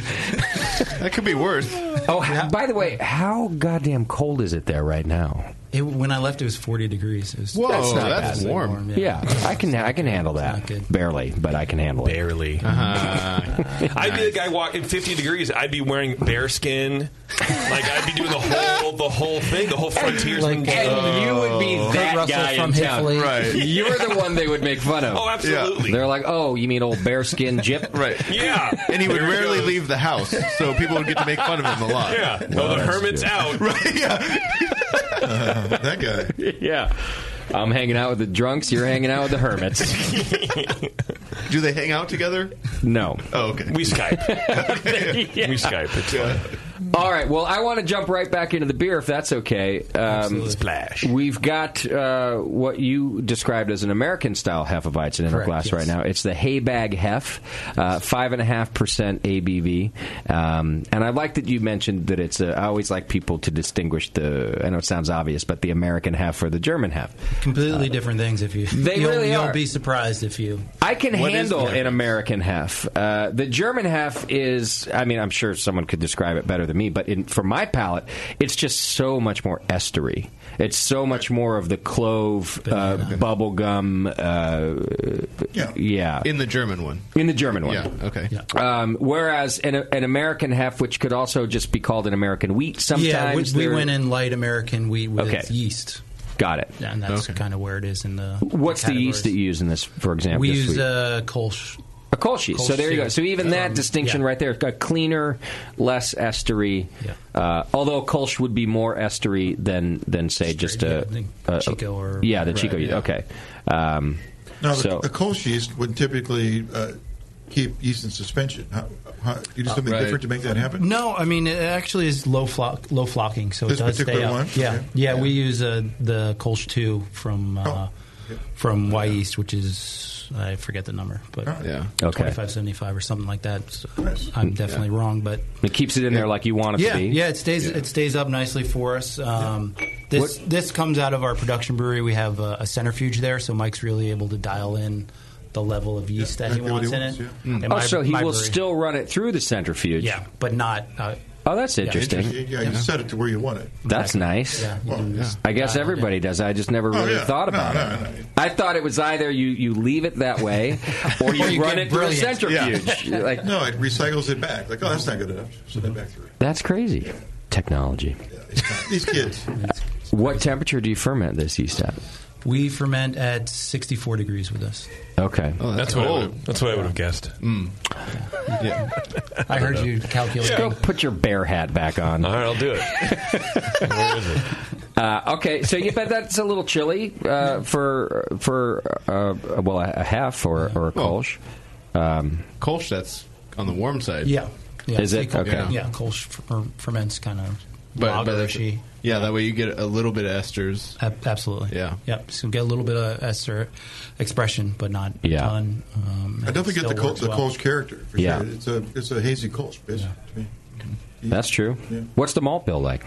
D: that could be worse. Oh, h- by the way, how goddamn cold is it there right now?
P: It, when I left, it was 40 degrees. It was
D: that's not bad.
P: yeah.
D: yeah. I can I can handle that barely, but I can handle it
B: barely.
D: Uh-huh.
B: I'd be the guy walking 50 degrees. I'd be wearing bear skin. Like I'd be doing the whole the whole thing, the whole frontiersman.
D: And you would be that guy in town. You're the one they would make fun of.
B: Oh, absolutely.
D: They're like, oh, you mean old bearskin Jip? right.
B: Yeah.
J: And he would rarely leave the house, so people would get to make fun of him a lot.
B: Yeah.
J: Well,
B: oh, the
J: that's
B: hermit's
J: good. Uh-huh.
B: out.
J: Right, yeah.
D: that guy. yeah. I'm hanging out with the drunks. You're hanging out with the hermits.
J: Do they hang out together?
D: No.
J: Oh, okay.
B: We Skype.
D: We
B: Skype. It's fine.
D: All right. Well, I want to jump right back into the beer, if that's okay. Um, Splash. We've got uh, what you described as an American style Hefeweizen in our
R: Correct,
D: glass
R: yes.
D: right now. It's the Haybag Hef, uh, five and a half percent ABV. Um, and I like that you mentioned that it's. A, I always like people to distinguish the. I know it sounds obvious, but the American Hef or the German Hef.
P: Completely different things. If you,
D: Uh, They
P: you'll,
D: really
P: you'll
D: are.
P: be surprised if you.
D: I can
P: What is
D: handle
P: American?
D: an American hef. Uh, the German hef is, I mean, I'm sure someone could describe it better than me, but in, for my palate, it's just so much more estery. It's so much more of the clove, uh, bubble gum. Uh, yeah. In
J: the German one.
D: In the German one.
J: Yeah, okay.
D: Um, whereas an, an American hef, which could also just be called an American wheat, sometimes
P: yeah, we,
D: they're-
P: we went in light American wheat with
D: Okay.
P: yeast.
D: Got it.
P: And that's kind of where it is in the.
D: What's the yeast that you use in this? For example,
P: we
D: this
P: use
D: week?
P: uh, Kolsch.
D: A Kolsch's. So there you go. So even
P: Um,
D: that distinction right there, a cleaner, less estery. Uh, although Kolsch would be more estery than than say just a, a
P: Chico or-
D: yeah the
P: Right,
D: Chico.
P: yeah.
D: Okay. Um,
K: Now, the,
D: so
K: the Kolsch yeast would typically uh, keep yeast in suspension. How, how, you do something
P: Right.
K: different to make that happen?
P: No, I mean it actually is low flock, low flocking, so
K: This
P: it does
K: particular
P: stay up.
K: one?
P: Yeah.
K: Okay.
P: yeah, We use uh, the Kolsch two from uh,
K: Oh.
P: from Y East, which is I forget the number, but
J: yeah,
D: Okay.
P: twenty five seventy five or something like that. So I'm definitely wrong, but
D: it keeps it in there like you want it
P: yeah,
D: to be.
P: yeah, it stays it stays up nicely for us. Um, This this comes out of our production brewery. We have a, a centrifuge there, so Mike's really able to dial in the level of yeast that he
D: exactly what
P: wants
D: he
P: in
D: wants,
P: it.
D: yeah.
P: And
D: Oh,
P: my-
D: so he
P: my
D: will
P: brewery-
D: still run it through the centrifuge.
P: yeah, but not. Uh,
D: Oh, that's
P: yeah.
D: interesting.
K: Yeah, you set it to where you want it.
D: That's nice.
P: Yeah, you can just-
D: I guess everybody does. I just never
K: Oh,
D: really
K: yeah.
D: thought
K: No,
D: about
K: no,
D: it. I thought it was either you, you leave it that way or you, run
K: get
D: it through a
K: brilliant.
D: centrifuge.
K: Yeah.
D: Like,
K: no, it recycles it back. Like, oh, that's not good enough. Send it back through.
D: That's crazy. Technology.
K: These kids.
D: What temperature do you ferment this yeast at?
P: We ferment at 64 degrees with us.
D: Okay.
K: Oh,
B: that's what I would've- that's what I would have guessed.
D: Mm.
P: I heard you calculate.
D: Just go put your bear hat back on.
B: All right, I'll do it. Where is it?
D: Uh, okay, so you bet that's a little chilly uh, for for uh, well a, a half or or a kolsch. Um,
J: kolsch, that's on the warm side.
P: Yeah. yeah.
D: Is it
P: Kolsch-
D: okay?
P: Yeah, Kolsch fer- ferments kind of
J: But, but that's-
P: lagerishy.
J: yeah, that way you get a little bit of esters.
P: absolutely.
J: Yeah.
P: Yep. So get a little bit of ester expression, but not a
J: Yeah.
P: ton. Um,
K: I definitely get the Kolsch,
P: cold
K: the Kolsch character. For
D: Yeah.
K: sure. it's a it's a hazy Kolsch, basically. to me.
D: That's true.
K: Yeah.
D: What's the malt bill like?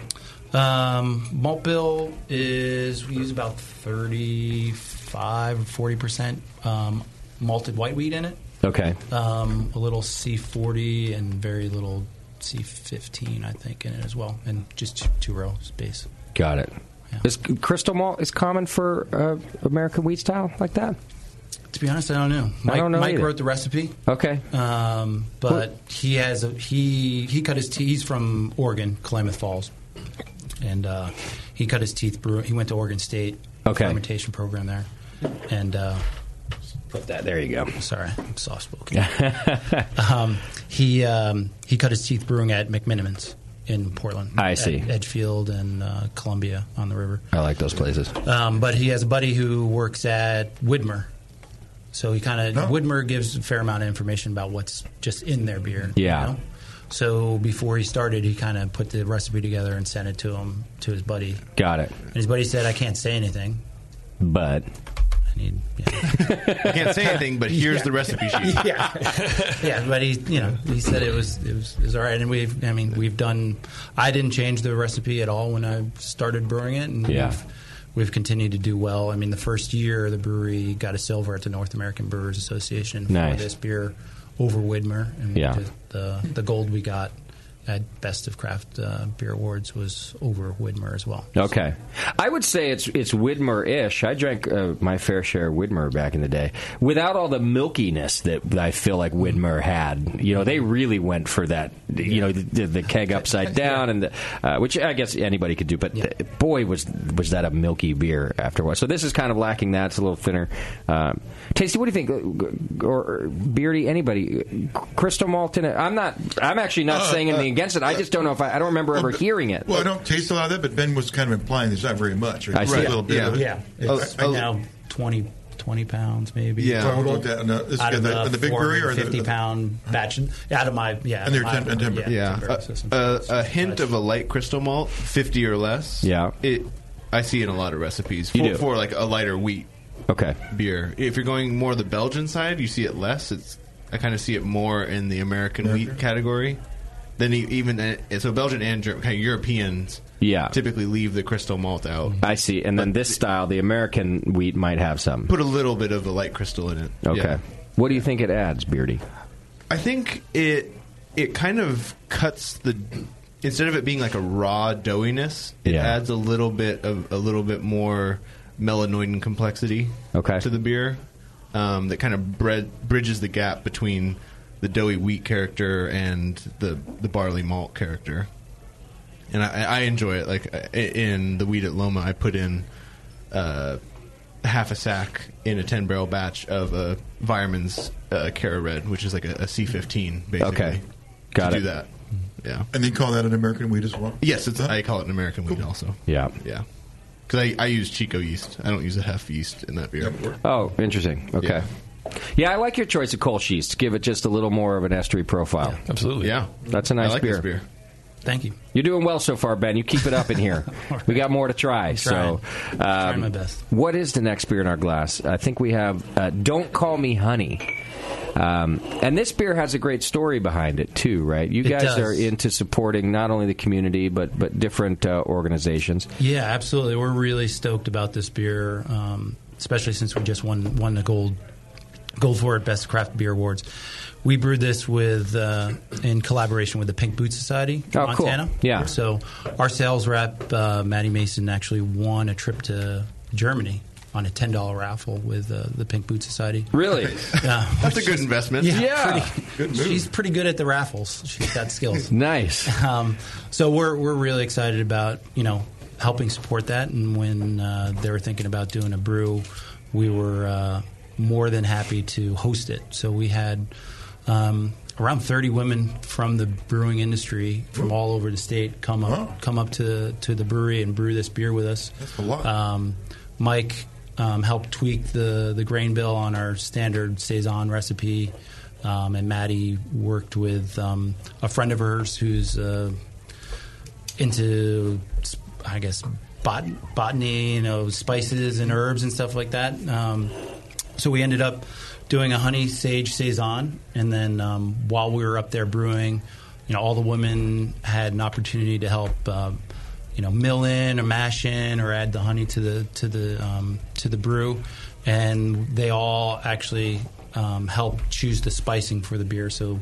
P: Um, malt bill is we use about 35 40 percent um, malted white wheat in it.
D: Okay.
P: Um, a little C40 and very little C15, I think, in it as well, and just two, two row space.
D: Got it. Is crystal malt is common for uh, American wheat style like that?
P: To be honest, I don't know. Mike,
D: don't know
P: Mike
D: either.
P: wrote the recipe.
D: Okay.
P: Um, but he has a, he he cut his teeth. He's from Oregon, Klamath Falls, and uh, he cut his teeth. Brew, he went to Oregon State
D: Okay.
P: fermentation program there, and uh, put that.
D: There you go.
P: Sorry, I'm soft spoken. um, he um, he cut his teeth brewing at McMinniman's in Portland.
D: I
P: at
D: see.
P: Edgefield and uh, Columbia on the river.
D: I like those places.
P: Um, but he has a buddy who works at Widmer. So he kind of Widmer gives a fair amount of information about what's just in their beer. you
D: Yeah.
P: know? So before he started, he kind of put the recipe together and sent it to him to his buddy.
D: Got it.
P: And his buddy said, "I can't say anything."
D: But
J: I can't say anything, but here's the recipe sheet.
P: yeah, yeah. But he, you know, he said it was it was, it was all right. And we've, I mean, we've done. I didn't change the recipe at all when I started brewing it, and
D: Yeah.
P: we've, we've continued to do well. I mean, the first year the brewery got a silver at the North American Brewers Association
D: Nice.
P: for this beer over Widmer, and
D: Yeah.
P: the, the the gold we got at Best of Craft uh, Beer Awards was over Widmer as well.
D: Okay, I would say it's it's Widmer-ish. I drank uh, my fair share of Widmer back in the day, without all the milkiness that I feel like Widmer had. You know, they really went for that. You know, the, the keg upside down, and the, uh, which I guess anybody could do. But uh, boy, was was that a milky beer after a while. So this is kind of lacking that. It's a little thinner. Um, Tasty, what do you think? Or Beardy, anybody? Crystal malt in it? I'm not. I'm actually not
K: Uh,
D: saying anything
K: uh,
D: against it. I just don't know if I, I don't remember ever hearing it.
K: Well, I don't taste a lot of that, but Ben was kind of implying there's not very much.
D: I
K: There's
D: see.
K: A little bit
D: Yeah.
K: of it.
D: Yeah.
P: It's
K: I- I-
P: right now 20, 20 pounds maybe.
K: Yeah. uh, Talking
P: total
K: about that in the- this-
P: out of
K: in the- in the big brewery or the-
P: 450 pound batch out of my yeah. out of my-
J: yeah.
P: timber system.
J: A, a, a hint of a light crystal malt, fifty or less.
D: Yeah,
J: it. I see in a lot of recipes for,
D: You do.
J: for like a lighter wheat.
D: Okay.
J: Beer. If you're going more the Belgian side, you see it less. It's I kind of see it more in the American wheat category. Then you, even uh, so, Belgian and Ger- kind of Europeans.
D: Yeah.
J: Typically leave the crystal malt out.
D: I see. And then this style, the American wheat might have some.
J: Put a little bit of the light crystal in it.
D: Okay.
J: Yeah.
D: What do you think it adds, Beardy?
J: I think it it kind of cuts the instead of it being like a raw doughiness, it
D: Yeah.
J: adds a little bit of a little bit more melanoidin complexity
D: okay.
J: to the beer um, that kind of bred, bridges the gap between the doughy wheat character and the the barley malt character. And I, I enjoy it. Like I- in the wheat at Loma, I put in uh, half a sack in a ten barrel batch of a Vireman's uh, Cara Red, which is like a, a C fifteen. Basically,
K: Okay.
D: Got
J: to
D: it.
J: Do that. Yeah.
K: And they call that an American wheat as well.
J: Yes, it's, I call it an American wheat also.
D: Yeah.
J: Yeah. Because I, I use Chico yeast. I don't use a half yeast in that beer.
D: Oh, interesting. Okay. Yeah. I like your choice of coal sheets. Give it just a little more of an estuary profile.
B: absolutely.
J: Yeah.
D: That's a nice
J: I like
D: beer.
J: this beer.
P: Thank you.
D: You're doing well so far, Ben. You keep it up in here. We got more to try. So, um,
P: my best.
D: What is the next beer in our glass? I think we have uh, "Don't Call Me Honey," um, and this beer has a great story behind it too, right? You
P: It
D: guys
P: does.
D: are into supporting not only the community but but different uh, organizations.
P: Yeah, absolutely. We're really stoked about this beer, um, especially since we just won won the gold gold for it best craft beer awards. We brewed this with uh, in collaboration with the Pink Boot Society, in
D: Oh, cool.
P: Montana.
D: Yeah.
P: So our sales rep uh, Maddie Mason actually won a trip to Germany on a ten dollar raffle with uh, the Pink Boot Society.
D: Really?
J: That's a good investment.
P: Yeah,
J: Yeah.
P: pretty- she's pretty good at the raffles. She's got skills.
D: nice.
P: Um, so we're we're really excited about you know helping support that. And when uh, they were thinking about doing a brew, we were uh, more than happy to host it. So we had um, around 30 women from the brewing industry from all over the state come up come up to to the brewery and brew this beer with us. That's a lot. Um, Mike um, helped tweak the the grain bill on our standard saison recipe, um, and Maddie worked with um, a friend of hers who's uh, into I guess bot- botany, you know, spices and herbs and stuff like that. Um, so we ended up doing a honey sage saison, and then um, while we were up there brewing, you know, all the women had an opportunity to help, uh, you know, mill in or mash in or add the honey to the to the um, to the brew, and they all actually. Um, help choose the spicing for the beer. So,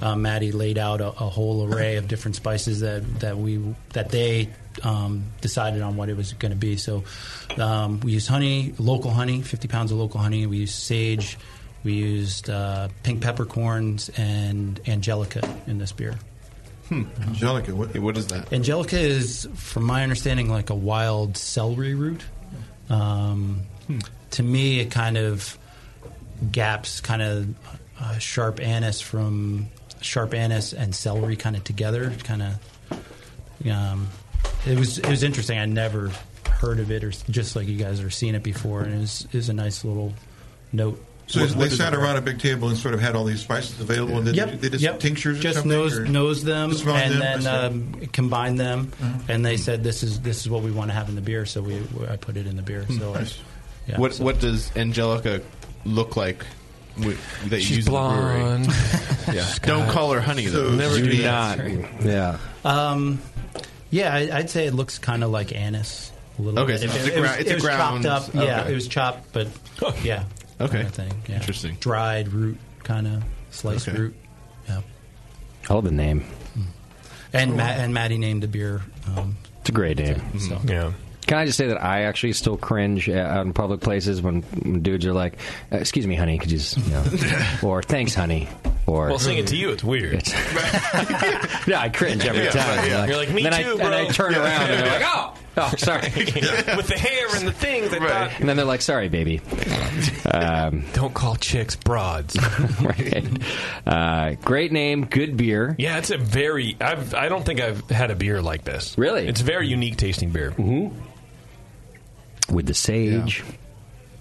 P: uh, Maddie laid out a, a whole array of different spices that, that we that they um, decided on what it was going to be. So um, we used honey, local honey, 50 pounds of local honey. We used sage. We used uh, pink peppercorns and angelica in this beer.
K: Hmm. Angelica, what,
J: what is that?
P: Angelica is, from my understanding, like a wild celery root. Um, To me, it kind of gaps kind of uh, sharp anise from sharp anise and celery kind of together. Kind of, um, it was it was interesting. I never heard of it, or s- just like you guys are seeing it before, and it was, it was a nice little note.
K: So
P: What-
K: they
P: what is
K: sat
P: it?
K: around a big table and sort of had all these spices available, and did
P: Yep,
K: they, they did
P: yep.
K: some tinctures or
P: just
K: something?
P: nose
K: or
P: nose them and
K: smelled them, I
P: then
K: said.
P: um, combined them,
K: Mhm.
P: and they said this is this is what we want to have in the beer, so we I put it in the beer.
J: Hmm,
P: So I-
J: nice.
P: yeah,
J: what
P: so-
J: What does Angelica look like? wi- That you use In
P: blonde.
J: the brewery? yeah.
P: She's got-
J: Don't call her honey though.
P: Never do
J: Judy.
P: that.
D: Yeah.
P: Um, yeah, I, I'd say it looks kind of like anise a little bit.
J: Okay, so
P: It-
J: it's a
P: it was-
J: gra- it's
P: it
J: a
P: was
J: ground-
P: chopped up. Yeah,
J: okay.
P: it was chopped, but yeah.
J: Okay.
P: kinda thing, yeah.
J: Interesting.
P: Dried root, kind of sliced
D: Okay.
P: root. Yeah.
D: I love the name.
P: And Ma- and Maddie named the beer. Um,
D: It's a great name.
P: So-
B: Yeah.
D: Can I just say that I actually still cringe uh, out in public places when when dudes are like, uh, "Excuse me, honey, could you?" Just, you know, or "Thanks, honey," or
B: Well, saying it to you, it's weird.
D: yeah, I cringe every
B: Yeah,
D: time.
B: right, yeah. You're like, "Me
D: then I,
B: too,
D: And I
B: bro."
D: turn
B: Yeah.
D: around and they're like,
B: Yeah.
D: "Oh, oh, sorry."
B: With the hair and the things, I thought
D: And then they're like, "Sorry, baby." Um,
B: Don't call chicks broads.
D: right. Uh, great name, good beer.
B: Yeah, it's a very. I've, I don't think I've had a beer like this.
D: Really,
B: it's a very unique tasting beer.
D: Mm-hmm. With the sage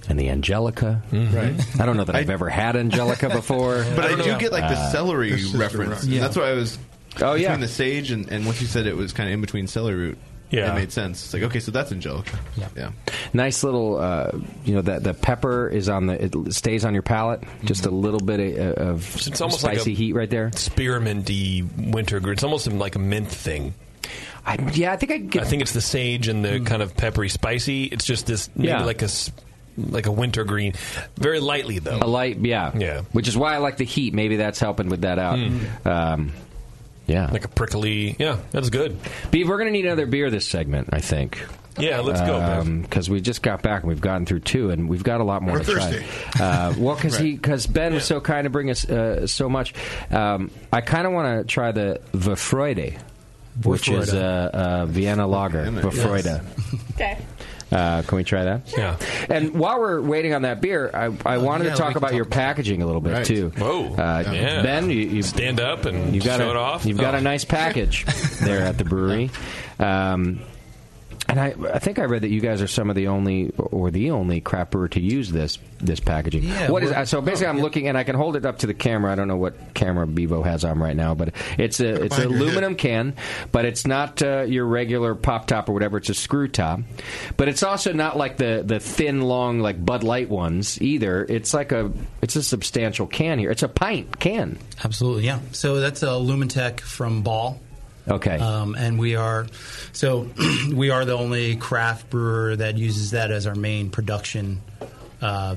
D: and the angelica.
B: Mm-hmm.
J: Right.
D: I don't know that
J: I-
D: I've ever had angelica before,
J: But I, do get like the
D: Uh,
J: celery reference.
D: Yeah.
J: That's why I was.
D: Oh
J: between
D: yeah.
J: the sage and, and what you said, it was kind of in between celery root.
D: Yeah.
J: it made sense. It's like okay, so that's Angelica. Yeah, yeah.
D: Nice little, uh, you know, that the pepper is on the it stays on your palate. Just a little bit of, of
B: Mm-hmm. It's almost like
D: spicy
B: a
D: heat right there.
B: Spearminty wintergreen. It's almost like a mint thing.
D: I, yeah, I think I get.
B: I think it's the sage and the kind of peppery, spicy. It's just this, maybe
D: Yeah.
B: like a s- like a wintergreen, very lightly though.
D: A light, yeah, yeah. Which is why I like the heat. Maybe that's helping with that out.
B: Mm.
D: Um, yeah,
B: like a prickly. Yeah, that's good.
D: Beav, we're gonna need another beer this segment. I think.
B: Yeah, let's go, Bev.
D: Because we just got back and we've gotten through two, and we've got a lot more
B: We're
D: to try. Uh, well, because he because Ben was so kind to bring us uh, so much. Um, I kind of want to try the Vefreude, which is uh, uh, Vienna Lager. Vefreude.
F: Okay.
D: Uh, can we try that?
B: Yeah.
D: And while we're waiting on that beer, I, I wanted
B: Uh, yeah,
D: to
B: we
D: talk
B: can
D: about your packaging a little bit
B: Right.
D: too.
B: Whoa.
D: uh,
B: Yeah.
D: Ben, you, you stand
B: up and
D: you've got
B: show
D: a,
B: it off?
D: You've got
B: Oh.
D: a nice package there at the brewery. Um, and I, I think I read that you guys are some of the only or the only craft brewer to use this this packaging.
M: Yeah,
D: what is uh,
M: we're-
D: so
B: oh,
D: basically? I'm looking and I can hold it up to the camera. I don't know what camera Bevo has on right now, but it's a it's an
M: behind your head.
D: aluminum can, but it's not uh, your regular pop top or whatever. It's a screw top, but it's also not like the the thin, long like Bud Light ones either. It's like a it's a substantial can here. It's a pint can.
P: Absolutely, yeah. So that's a Lumentech from Ball.
D: Okay.
P: Um, and we are, so we are the only craft brewer that uses that as our main production uh,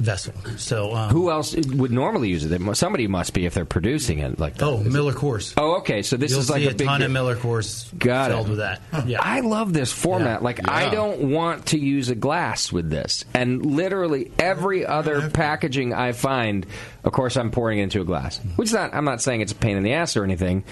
P: vessel. So um,
D: Who else would normally use it? They mu- Somebody must be if they're producing it like that.
P: Oh, Miller Coors.
D: Oh, okay. So this
P: You'll
D: is like
P: see
D: a, big
P: ton of
D: deal.
P: Miller Coors
D: Got
P: filled
D: it.
P: with that. Yeah.
D: I love this format. Like I
P: Yeah.
D: don't want to use a glass with this. And literally every other packaging
P: Hmm.
D: I find, of course I'm pouring it into a glass. Which is not I'm not saying it's a pain in the ass or anything.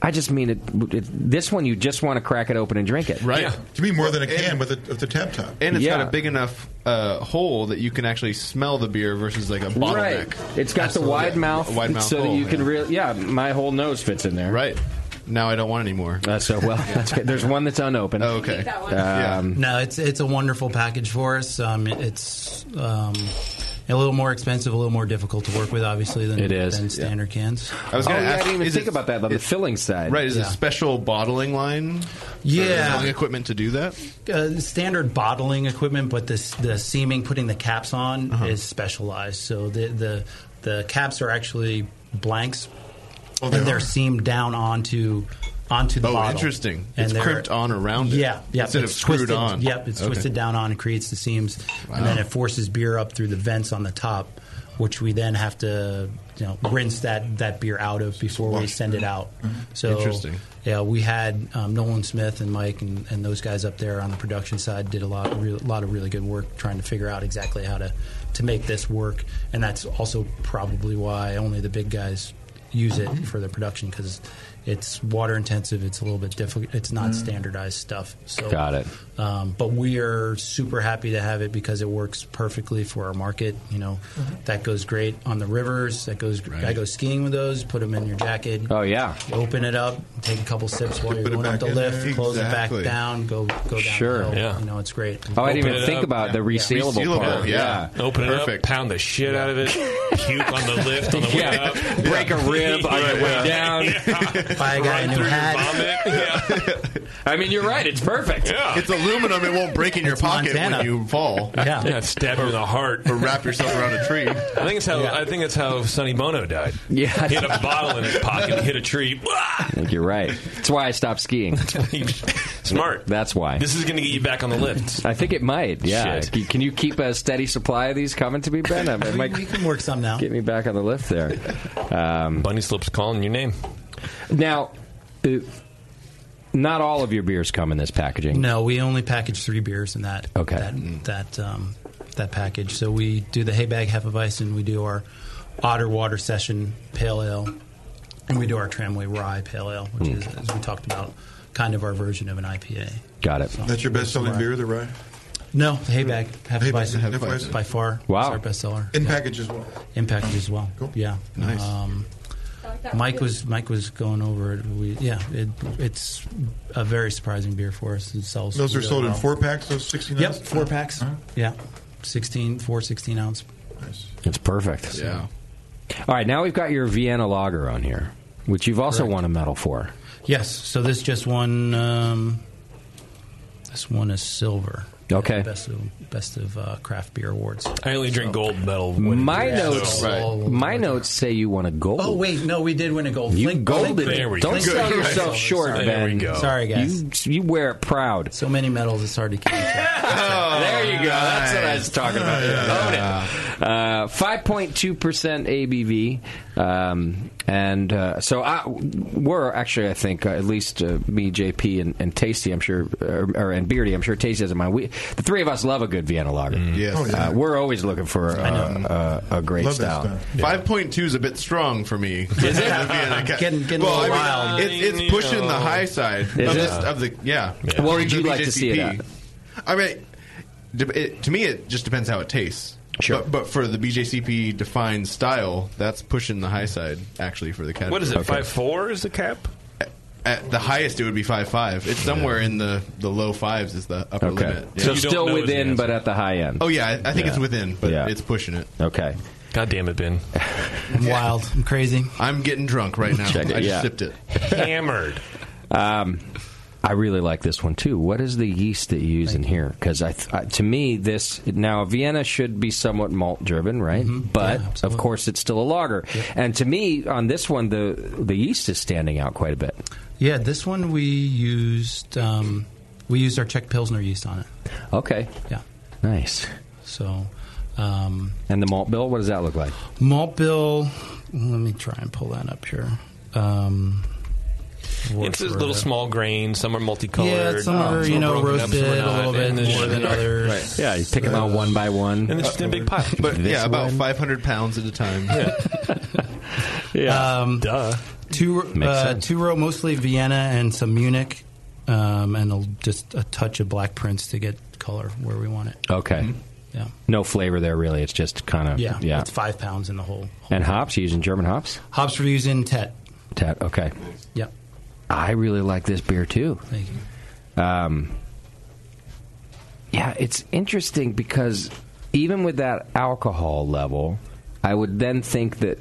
D: I just mean it, it. This one, you just want to crack it open and drink it,
K: Right. To me, more than a can with, a, with the tap top.
J: And
K: it's
J: it's got a big enough uh, hole that you can actually smell the beer versus like a bottleneck.
D: Right. It's got the wide mouth,
J: wide mouth
D: so that
J: hole,
D: you can really. Yeah, my whole nose fits in there.
J: Right. Now I don't want any more.
D: That's uh, well. That's good. There's one that's unopened. Oh,
J: okay.
D: Um,
P: no, it's it's a wonderful package for us. Um, it's um, a little more expensive, a little more difficult to work with, obviously, than,
D: It is.
P: than standard cans.
J: Oh, I was going to ask. is it- is- Right. Is
P: yeah.
J: it special bottling line? for
P: Yeah.
J: bottling equipment to do that.
P: uh, standard bottling equipment, but this the seaming, putting the caps on,
J: Uh-huh.
P: is specialized. So the the the caps are actually blanks, and they're seamed down onto onto the
J: Oh,
P: bottle.
J: interesting.
P: And
J: It's
P: they're-
J: crimped on around it
P: Yeah, yeah.
J: instead
P: it's
J: of screwed
P: twisted,
J: on.
P: Yep, it's
J: Okay.
P: twisted down on. It creates the seams, and then
J: Wow.
P: it forces beer up through the vents on the top, which we then have to you know rinse that that beer out of before we send it out. So
J: Mm-hmm. Interesting.
P: yeah, we had um, Nolan Smith and Mike and, and those guys up there on the production side did a lot, real, a lot of really good work trying to figure out exactly how to to make this work, and that's also probably why only the big guys use it for their production because it's water intensive. It's a little bit difficult. It's not
D: Mm.
P: standardized stuff. So
D: Got it.
P: Um, but we are super happy to have it because it works perfectly for our market. You know,
D: Mm-hmm.
P: that goes great on the rivers. That goes. I go skiing with those. Put them in your jacket.
D: Oh yeah.
P: Open it up, take a couple sips while you're
D: Put it
P: going up
D: back
P: the
D: in
P: lift,
D: there.
P: close
D: Exactly.
P: it back down, go go down.
D: Sure. Yeah.
P: You know, it's great.
D: Oh, I didn't even think about the resealable part.
B: Open it up, pound the shit out of it, puke on the lift on the way
D: Yeah.
B: up,
D: Break a rib on the way down.
P: Buy a guy a new hat.
D: I mean, you're right. It's perfect.
J: It's aluminum. It won't break in your pocket
B: Montana.
J: when you fall.
P: Yeah.
B: Yeah, stab you in the heart
J: or wrap yourself around a tree.
B: I think it's how I think it's how Sonny Bono died.
D: Yeah.
B: he had a bottle in his pocket, hit a tree. I
D: think you're right. That's why I stopped skiing.
B: Smart.
D: That's why.
B: This is going to get you back on the lift.
D: I think it might. Yeah.
B: Shit.
D: C- Can you keep a steady supply of these coming to me, Ben? I mean, it
P: We,
D: might
P: we can work some now.
D: get me back on the lift there. Um,
B: Bunny slips calling your name.
D: Now, uh, not all of your beers come in this packaging.
P: No, we only package three beers in that.
D: Okay.
P: That that, um, that package. So we do the hay bag hefeweizen. We do our otter water session pale ale, and we do our tramway rye pale ale, which
D: Mm.
P: is as we talked about, kind of our version of an IPA.
D: Got it.
K: That's your best selling
P: Right.
K: beer, the rye?
P: No, the hay bag
K: Hay bag
P: hefeweizen
K: Hefeweizen.
P: by far.
K: Wow.
P: is our bestseller.
K: In package as well.
P: In package as well. Yeah.
K: Nice.
P: Um, Mike was Mike was going over it. We, yeah, it, it's a very surprising beer for us. It sells.
K: Those are
P: really
K: sold in
P: well.
K: four packs, those 16
P: Yep,
K: ounce?
P: four packs. Yeah, 16, four 16 ounce.
D: It's perfect.
P: Yeah.
D: All right, now we've got your Vienna Lager on here, which you've also won a medal for.
P: Yes, so this just won. Um, this one is silver.
D: Okay.
P: Best of best of uh, craft beer awards.
B: only
D: Oh.
B: drink gold medal.
D: My
P: Yeah.
D: notes,
P: So-
D: my notes say you won a gold.
P: Oh wait, no, we did win a gold.
D: You
P: Flink-
D: golded
P: Flink-
D: it.
P: Flink-
D: Don't
P: Flink-
D: sell
P: Flink-
D: yourself
P: Flink-
D: short,
P: Sorry.
D: Ben.
P: Sorry, guys.
D: You, you wear it proud.
P: So many medals, it's hard to keep.
J: Oh,
D: there you go. That's what I was talking about. Uh, Five point two percent ABV, um, and uh, so I, we're actually, I think, uh, at least uh, me, JP, and, and Tasty. I'm sure, or, or and Beardy. I'm sure Tasty doesn't mind. We, the three of us, love a good Vienna lager.
J: Yes. Oh, yeah.
D: uh, we're always looking for uh, uh, a great
J: Love that
D: style.
J: stuff. Five point two is a bit strong for me.
D: Is it?
J: Vienna Ca-
D: Getting- getting a
J: well,
D: little
J: I
D: wild.
J: mean, it- it's pushing the high side of,
D: Is it?
J: this, of the yeah.
D: Yeah. What would you like to see it
J: BJCP.
D: at?
J: I mean, de- it, to me, it just depends how it tastes.
D: Sure.
J: But, but for the BJCP defined style, that's pushing the high side actually for the category.
B: What is it? Five four is the cap.
J: At the highest, it would be five five. It's somewhere in the, the low fives is the upper
D: Okay.
J: limit.
D: So still within, but at the high end.
J: Oh yeah, I, I think it's
D: Yeah.
J: within, but
D: Yeah.
J: it's pushing it.
D: Okay.
B: God damn it, Ben.
P: I'm wild. I'm crazy.
J: I'm getting drunk right now.
D: Check it,
J: I just
D: yeah.
J: sipped it.
B: Hammered.
D: Um, I really like this one too. What is the yeast that you use in here? Because I, th- I, to me, this now Vienna should be somewhat malt driven, right?
P: Mm-hmm.
D: But of course, it's still a lager. And to me, on this one, the the yeast is standing out quite a bit.
P: Yeah, this one we used um, we used our Czech Pilsner yeast on it.
D: Okay.
P: Yeah.
D: Nice.
P: So, um,
D: and the malt bill, what does that look like?
P: Malt bill. Let me try and pull that up here. Um,
B: It's a little small grain. Some are multicolored. Um,
P: Yeah, some are, you know, roasted a little bit more than others. Right.
D: Yeah, you pick them out one by one,
B: and it's just in a big pile.
J: But
D: This
J: yeah, about
D: one.
J: five hundred pounds at a time.
B: Yeah.
P: Um,
B: Duh.
P: two
D: Makes
P: uh,
D: sense.
P: two row, mostly Vienna and some Munich, um, and a, just a touch of black prints to get color where we want it.
D: Okay.
P: Mm-hmm. Yeah.
D: No flavor there, really. It's just kind of
P: Yeah,
D: yeah.
P: It's five pounds in the whole.
D: And hops? You using German hops?
P: Hops we're using Tet.
D: Tat. Okay.
P: Yep.
D: I really like this beer too.
P: Thank
D: you. Um, yeah, it's interesting because even with that alcohol level, I would then think that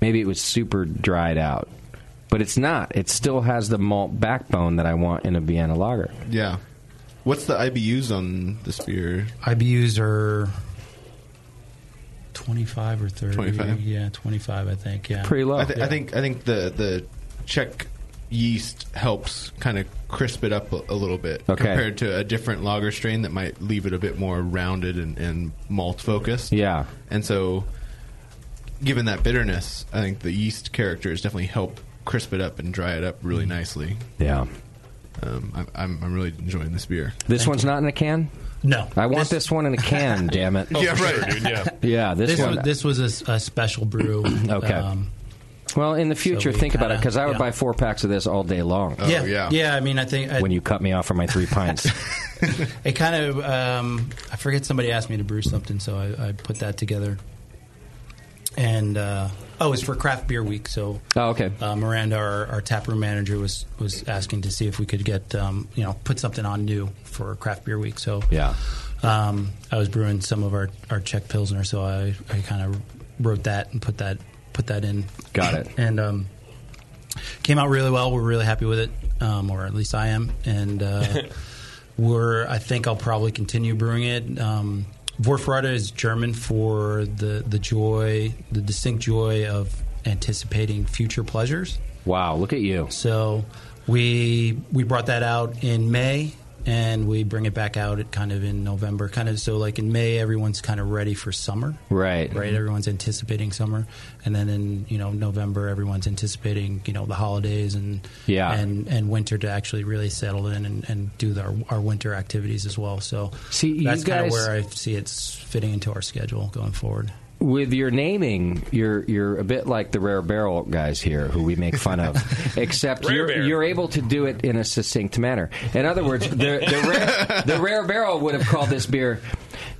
D: maybe it was super dried out, but it's not. It still has the malt backbone that I want in a Vienna lager.
J: Yeah. What's the IBUs on this beer?
P: IBUs are twenty five or thirty.
J: 25?
P: Yeah, twenty five. I think. Yeah.
J: I, thi-
P: Yeah.
J: I think I think the the Czech yeast helps kind of crisp it up a, a little bit
D: Okay.
J: compared to a different lager strain that might leave it a bit more rounded and, and malt focused.
D: Yeah,
J: and so given that bitterness, I think the yeast characters definitely help crisp it up and dry it up really nicely.
D: Mm. Yeah.
J: Um, I'm, I'm I'm really enjoying this beer.
D: This one's not in a can.
P: No,
D: I want this, one in a can. damn it!
J: Yeah, right. Dude, yeah.
D: yeah. This,
P: was,
D: one.
P: this was a s- a, special brew. Um,
D: Okay. well, in the future,
P: we
D: think about it
P: kinda-
D: because I would
P: yeah.
D: buy four packs of this all day long.
P: yeah, yeah, I mean, I think I,
D: Oh, when you cut me off for my three pints.
P: it kind of. Um, I forget somebody asked me to brew something, so I, I put that together. And uh, oh, it's for Craft Beer Week, so
D: oh, okay.
P: Uh, Miranda, our, our taproom manager, was was asking to see if we could get um, you know put something on new for Craft Beer Week. So
D: yeah,
P: um, I was brewing some of our our Czech pilsner, so I I kind of wrote that and put that put that in.
D: Got it.
P: and um, came out really well. We're really happy with it, um, or at least I am. And uh, we're I think I'll probably continue brewing it. Um, Vorfreude is German for the the joy, the distinct joy of anticipating future pleasures.
D: Wow, look at you!
P: So we we brought that out in May. And we bring it back out at kind of in November, kind of so like in May, everyone's kind of ready for summer
D: Right.
P: right? Everyone's anticipating summer, and then in you know November, everyone's anticipating you know the holidays and
D: Yeah.
P: and, and winter to actually really settle in and, and do the, our our winter activities as well. So
D: See,
P: that's
D: you
P: kind
D: guys-
P: of where I see it's fitting into our schedule going forward.
D: With your naming, you're you're a bit like the rare barrel guys here, who we make fun of. Except
C: Rare
D: you're,
C: Bear.
D: you're able to do it in a succinct manner. In other words, the, the, rare, the rare barrel would have called this beer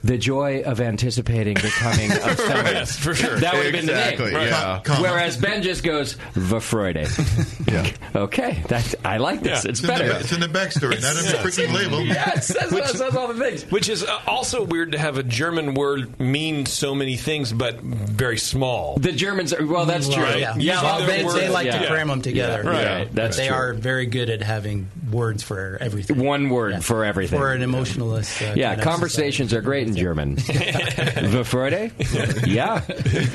D: the joy of anticipating the coming of summer.
B: Yes, for sure.
D: That would have been
B: Exactly,
D: the name.
B: yeah. Com- com-
D: Whereas Ben just goes the Freude. yeah. Okay, that I like this. It's
K: in the
D: better.
K: ba- it's in the backstory, not in the freaking label.
D: Yes, that's, what- that's all the things.
B: Which is uh, also weird to have a German word mean so many things, but very small.
D: The Germans, are, well, Oh, that's true.
B: Right?
P: Yeah,
B: Yeah,
P: Well,
B: their
P: they, they
B: words-
P: like
B: yeah.
P: to cram them together.
B: Yeah, right. Yeah, that's
P: they
B: true.
P: are very good at having words for everything.
D: One word for everything.
P: For an emotionalist. Uh,
D: yeah,
P: kind of
D: conversations are great in German. the Freude? Yeah.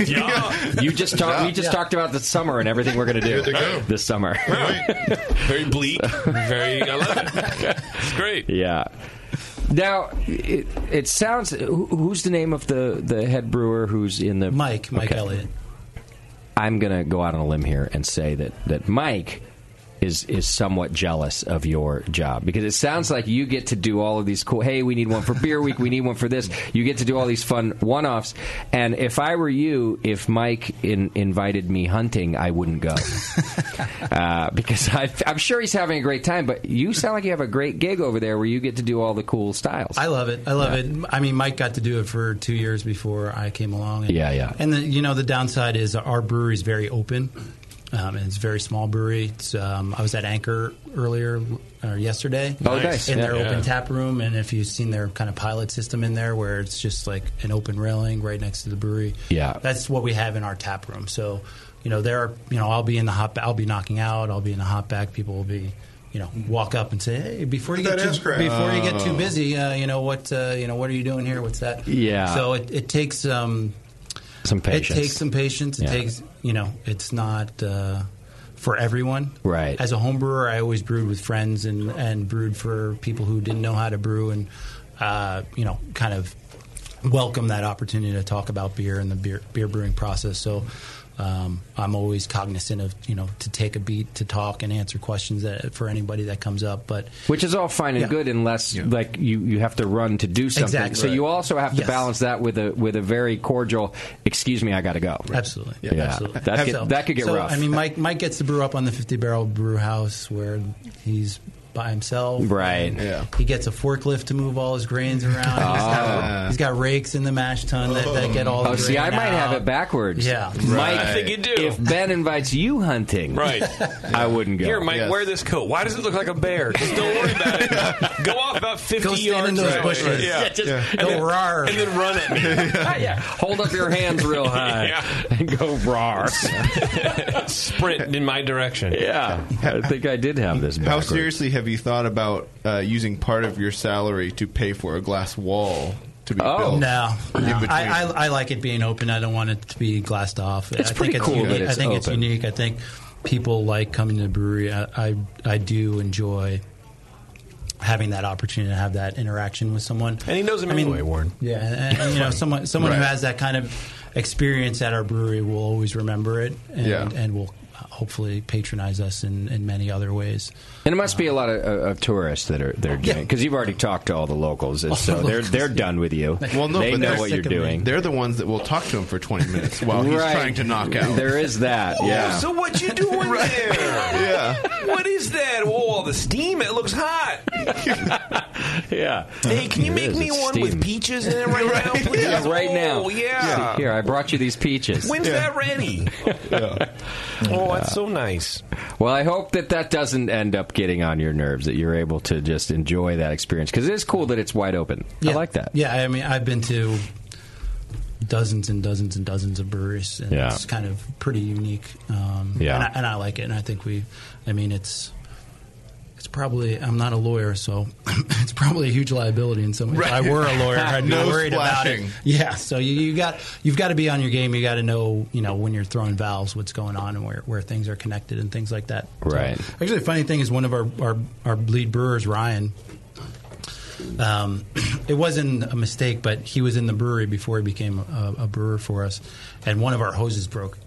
D: You just talked. We just
P: Yeah.
D: talked about the summer and everything we're going to do
B: Good to go.
D: this summer.
B: very bleak. Very, I love it. It's great.
D: Yeah. Now it, it sounds. who- Who's the name of the the head brewer who's in the
P: Mike Mike Elliott?
D: I'm going to go out on a limb here and say that that Mike is is somewhat jealous of your job because it sounds like you get to do all of these cool. Hey, we need one for beer week. We need one for this. You get to do all these fun one offs. And if I were you, if Mike in, invited me hunting, I wouldn't go uh, because I, I'm sure he's having a great time. But you sound like you have a great gig over there where you get to do all the cool styles.
P: I love it. I love
D: Yeah.
P: it. I mean, Mike got to do it for two years before I came along. And,
D: Yeah, yeah.
P: And the, you know, the downside is our brewery is very open. Um, and it's a very small brewery. It's, um, I was at Anchor earlier or yesterday.
D: Oh, nice.
P: In
D: Yeah.
P: their
D: Yeah.
P: open tap room, and if you've seen their kind of pilot system in there, where it's just like an open railing right next to the brewery.
D: Yeah.
P: that's what we have in our tap room. So, you know, there are you know I'll be in the hot I'll be knocking out. I'll be in the hot back. People will be. You know, walk up and say, "Hey, before you
K: Look
P: get
K: at that
P: too,
K: ass crack."
P: before you get too
K: Oh.
P: busy." busy. Uh, you know what? Uh, you know what are you doing here? What's that?
D: Yeah.
P: So it, it takes um,
D: Some patience.
P: It takes some patience. It
D: Yeah.
P: takes you know. It's not uh, for everyone.
D: Right.
P: As a home brewer, I always brewed with friends and and brewed for people who didn't know how to brew and uh, you know kind of welcome that opportunity to talk about beer and the beer beer brewing process. So. um, I'm always cognizant of you know to take a beat, to talk, and answer questions that, for anybody that comes up. But
D: Which is all fine and
P: Yeah.
D: good, unless like you, you have to run to do something.
P: Exactly.
D: So you
P: Right.
D: also have to
P: Yes.
D: balance that with a with a very cordial "Excuse me, I got to go."
P: Absolutely,
D: Yeah,
P: absolutely.
D: That, could,
P: So-
D: that could get
P: so,
D: rough.
P: I mean, Mike Mike gets to brew up on the 50 barrel brew house where he's by himself.
D: Right.
P: And He gets a forklift to move all his grains around. He's
D: Ah.
P: got, he's got rakes in the mash tun that, that get all.
D: Oh,
P: the
D: see, I
P: grain
D: might have
P: out.
D: it backwards.
P: Yeah.
D: Mike,
P: Right. I think you do.
D: If Ben invites you hunting,
B: Right.
D: I wouldn't go.
B: Here, Mike, wear this coat. Why does it look like a bear? Just don't worry about it. Go off about 50
D: Go stand
B: yards.
D: in those
B: away.
D: bushes.
B: Yeah.
D: Yeah, just
B: and,
D: go
B: then,
D: roar.
B: and then run at me.
D: yeah. Hold up your hands real high and go rar.
B: Sprint in my direction.
D: Yeah. I think I did have this.
J: How
D: backwards.
J: seriously have you thought about uh, using part of your salary to pay for a glass wall to be
D: Oh.
J: built?
P: no!
J: in
P: no.
J: between?
P: I, I, I like it being open. I don't want it to be glassed off.
J: It's
P: I
J: pretty
P: think it's
J: cool that
P: Unique.
J: it's
P: I think it's
J: open.
P: unique. I think people like coming to the brewery. I, I I do enjoy having that opportunity to have that interaction with someone.
B: And he knows him
P: I mean,
B: anyway, Warren.
P: Yeah, and, and, you know,
B: Funny.
P: someone someone who
B: Right.
P: has that kind of experience at our brewery will always remember it, and,
D: Yeah.
P: and will hopefully patronize us in, in many other ways.
D: And it must be a lot of, of, of tourists that are they're doing because you've already talked to all the locals, and
J: All
D: so
J: the
D: they're
J: locals,
D: they're done with you.
J: Well, no,
D: they
J: but
D: know
J: they're
D: what you're
J: sick of me.
D: doing.
J: They're the ones that will talk to him for 20 minutes while he's
D: Right.
J: trying to knock out.
D: There is that.
B: Oh, so what you doing there? Yeah. What is that? Oh, the steam. It looks hot.
D: yeah.
B: Hey, can you
D: It
B: make
D: is,
B: me
D: it's
B: one
D: steam.
B: with peaches in it right, now, please?
D: Yeah, right now.
B: Oh, yeah.
D: Here, I brought you these peaches.
B: When's that ready? Oh, that's so nice.
D: Well, I hope that that doesn't end up getting on your nerves. That you're able to just enjoy that experience because it is cool that it's wide open. I like that.
P: Yeah, I mean, I've been to dozens and dozens and dozens of breweries, and
D: Yeah.
P: it's kind of pretty unique. Um,
D: Yeah.
P: and I, and I like it, and I think we, I mean, it's. It's probably I'm not a lawyer, so it's probably a huge liability in some ways.
H: Right.
P: If I were a lawyer, I'd be
H: No
P: worried
H: splashing.
P: about it. Yeah, so you, you got you've got to be on your game. You got to know you know when you're throwing valves, what's going on, and where, where things are connected and things like that. So,
D: Right.
P: actually, the funny thing is one of our our, our lead brewers, Ryan, um, it wasn't a mistake, but he was in the brewery before he became a, a brewer for us, and one of our hoses broke.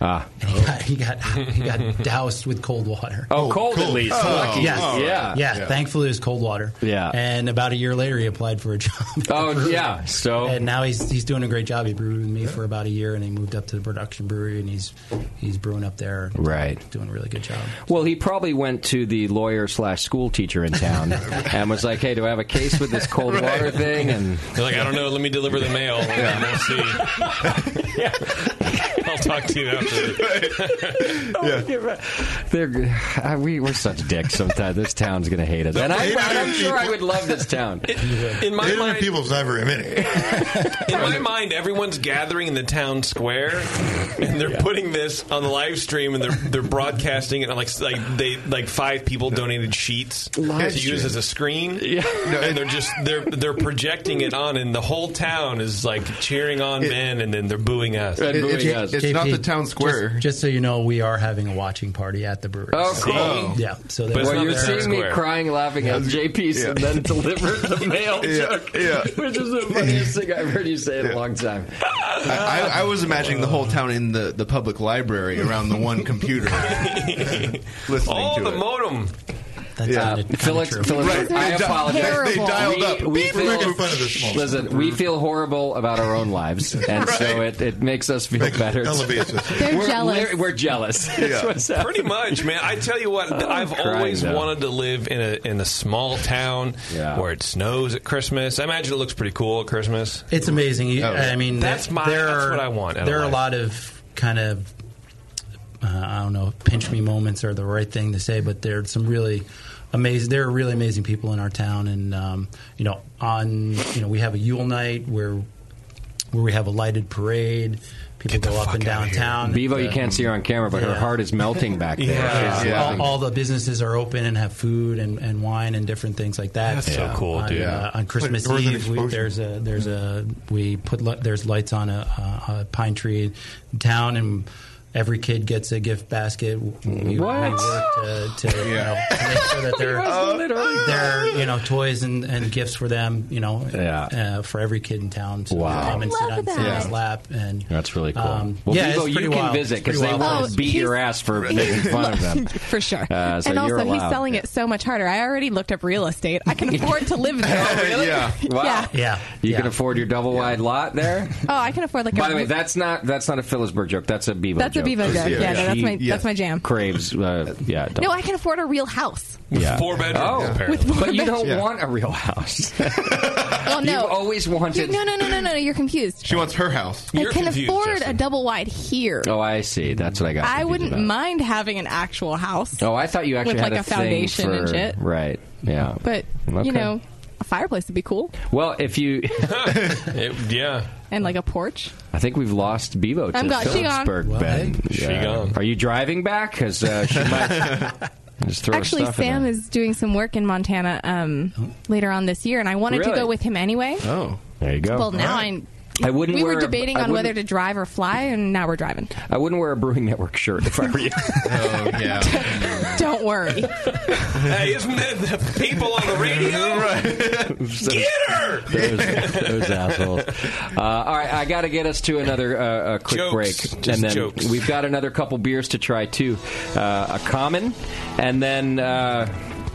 D: Ah.
P: And
J: Oh,
P: he got he got, he got doused with cold water.
D: Oh, cold, at least. Lucky.
P: Yes.
D: yeah.
P: oh, yeah. Thankfully, it was cold water.
D: Yeah.
P: And about a year later, he applied for a job. at
D: Oh,
P: the brewery.
D: yeah. So-
P: and now he's he's doing a great job. He brewed with me for about a year, and he moved up to the production brewery, and he's he's brewing up there.
D: Right.
P: Doing a really good job.
D: Well, he probably went to the lawyer slash school teacher in town and was like, "Hey, do I have a case with this cold water thing?" And
B: They're like, I don't know. Let me deliver the mail. and then We'll see. I'll talk to you after. "Ah."
D: They're g- uh, we we're such dicks sometimes. This town's gonna hate us, and I'm, I'm sure I would love this town.
B: In my
K: Eight hundred
B: mind-
K: people's not very many.
B: In my mind, everyone's gathering in the town square, and they're putting this on the live stream, and they're they're broadcasting it. And like like they like five people donated sheets
D: Live
B: to use
D: stream.
B: as a screen, and they're just they're they're projecting it on, and the whole town is like cheering on Ben, and then they're booing us.
P: It- it's- JP, Just, just so you know, we are having a watching party at the brewery.
D: Oh,
P: So-
D: cool. Oh.
P: Yeah. So
D: But
P: they're-
D: Well, you're seeing me crying, laughing at JP's, and then delivered the mail joke, which is the funniest thing I've heard you say in a long time.
J: I, I, I was imagining the whole town in the, the public library around the one computer. listening
B: Oh,
J: to
B: the
J: it.
B: modem.
P: That's
J: yeah.
D: Phyllis, Phyllis,
J: Right.
D: I
J: They di-
D: apologize.
J: They dialed
D: we,
J: up.
D: We
J: Beep.
D: feel,
J: Making fun of this moment.
D: listen, we feel horrible about our own lives, and so it, it makes us feel better.
K: elevates us.
B: They're
D: we're,
B: jealous.
D: We're, we're jealous. That's what's
B: Pretty
D: happening.
B: much, man. I tell you what, I've
D: crying
B: always
D: now.
B: wanted to live in a in a small town where it snows at Christmas. I imagine it looks pretty cool at Christmas.
P: It's amazing. You-
B: Oh, yeah.
P: I mean,
B: That's my-
P: There
B: that's
P: are,
B: what I want out of
P: There are a
B: life.
P: lot of kind of uh, I don't know, pinch me moments are the right thing to say, but there are some really amazing. There are really amazing people in our town, and um, you know, on you know, we have a Yule night where where we have a lighted parade. People go up and down town.
D: Bevo, you can't see her on camera, but her
P: Yeah.
D: heart is melting back there.
P: Yeah.
D: She's
P: All,
D: laughing.
P: all the businesses are open and have food and, and wine and different things like that.
D: That's so
P: Yeah.
D: cool,
P: on,
D: dude.
P: uh, on
D: Like
P: Christmas
D: Northern
P: Eve, we, there's a there's a we put li- there's lights on a, a, a pine tree in town and. Every kid gets a gift basket. We, We work to, to you know, make sure that there there are you know toys and, and gifts for them. You know, uh, for every kid in town. So
D: Wow.
P: they come and
D: I
P: sit
D: love
P: on
D: that.
P: Santa's
D: Yeah.
P: lap and
D: That's really cool.
P: Um,
D: well,
P: yeah,
D: Vivo,
P: it's
D: you
P: pretty
D: can
P: wild.
D: visit because
P: Pretty
D: they
P: wild.
D: will
F: Oh,
D: beat
F: he's-
D: your ass for making fun of them.
F: for sure.
D: Uh, so
F: and also,
D: you're
F: he's
D: allowed.
F: selling it so much harder. I already looked up real estate. I can afford to live there.
D: yeah. Wow.
F: Yeah.
P: Yeah.
D: You can afford your double wide lot there.
F: Oh, I can afford like.
D: By
F: a,
D: the way, that's not that's not a Phillipsburg joke. That's a Bevo.
F: That's a
D: joke.
F: Bevo joke. Yeah, no, that's my-
D: He
F: that's my jam.
D: Craves. Uh, yeah.
F: no, I can afford a real house.
D: yeah.
B: four bedrooms,
D: Oh,
B: apparently. With four
D: but you don't
B: bedrooms.
D: want a real house.
F: Well, no,
D: You've always wanted.
F: no, no, no, no, no, no. You're confused.
D: She wants her house.
F: I can afford a double wide here.
D: Oh, I see. That's what I got.
F: I
D: confused
F: wouldn't
D: about.
F: mind having an actual house.
D: Oh, I thought you actually
F: with
D: had
F: like
D: a,
F: a, foundation
D: thing
F: and
D: for-
F: shit.
D: Right. Yeah.
F: But
D: Okay.
F: you know, a fireplace would be cool,
D: Well, if you, yeah,
F: and like a porch.
D: I think we've lost Bevo to
F: I'm gone. She gone.
D: Phillipsburg.
F: Well,
D: ben.
F: hey.
B: She
D: Yeah.
B: gone.
D: Are you driving back? Because uh, she might just throw her
F: Actually,
D: stuff in
F: Sam
D: there.
F: is doing some work in Montana um, later on this year, and I wanted to
D: Really?
F: go with him anyway.
D: Oh, there you go.
F: Well, now I'm.
D: I wouldn't
F: We
D: wear
F: were
D: a-
F: debating
D: I
F: on whether to
D: wouldn't-
F: drive or fly, and now we're driving.
D: I wouldn't wear a Brewing Network shirt if I were you. oh yeah.
F: Don't worry.
B: hey, isn't that the people on the radio? Get her!
D: Those, those assholes. Uh, all right, I got to get us to another uh, a quick
B: Jokes.
D: break,
B: Just
D: and then
B: jokes.
D: we've got another couple beers to try too. Uh, a common, and then uh,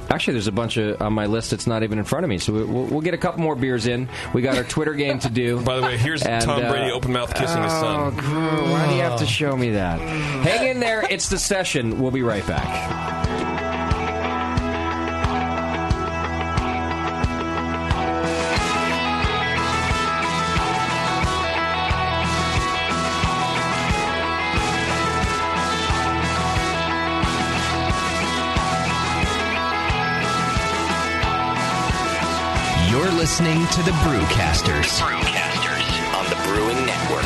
D: actually, there's a bunch of on my list that's not even in front of me. So we, we'll, we'll get a couple more beers in. We got our Twitter game to do.
B: By the way, here's
D: And,
B: Tom
D: uh,
B: Brady open mouth kissing his
D: oh,
B: son.
D: Drew, why do you have to show me that? Hang in there. It's the session. We'll be right back.
M: You're listening to the Brewcasters. Brewcasters on the Brewing Network.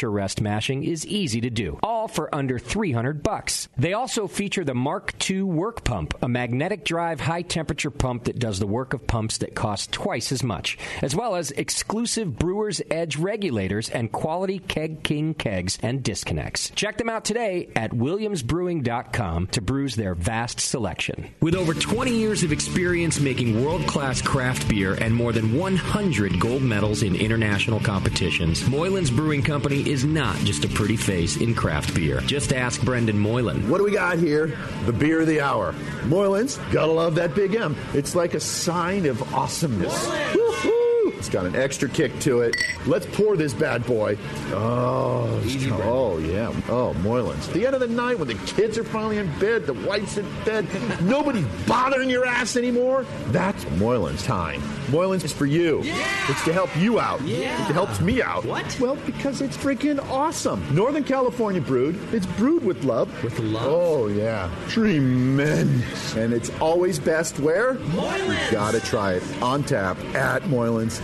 D: rest mashing is easy to do, all for under 300 bucks. They also feature the Mark II work pump, a magnetic drive high temperature pump that does the work of pumps that cost twice as much, as well as exclusive Brewer's Edge regulators and quality Keg King kegs and disconnects. Check them out today at williamsbrewing.com to brews their vast selection. With over 20 years of experience making world class craft beer and more than 100 gold medals in international competitions, Moylan's Brewing Company is not just a pretty face in craft beer. Just ask Brendan Moylan.
C: What do we got here? The beer of the hour. Moylan's, gotta love that big M. It's like a sign of awesomeness. Woo-hoo! It's got an extra kick to it. Let's pour this bad boy. Oh, it's co- oh yeah. Oh, Moylan's. At the end of the night when the kids are finally in bed, the wife's in bed, nobody's bothering your ass anymore. That's Moylan's time. Moylan's is for you. It's to help you out. It helps me out. What? Well, because it's freaking awesome. Northern California brewed. It's brewed with love. With love. Oh yeah, tremendous. And it's always best where you gotta try it on tap at Moylan's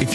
N: If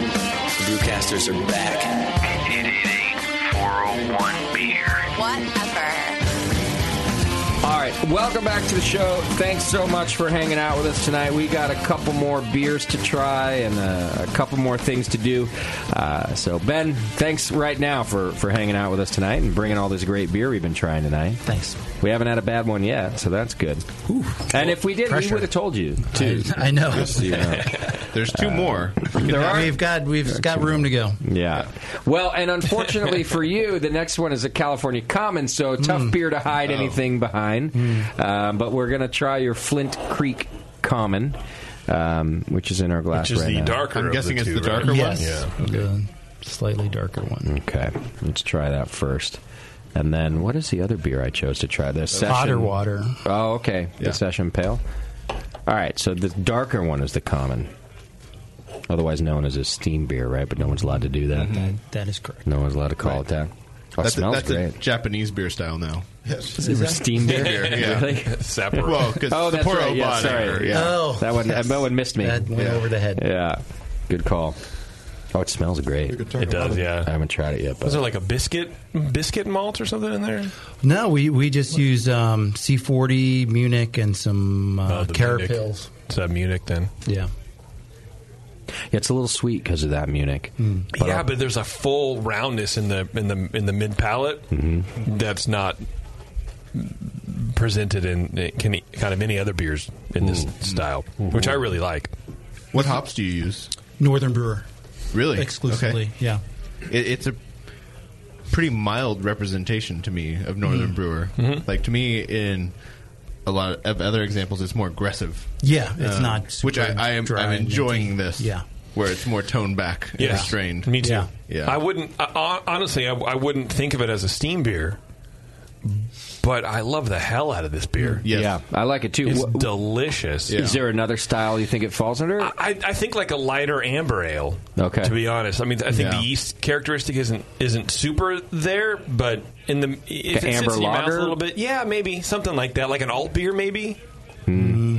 V: Brewcasters are back.
F: 401 beer. Whatever.
D: All right, welcome back to the show. Thanks so much for hanging out with us tonight. We got a couple more beers to try and uh, a couple more things to do. Uh, so, Ben, thanks right now for, for hanging out with us tonight and bringing all this great beer we've been trying tonight. Thanks. We haven't had a bad one yet, so that's good. and if we did, we
W: Pressure.
D: would have told you too.
W: I- I know.
D: Just so you know.
W: There's two
D: Uh,
W: more.
D: There are
P: We've got we've got room to go.
D: Yeah. Well, and unfortunately for you, the next one is a California Common, so tough
P: Mm.
D: beer to hide
W: Oh.
D: anything behind. Um, but we're going to try your Flint Creek Common, um, which is in our glass
W: Which is
D: right
W: the
D: now.
W: darker I'm of guessing the it's two, the right? darker one?
P: Yes. The slightly darker one.
D: Okay. Let's try that first. And then what is the other beer I chose to try? The session
P: Otter Water.
D: Oh, okay. The session pale. All right, so the darker one is the common. Otherwise known as a steam beer, right? But no one's allowed to do that.
P: That- that is correct.
D: No one's allowed to call it that. Oh,
J: that's
D: it smells
J: a, that's a
D: great.
J: Japanese beer style now.
X: Yes.
D: Is it steam beer?
J: yeah.
D: Really?
J: Sapporo. Well, 'cause
D: oh, that's
J: Sapporo
D: right. Yeah,
J: Bond
D: sorry.
J: era,
D: Yeah.
J: yeah.
D: that one. That one missed me.
J: That went
D: yeah.
J: over the head.
D: Yeah. Good call. Oh, it smells great.
B: It does, yeah.
D: I haven't tried it yet, but
B: Was there like a biscuit biscuit malt or something in there?
J: Uh,
P: No, we, we just use um, C40, Munich, and some
B: Oh,
P: uh, carrot pills.
B: Is that Munich then?
P: Yeah.
D: Yeah, it's a little sweet because of that Munich. But uh,
B: yeah,
D: I'll-
B: but uh, there's a full roundness in the in the in the mid palate
D: mm-hmm.
B: that's not presented in in any- kind of any other beers in this style, which I really like.
J: What hops do you use?
P: Northern Brewer.
J: Really?
P: Exclusively,
J: Okay.
P: yeah.
J: It, it's a pretty mild representation to me of Northern
P: Mm.
J: Brewer.
P: Mhm.
J: Like to me, in a lot of other examples, it's more aggressive. Um,
P: Yeah, it's not super
J: Which I, I am.
P: dry
J: I'm
P: and
J: enjoying
P: minty.
J: this.
P: Yeah.
J: Where it's more toned back, and
B: Yes.
J: restrained.
B: Me too.
J: Yeah.
B: I wouldn't I- I, honestly. I, I wouldn't think of it as a steam beer, but I love the hell out of this beer.
J: Mm,
D: Yeah, I like it too.
B: It's
D: Wh-
B: delicious.
D: Is there another style you think it falls under?
B: I, I think like a lighter amber ale.
D: Okay.
B: To be honest, I mean, I think
D: Yeah.
B: the yeast characteristic isn't isn't super there, but in the if
D: The
B: it
D: amber
B: sits in your mouth
D: lager?
B: a little bit, yeah, maybe something like that, like an alt beer, maybe.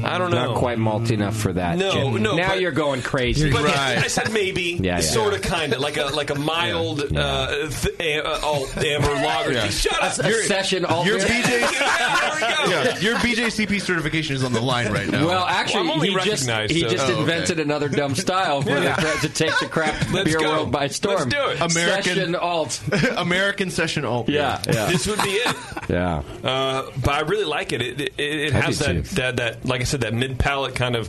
B: I don't know.
D: Mm. Not quite malty enough for that.
B: No,
D: Jim.
B: no,
D: Now
B: but-
D: you're going crazy.
B: But I said maybe,
D: Yeah, yeah.
B: sort of, kind of, like a like a mild Uh, th- a- uh, alt amber lager.
J: Yeah.
B: Shut up!
J: Your- Your BJ, yeah, your BJCP certification is on the line right now. Oh,
D: Well, actually, he just, he
B: Oh,
D: just invented another dumb style for
J: Yeah.
D: the crowd to take the crap
J: Let's
D: beer
J: go.
D: world by
J: Let's
D: storm.
J: do it. American-
D: Session alt.
J: American session alt.
D: Yeah, yeah.
B: This would be it.
D: yeah.
B: Uh, but I really like it. It, it, it
D: I do
B: has
D: too.
B: that, that, that, like I said, that mid palate kind of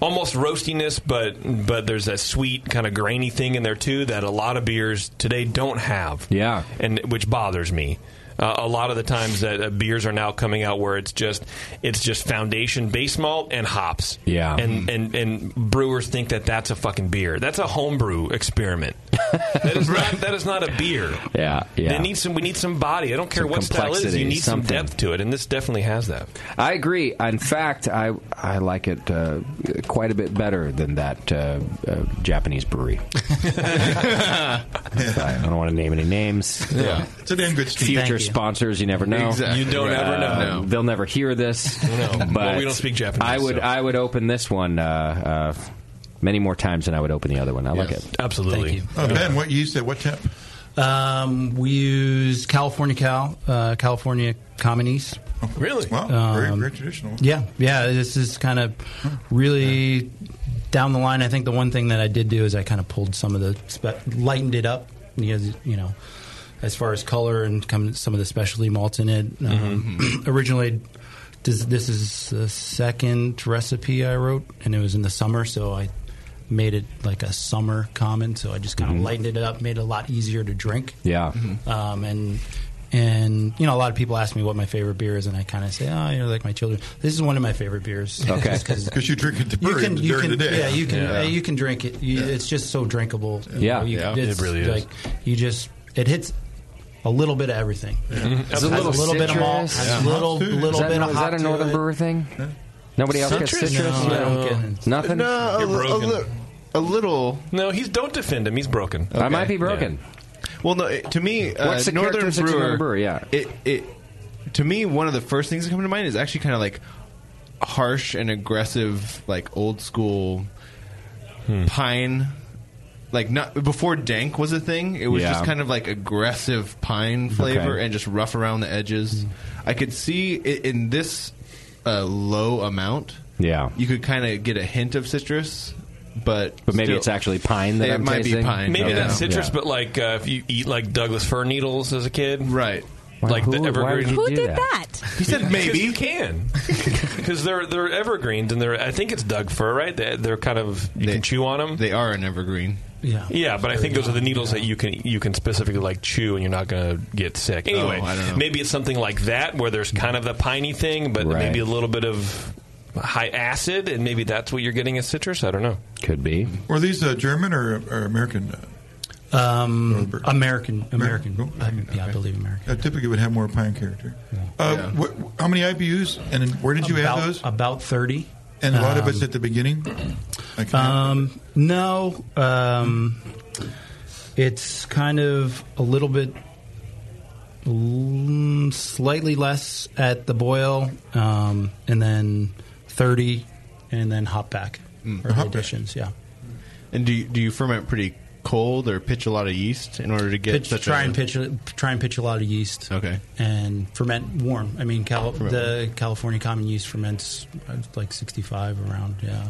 B: almost roastiness, but but there's that sweet kind of grainy thing in there too that a lot of beers today don't have.
D: Yeah,
B: and which bothers me. Uh, a lot of the times that uh, beers are now coming out where it's just it's just foundation base malt and hops.
D: Yeah.
B: and and and brewers think that that's a fucking beer. That's a homebrew experiment. That is not that is not a beer.
D: Yeah,
B: They
D: yeah.
B: need some. We need some body. I don't care
D: Some
B: what style it is. You
D: complexity,
B: need
D: something.
B: some depth to it, and this definitely has that.
D: I agree. In fact, I I like it uh, quite a bit better than that uh, uh, Japanese brewery.
B: Uh,
D: I don't want to name any names.
K: Yeah. It's a damn good steam.
D: Future
K: Thank you.
D: sponsors, you never know. Uh,
K: Exactly. You don't ever know.
D: They'll never hear this.
K: No.
D: But
K: Well, we don't speak Japanese,
D: I would
K: so.
D: I would open this one uh, uh, many more times than I would open the other one. I like
K: Yes.
D: it
B: absolutely.
K: Uh, ben, what yeast at what temp?
P: Um, we use California Cal, uh, California Common Yeast.
K: Really? Wow, very,
P: Um,
K: very traditional.
P: Yeah, yeah. This is kind of really down the line. I think the one thing that I did do is I kind of pulled some of the spe- lightened it up because you know, as far as color and come, some of the specialty malts in it. Um,
K: Mm-hmm.
P: originally, this, this is the second recipe I wrote, and it was in the summer, so I made it like a summer common. So I just kind of
D: Mhm.
P: lightened it up, made it a lot easier to drink.
D: Yeah.
K: Mm-hmm.
P: Um, and and you know, a lot of people ask me what my favorite beer is, and I kind of say, oh, you know, like my children. This is one of my favorite beers.
K: Okay.
P: Just
K: Because you drink it to
P: you
K: brew
P: can,
K: it
P: you can-
K: during the day.
P: Yeah, you can
K: Yeah.
P: uh, you can drink it. You, It's just so drinkable.
K: Yeah.
P: You-
K: Yeah,
P: it's
K: it really is.
P: Like you just it hits. A little bit of everything.
D: There's a
P: Has
D: little
P: bit of malt,
D: citrus.
P: has
D: Yeah.
P: a little,
D: Is
P: little
D: that
P: bit
D: no-
P: of
D: is
P: hop
D: that a
P: to
D: Northern
P: it.
D: brewer thing? Nobody else gets
B: Citrus?
D: citrus.
B: No, I don't get it.
D: Nothing.
B: No, a You're li- a broken. li-
J: a little.
B: No, he's don't defend him. He's broken.
J: Okay. Well, no. It, to me, uh,
B: What's the
J: Northern
B: characteristics of
J: Brewer,
B: Northern Brewer?
D: Yeah.
J: It, it. To me, one of the first things that come to mind is actually kind of like harsh and aggressive, like old school
B: Hmm.
J: pine. Like not before dank was a thing. It was
D: Yeah.
J: just kind of like aggressive pine flavor
D: Okay. Hmm.
J: and just rough around the edges. I could see i in this uh, low amount.
D: Yeah.
J: you could kind of get a hint of citrus, but
D: But maybe
J: still-
D: it's actually pine that
J: it
D: I'm
J: might
D: tasting?
J: be pine.
B: Maybe
J: Okay.
B: that's citrus,
J: Yeah.
B: but like uh, if you eat like Douglas fir needles as a kid,
J: right?
B: Like
D: who-
B: the
D: why would
B: evergreen.
D: you Who do did
F: that?
B: He
J: said maybe
B: you can because they're they're evergreens and they're I think it's Doug fir, right? They, they're kind of you can chew on them.
J: They are an evergreen.
P: Yeah,
B: yeah, but I think those are the needles that you can you can specifically like chew and you're not going to get sick. Anyway,
J: Oh, I don't know.
B: maybe it's something like that where there's kind of the piney thing, but
D: Right.
B: maybe a little bit of high acid, and maybe that's what you're getting as citrus. I don't know.
D: Could be.
K: Were these uh, German or, or American? Uh, oh,
P: Um, American, American. I, yeah, I believe American.
K: uh, typically would have more pine character. Uh, what, how many IBUs and then where did you
P: about,
K: add those?
P: About thirty.
K: And a lot of it's
P: Um,
K: at the beginning. Like
P: Um, no, um, it's kind of a little bit mm, slightly less at the boil, um, and then thirty, and then Mm. hop back for the additions. Yeah,
J: And do you, do you ferment pretty cold or pitch a lot of yeast in order to get
P: pitch,
J: such
P: try
J: a,
P: and pitch a- try and pitch a lot of yeast.
J: Okay.
P: and ferment warm. I mean, Cal-
J: Ferment
P: the California common yeast ferments uh, like sixty-five around. Yeah.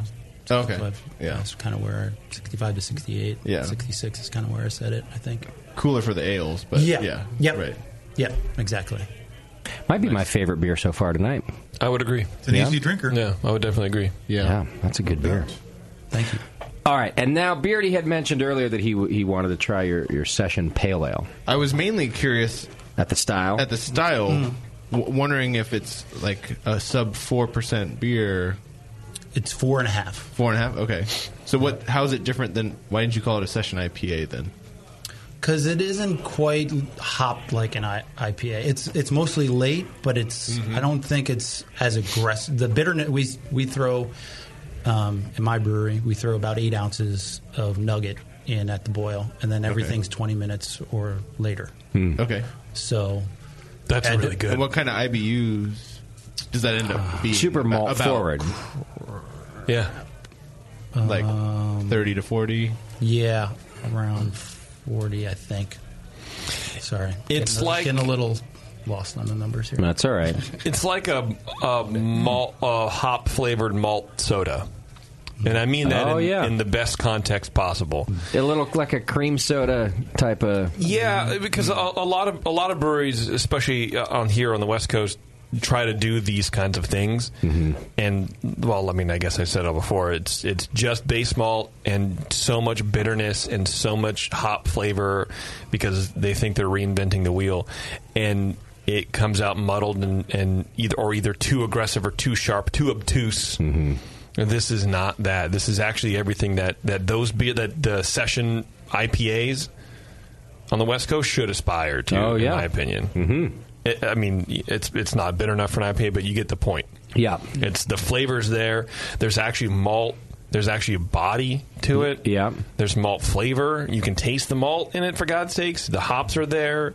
J: Oh, Okay.
P: 65.
J: Yeah.
P: That's kind of where 65 to 68.
J: Yeah.
P: 66 is kind of where I said it, I think.
J: cooler for the ales? But
P: yeah.
J: yeah,
P: Yep. Yep. Exactly.
D: Might be my favorite beer so far tonight.
B: I would agree. It's
D: an Yeah? easy
K: drinker.
B: Yeah, I would definitely agree.
D: Yeah, that's a good beer.
P: Thank you.
D: All right, and now Beardy had mentioned earlier that he he wanted to try your, your session pale ale.
J: I was mainly curious
D: at the style.
J: At the style,
P: Hmm.
J: w- wondering if it's like a sub four percent beer.
P: It's four and a half. Four
J: and a half. Okay. So what? How is it different than? Why didn't you call it a session IPA then?
P: Because it isn't quite hopped like an I- IPA. It's it's mostly late, but it's I don't think it's as aggressive. The bitterness we we throw um, in my brewery we throw about eight ounces of nugget in at the boil, and then
J: Okay.
P: everything's twenty minutes or later.
J: Okay.
P: So and-
J: And what kind of IBUs does that end up being?
P: Ah. Super malt
J: About-
P: forward.
B: Yeah.
J: Like thirty to forty.
P: Um, Yeah, around forty, I think. Sorry,
B: It's
P: Getting a-
B: like-
P: getting a little lost on the numbers here.
D: That's all right.
B: It's like a, a malt, a hop flavored malt soda, and I mean that
D: Oh,
B: in,
D: yeah.
B: in the best context possible.
D: A little like a cream soda type of.
B: Yeah, because a, a lot of a lot of breweries, especially uh, on here on the West Coast, try to do these kinds of things. And well, I mean, I guess I said it before. It's it's just base malt and so much bitterness and so much hop flavor because they think they're reinventing the wheel, and it comes out muddled and, and either or either too aggressive or too sharp, too obtuse. And This is not that. This is actually everything that that those beer that the session IPAs on the West Coast should aspire to.
D: Oh, yeah.
B: in my opinion. Mm-hmm. It, I mean, it's it's not bitter enough for an IPA, but you get the point.
D: Yeah,
B: it's the flavors there. There's actually malt. There's actually a body to it.
D: Yeah,
B: there's malt flavor. You can taste the malt in it. For God's sakes, the hops are there.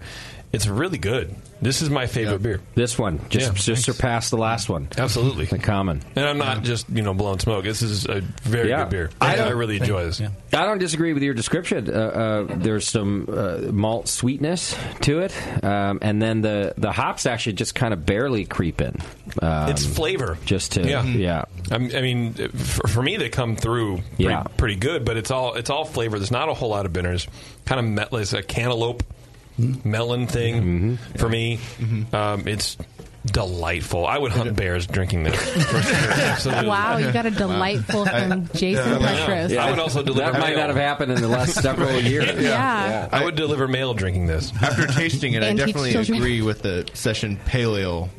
B: It's really good. This is my favorite beer.
D: This one just
B: Yeah,
D: just surpassed the last one.
B: Absolutely,
D: the common.
B: And I'm not just you know blowing smoke. This is a very
D: Yeah.
B: good beer.
D: I
B: I,
D: don't-
B: I really enjoy this.
D: I don't disagree with your description. Uh, uh, there's some uh, malt sweetness to it, um, and then the, the hops actually just kind of barely creep in. Um,
B: It's flavor.
D: just to yeah.
B: I'm- I mean, for, for me, they come through pretty,
D: Yeah.
B: pretty good. But it's all it's all flavor. There's not a whole lot of bitters. Kind of met, it's a cantaloupe melon
D: Mm-hmm.
B: thing for me.
J: Mm-hmm.
B: Um, it's delightful. I would hunt bears drinking this. for sure. Absolutely.
F: Wow, you got a delightful from Jason Petros.
B: I would also deliver.
D: That might
B: mail.
D: not have happened in the last several years.
F: Yeah. Yeah.
B: I would deliver mail drinking this.
J: After tasting it, I
F: And teach
J: definitely
F: children.
J: agree with the session pale ale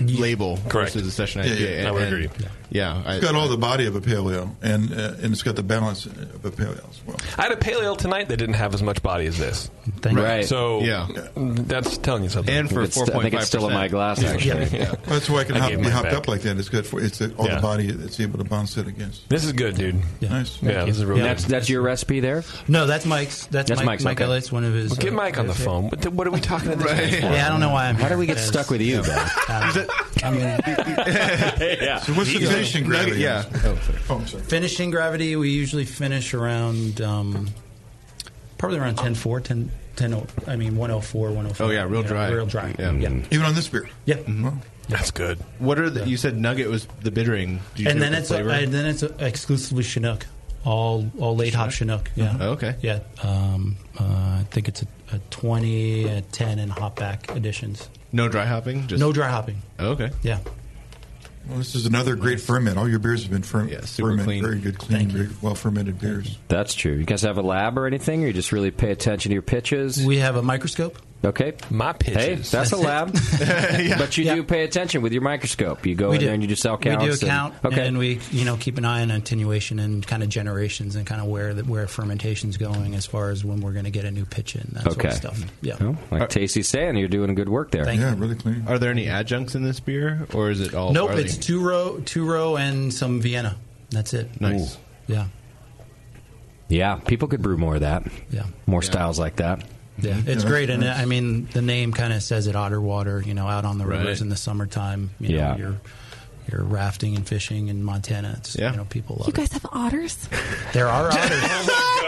J: label
B: Correct.
J: versus the session
K: Yeah,
J: IPA.
K: yeah, I would agree.
J: Yeah, I-
K: It's got all the body of a paleo, and uh, and it's got the balance of a paleo as well.
B: I had a pale ale tonight that didn't have as much body as this.
K: Thank you. Right.
B: So
K: Yeah.
B: that's telling you something.
K: And for It's- I think it's 4.5%. still in my glass, actually. That's why I can hop,
B: gave
K: be
B: mine
K: hopped
B: back.
K: up like that. It's good for it's all
B: Yeah.
K: the body that's able to bounce it against.
B: This is good, dude.
K: Nice.
B: Yeah, this is really.
D: That's that's your recipe there.
P: No, that's Mike's. That's,
D: That's
P: Mike,
D: Mike's,
P: Mike
D: okay.
P: Elliott's one of his.
B: Well, get
P: uh,
B: Mike on the
P: his-
B: phone. What, the, what are we talking about? this guy for?
P: Yeah, I don't know why I'm.
D: How do we get
P: here.
D: stuck with you, Ben?
P: I mean,
B: yeah.
K: So what's the
P: He's-
K: finishing gravity?
P: Yeah.
K: Oh, sorry. Oh, I'm sorry.
P: finishing gravity. We usually finish around um, probably around 10, 4, 10, 10 oh, I mean 104, 105.
J: Oh, yeah, real dry.
P: real dry.
J: Yeah.
P: Yeah.
K: Even on this beer. Mm-hmm.
P: Yeah.
B: That's good.
J: What are the? You said nugget was the bittering. Do you
P: And
J: do
P: then
J: the
P: it's
J: flavor?
P: uh, and then it's uh, exclusively Chinook, all all late hop Chinook. Yeah.
J: Oh, okay.
P: Yeah. Um, uh, I think it's a, a twenty, a ten, and hop back additions.
J: no dry hopping. Just Oh,
P: no dry hopping.
J: Okay.
P: Yeah.
K: Well, this is another great ferment. All your beers have been ferm- fermented, very good, clean, very well fermented beers.
D: That's true. You guys have a lab or anything, or you just really pay attention to your pitches?
P: We have a microscope.
D: Okay.
B: My pitches.
D: Hey, that's, a lab. But you do pay attention with your microscope. You go
P: we
D: in
P: do.
D: there and you do cell
P: We
D: counts.
P: do a
D: and-
P: count,
D: okay.
P: and we you know keep an eye on attenuation and kind of generations and kind of where the, where fermentation's going as far as when we're going to get a new pitch in that sort
D: okay.
P: of stuff. Yeah.
D: Well, like Tasty's saying, you're doing good work there.
P: Thank Yeah,
K: really clean.
J: Are there any adjuncts in this beer, or is it all?
P: nope,
J: barley?
P: it's two row, two row, and some Vienna. That's it.
J: Nice. Ooh.
P: Yeah.
D: Yeah, people could brew more of that.
P: Yeah.
D: More styles like that.
P: Yeah, it's great, and I mean the name kind of says it. Otter water, you know, out on the
D: Right.
P: rivers in the summertime. You
D: Yeah.
P: know, you're you're rafting and fishing in Montana. It's,
D: Yeah.
P: you know, people love
F: You guys have otters?
P: it. There are otters.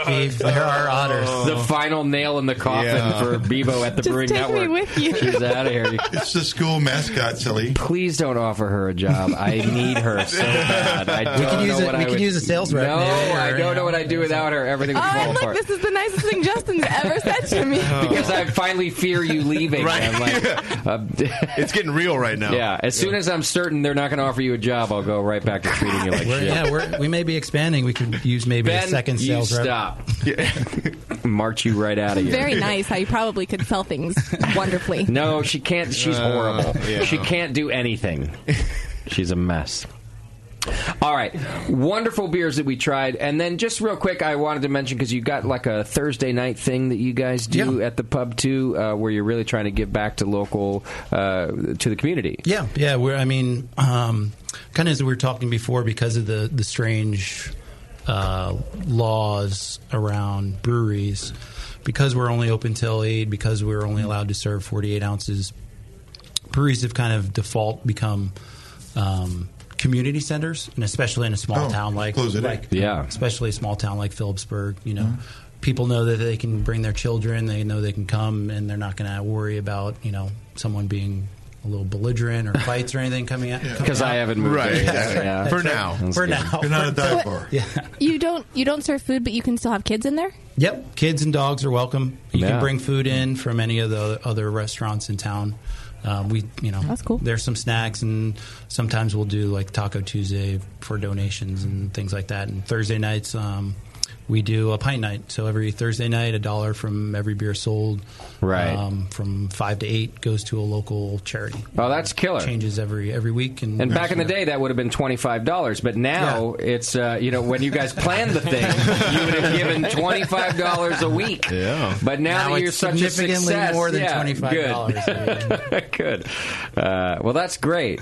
P: Steve, there are otters.
D: Oh The final nail in the coffin
P: Yeah.
D: for Bebo at the Brewing Network. She's out of here.
K: It's the school mascot, silly.
D: Please don't offer her a job. I need her so bad. I don't
P: We could use
D: know
P: a-
D: what
P: we
D: I
P: could
D: would-
P: use a sales rep
D: No,
P: there,
D: I don't
P: you
D: know what I'd do without her. Everything would
F: Oh,
D: fall
F: and look,
D: apart.
F: this is the nicest thing Justin's ever said to me.
D: because I finally fear you leaving.
J: Right.
D: I'm like, it's
J: getting real right now.
D: Yeah. As soon as I'm certain they're not going to offer you a job, I'll go right back to treating you like
P: We're-
D: shit.
P: yeah, we're, we may be expanding. We could use maybe a
D: Ben,
P: second
D: you
P: sales rep.
D: stop. March you right out of here.
F: Very nice how you probably could sell things wonderfully.
D: No, she can't. She's
F: Uh,
D: horrible.
F: yeah.
D: She can't do anything. She's a mess. All right, wonderful beers that we tried, and then just real quick, I wanted to mention because you got like a Thursday night thing that you guys do at the pub too, uh, where you're really trying to give back to local uh, to the community.
P: Yeah, yeah. We're, I mean, um, kind of as we were talking before, because of the the strange uh, laws around breweries, because we're only open till eight, because we're only allowed to serve forty eight ounces, breweries have kind of default become. Um, community centers and especially in a small
K: Oh,
P: town like,
K: close it. Mm-hmm.
P: like
K: Yeah.
P: especially a small town like Phillipsburg you know people know that they can bring their children. They know they can come, and they're not going to worry about you know someone being a little belligerent or fights or anything coming out. coming
D: 'Cause
P: out.
D: I haven't moved Right, there yet, exactly. so, yeah. For
P: That's
D: now.
P: right.
D: That's
P: For
D: good.
P: now.
D: You're
K: not a dive
P: bar. Yeah.
F: You don't you don't serve food, but you can still have kids in there.
P: Yep. Kids and dogs are welcome. You
D: Yeah.
P: can bring food in from any of the other restaurants in town. Um, we, you know, that's cool. There's some snacks, and sometimes we'll do like Taco Tuesday for donations and things like that. And Thursday nights, um, we do a pint night. So every Thursday night, a dollar from every beer sold,
D: Right.
P: um, from five to eight, goes to a local charity.
D: Oh, that's killer.
P: Changes every every week, and,
D: And back in the day, that would have been twenty five dollars. But now it's uh, you know when you guys planned the thing, you would have given twenty five dollars a week.
J: Yeah.
D: But now,
P: Now
D: that you're
P: it's
D: such a
P: significantly
D: success,
P: more than
D: yeah,
P: $25
D: Good. good. Uh, well, that's great.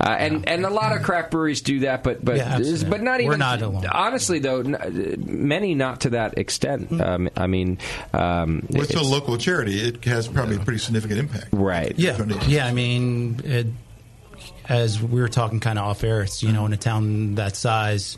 D: Uh, and and a lot of craft breweries do that, but but
P: Yeah, absolutely.
D: but not
P: We're
D: even
P: not alone.
D: honestly though, n- uh, many not to that
P: Hmm.
D: extent. Um, I mean, um,
K: Well, it's a local charity. It has probably a pretty significant impact.
D: Right.
P: Yeah. Yeah. I mean, it, as we were talking kind of off air, it's, you know, in a town that size,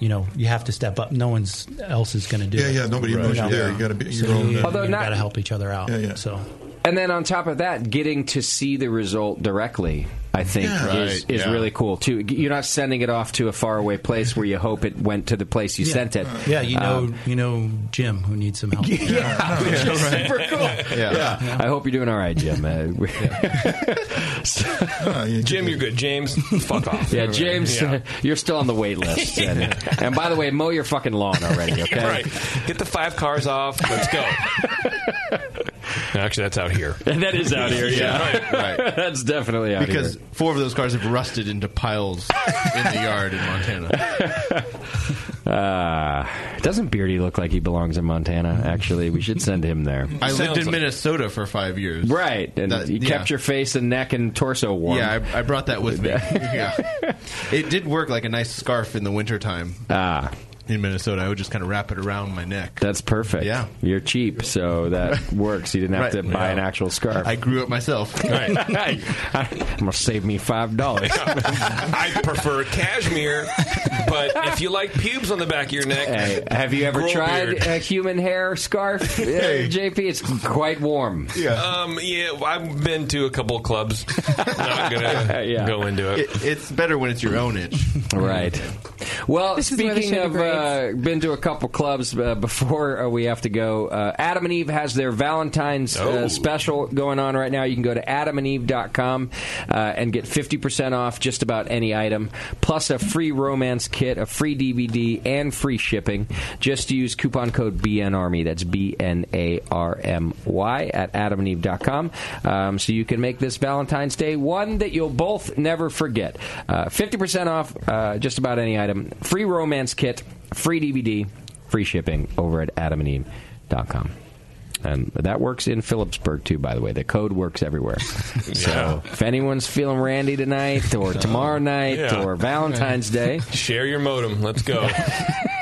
P: you know, you have to step up. No one's else is going to do
K: Yeah,
P: it.
K: yeah, nobody
P: You
K: knows
P: know?
K: you're there. You gotta be
P: So
K: your own,
P: You,
K: uh, Although
P: you
K: not-
P: got to help each other out. So
D: And then on top of that, getting to see the result directly, I think,
P: Yeah.
D: is,
P: Right,
D: is
P: yeah.
D: really cool too. You're not sending it off to a faraway place where you hope it went to the place you
P: yeah.
D: sent it.
P: Yeah. You know,
D: Um,
P: you know, Jim who needs some help.
D: yeah, which is
P: right.
D: super cool.
P: Yeah. Yeah.
D: I hope you're doing all right, Jim. Uh, we-
B: Jim, you're good. James, fuck off.
D: yeah, James,
B: Yeah.
D: you're still on the wait list. And, and by the way, mow your fucking lawn already, okay?
B: Right. Get the five cars off. Let's go. Actually, that's out here.
D: That is out here, yeah.
J: Right, right.
D: That's definitely out
J: because
D: here.
J: four of those cars have rusted into piles in the yard in Montana.
D: Uh, doesn't Beardy look like he belongs in Montana? Actually, we should send him there.
J: I lived in Minnesota for five years.
D: Right, and
J: That-
D: you
J: yeah.
D: kept your face and neck and torso warm.
J: Yeah, I, I brought that with me. yeah. It did work like a nice scarf in the wintertime.
D: Ah.
J: In Minnesota, I would just kind of wrap it around my neck.
D: That's perfect. Yeah, you're cheap, so that works. You didn't have to
J: Right.
D: buy an
J: Yeah.
D: actual scarf.
J: I grew it myself.
D: Hey, I'm gonna save me five dollars.
B: I prefer cashmere, but if you like pubes on the back of your neck,
D: Hey, have you ever
B: grow a
D: tried
B: beard.
D: a human hair scarf, Uh, JP? It's quite warm.
B: Um, yeah, I've been to a couple of clubs. Not gonna
D: Yeah.
B: go into it.
J: It- it's better when it's your own itch.
D: Right. Well,
J: This is where they
D: speaking
J: show the
D: of uh, been to a couple clubs uh, before uh, we have to go, uh, Adam and Eve has their Valentine's uh,
B: Oh.
D: special going on right now. You can go to adamandeve.com uh, and get 50% off just about any item, plus a free romance kit, a free DVD, and free shipping. Just use coupon code BNARMY. That's B N A R M Y at adamandeve.com. Um, so you can make this Valentine's Day one that you'll both never forget. Uh, 50% off uh, just about any item, free romance kit, free DVD, free shipping over at adamandeve.com. And that works in Phillipsburg too, by the way. The code works everywhere. So if anyone's feeling randy tonight or tomorrow night
B: Uh, Yeah.
D: or Valentine's Day,
B: Share your modem. Let's go.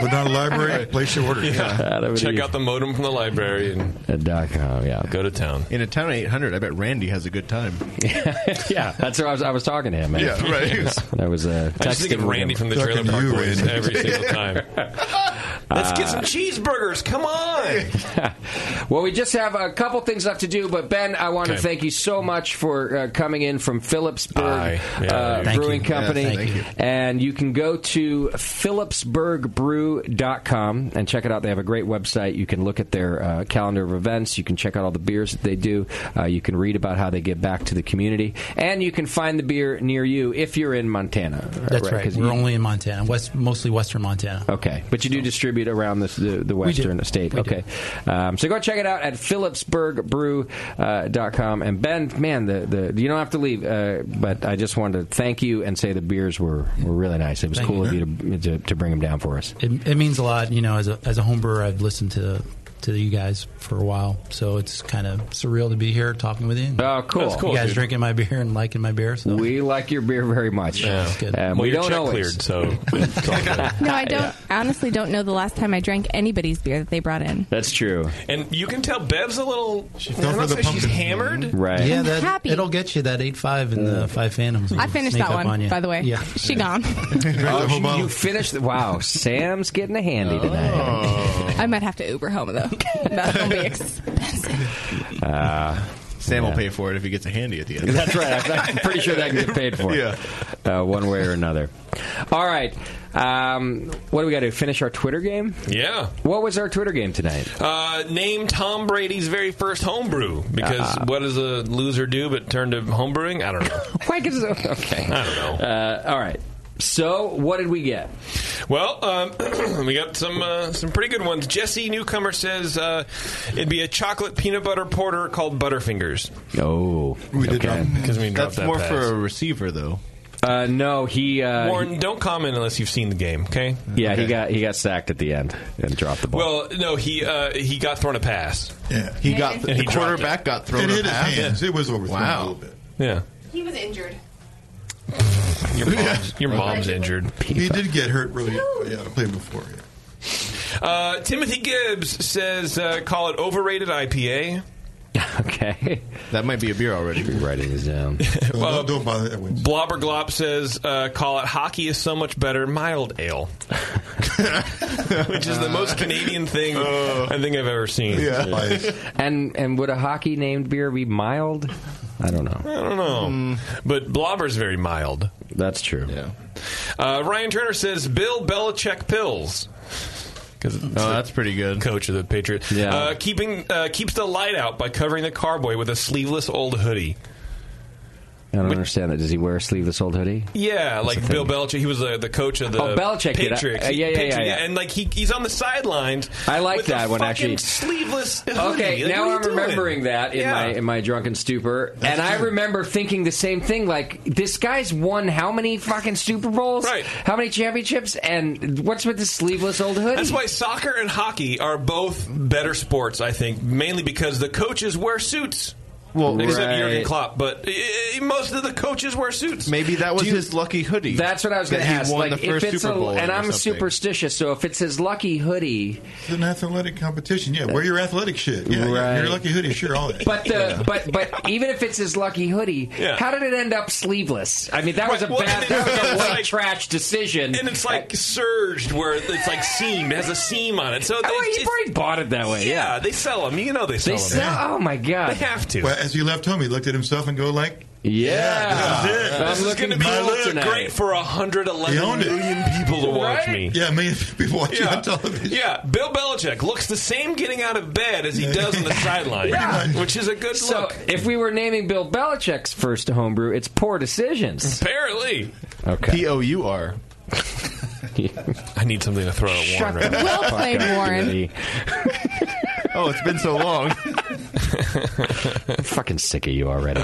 K: We're not a library. Place your order.
D: Yeah. That would
B: Check
D: be-
B: out the modem from the library and
D: dot com, yeah.
B: go to town.
J: In a town of 800, I bet Randy has a good time.
D: yeah, that's what I was, I was talking to him. man.
J: Yeah, right. He was-
D: That was uh,
B: I just think
D: texting
B: of
D: with
B: Randy
D: him.
B: from the Trailer Park Boys every single time. Let's get
D: Uh,
B: some cheeseburgers. Come on.
D: well, we just have a couple things left to do, but Ben, I want
B: Okay.
D: to thank you so much for uh, coming in from Phillipsburg
B: Aye. Yeah,
D: uh,
B: thank you.
D: Brewing
B: Yeah,
D: Company.
B: thank you.
D: And you can go to phillipsburgbrew.com and check it out. They have a great website. You can look at their uh, calendar of events. You can check out all the beers that they do. Uh, you can read about how they give back to the community. And you can find the beer near you if you're in Montana.
P: That's right.
D: 'Cause
P: We're
D: you-
P: only in Montana, west, mostly western Montana.
D: Okay, but you do distribute around the the, the
P: We do.
D: western state.
P: We do.
D: okay, um, so go check it out at phillipsburgbrew.com. And Ben, man, the, the you don't have to leave, uh, but I just wanted to thank you and say the beers were, were really nice. It was
P: Thank
D: cool
P: you.
D: of you to, to to bring them down for us.
P: It, it means a lot, you know. As a as a home brewer, I've listened to to you guys for a while, so it's kind of surreal to be here talking with you.
D: Oh, cool. That's cool,
P: You guys
D: dude.
P: drinking my beer and liking my beer. So
D: we like your beer very much.
P: Yeah.
D: Um, we don't always.
F: No, I don't.
D: Yeah.
F: Honestly, don't know the last time I drank anybody's beer that they brought in.
D: That's true.
B: And you can tell Bev's a little. She
F: fell for the
B: She's
D: Mm-hmm.
B: hammered.
P: Yeah,
F: I'm
P: that,
F: happy.
P: it'll get you that eight five and
D: Mm.
P: the five phantoms.
F: I finished
P: Sneak
F: that
P: up
F: one,
P: on you.
F: by the way.
P: Yeah,
F: She gone.
D: Oh, you, you finished. The, wow, Sam's getting a handy tonight.
F: I might have to Uber home though. That's gonna be expensive.
D: Uh,
J: Sam
D: yeah.
J: will pay for it if he gets a handy at the end.
D: That's right. I'm pretty sure that can get paid for.
J: Yeah.
D: Uh, one way or another. All right. Um, what do we got to do? Finish our Twitter game?
B: Yeah.
D: What was our Twitter game tonight?
B: Uh, name Tom Brady's very first homebrew because
D: Ah.
B: what does a loser do but turn to homebrewing? I don't know.
D: Why? Because okay.
B: I don't know.
D: Uh, all right. So, what did we get?
B: Well, um, we got some uh, some pretty good ones. Jesse Newcomer says uh, it'd be a chocolate peanut butter porter called Butterfingers.
D: Oh,
B: We did not- because we dropped
J: That's
B: that
J: more
B: pass.
J: for a receiver, though.
D: Uh, no, he uh,
B: Warren, don't comment unless you've seen the game. Okay.
D: Yeah, he got he got sacked at the end and dropped the ball.
B: Well, no, he uh, he got thrown a pass.
K: Yeah,
J: He got
B: And
J: the
B: he dropped
J: quarterback
B: it.
J: got thrown.
B: It hit
J: a
B: his
J: pass.
B: hands. It was overthrown a
J: Wow.
B: little bit. Yeah.
F: He was injured.
B: Your mom's, your mom's injured.
K: He did get hurt really. Yeah, I played before. Yeah.
B: Uh, Timothy Gibbs says, uh, "Call it overrated IPA."
D: Okay,
J: that might be a beer already.
D: Be writing this down.
B: Well, don't bother that one. Blobber Glop says, uh, "Call it hockey is so much better, mild ale," which is the most Canadian thing I think I've ever seen.
D: and and would a hockey named beer be mild? I don't know.
B: I don't know, but Blobber's very mild.
D: That's true.
J: Yeah.
B: Uh, Ryan Turner says, "Bill Belichick pills." Because oh,
J: that's pretty good.
B: Coach of the Patriots.
J: Yeah.
B: Uh, keeping uh, keeps the light out by covering the carboy with a sleeveless old hoodie.
D: I don't understand that. Does he wear a sleeveless old hoodie?
B: Yeah, like Bill Belichick. He was uh, the coach of the
D: Oh, Belichick did.
B: Patriots.
D: Uh, yeah, yeah, yeah,
B: Patriot-
D: yeah.
B: And like he, he's on the sidelines.
D: I like
B: with
D: that
B: a
D: one,
B: fucking
D: actually.
B: Sleeveless. Hoodie.
D: Okay,
B: Like, what
D: now
B: are you
D: I'm
B: doing?
D: remembering that in
B: Yeah.
D: my in my drunken stupor, and I remember thinking the same thing. Like this guy's won how many fucking Super Bowls? Right. How many championships? And what's with this sleeveless old hoodie?
B: That's why soccer and hockey are both better sports, I think, mainly because the coaches wear suits.
J: Well,
B: except
J: right.
B: Jurgen Klopp, but eh, most of the coaches wear suits.
J: Maybe that was
B: Do you-
J: his lucky hoodie.
D: That's what I was
J: that
D: going to
J: he
D: ask.
J: Won
D: Like,
J: the first
D: if it's
J: Super
D: a-
J: Bowl
D: and
J: or
D: I'm
J: something.
D: superstitious, so if it's his lucky hoodie,
K: It's an athletic competition. Yeah, wear your athletic shit. Yeah,
D: Right.
K: yeah your lucky hoodie, sure, all that.
D: but the but but even if it's his lucky hoodie,
K: Yeah.
D: how did it end up sleeveless? I mean, that was a
B: Right, well,
D: bad,
B: and
D: that was a
B: it's
D: white
B: like-
D: trash decision.
B: And it's like surged where it's like seamed, it has a seam on it. So they,
D: he probably bought it that way.
B: Yeah, they sell them. You know they sell
K: They
B: them.
K: sell-
D: oh my god,
B: they have to.
K: Well, as he left home, he looked at himself and go like,
B: Yeah, this is it.
K: I'm
B: this is
K: looking
B: going to be
K: cool
B: look
K: tonight.
B: great for 111
K: He owned it.
B: million people to watch me.
K: Yeah, million people watch you
B: Yeah.
K: on television.
B: Yeah, Bill Belichick looks the same getting out of bed as he does on the sideline, which is a good
D: So
B: look.
D: if we were naming Bill Belichick's first homebrew, it's poor decisions.
B: Apparently,
D: Okay.
J: P O U R.
B: I need something to throw at
D: Shut Warren right the now. fuck Well played, up, Warren. Eddie.
J: oh, it's been so long.
D: I'm fucking sick of you already.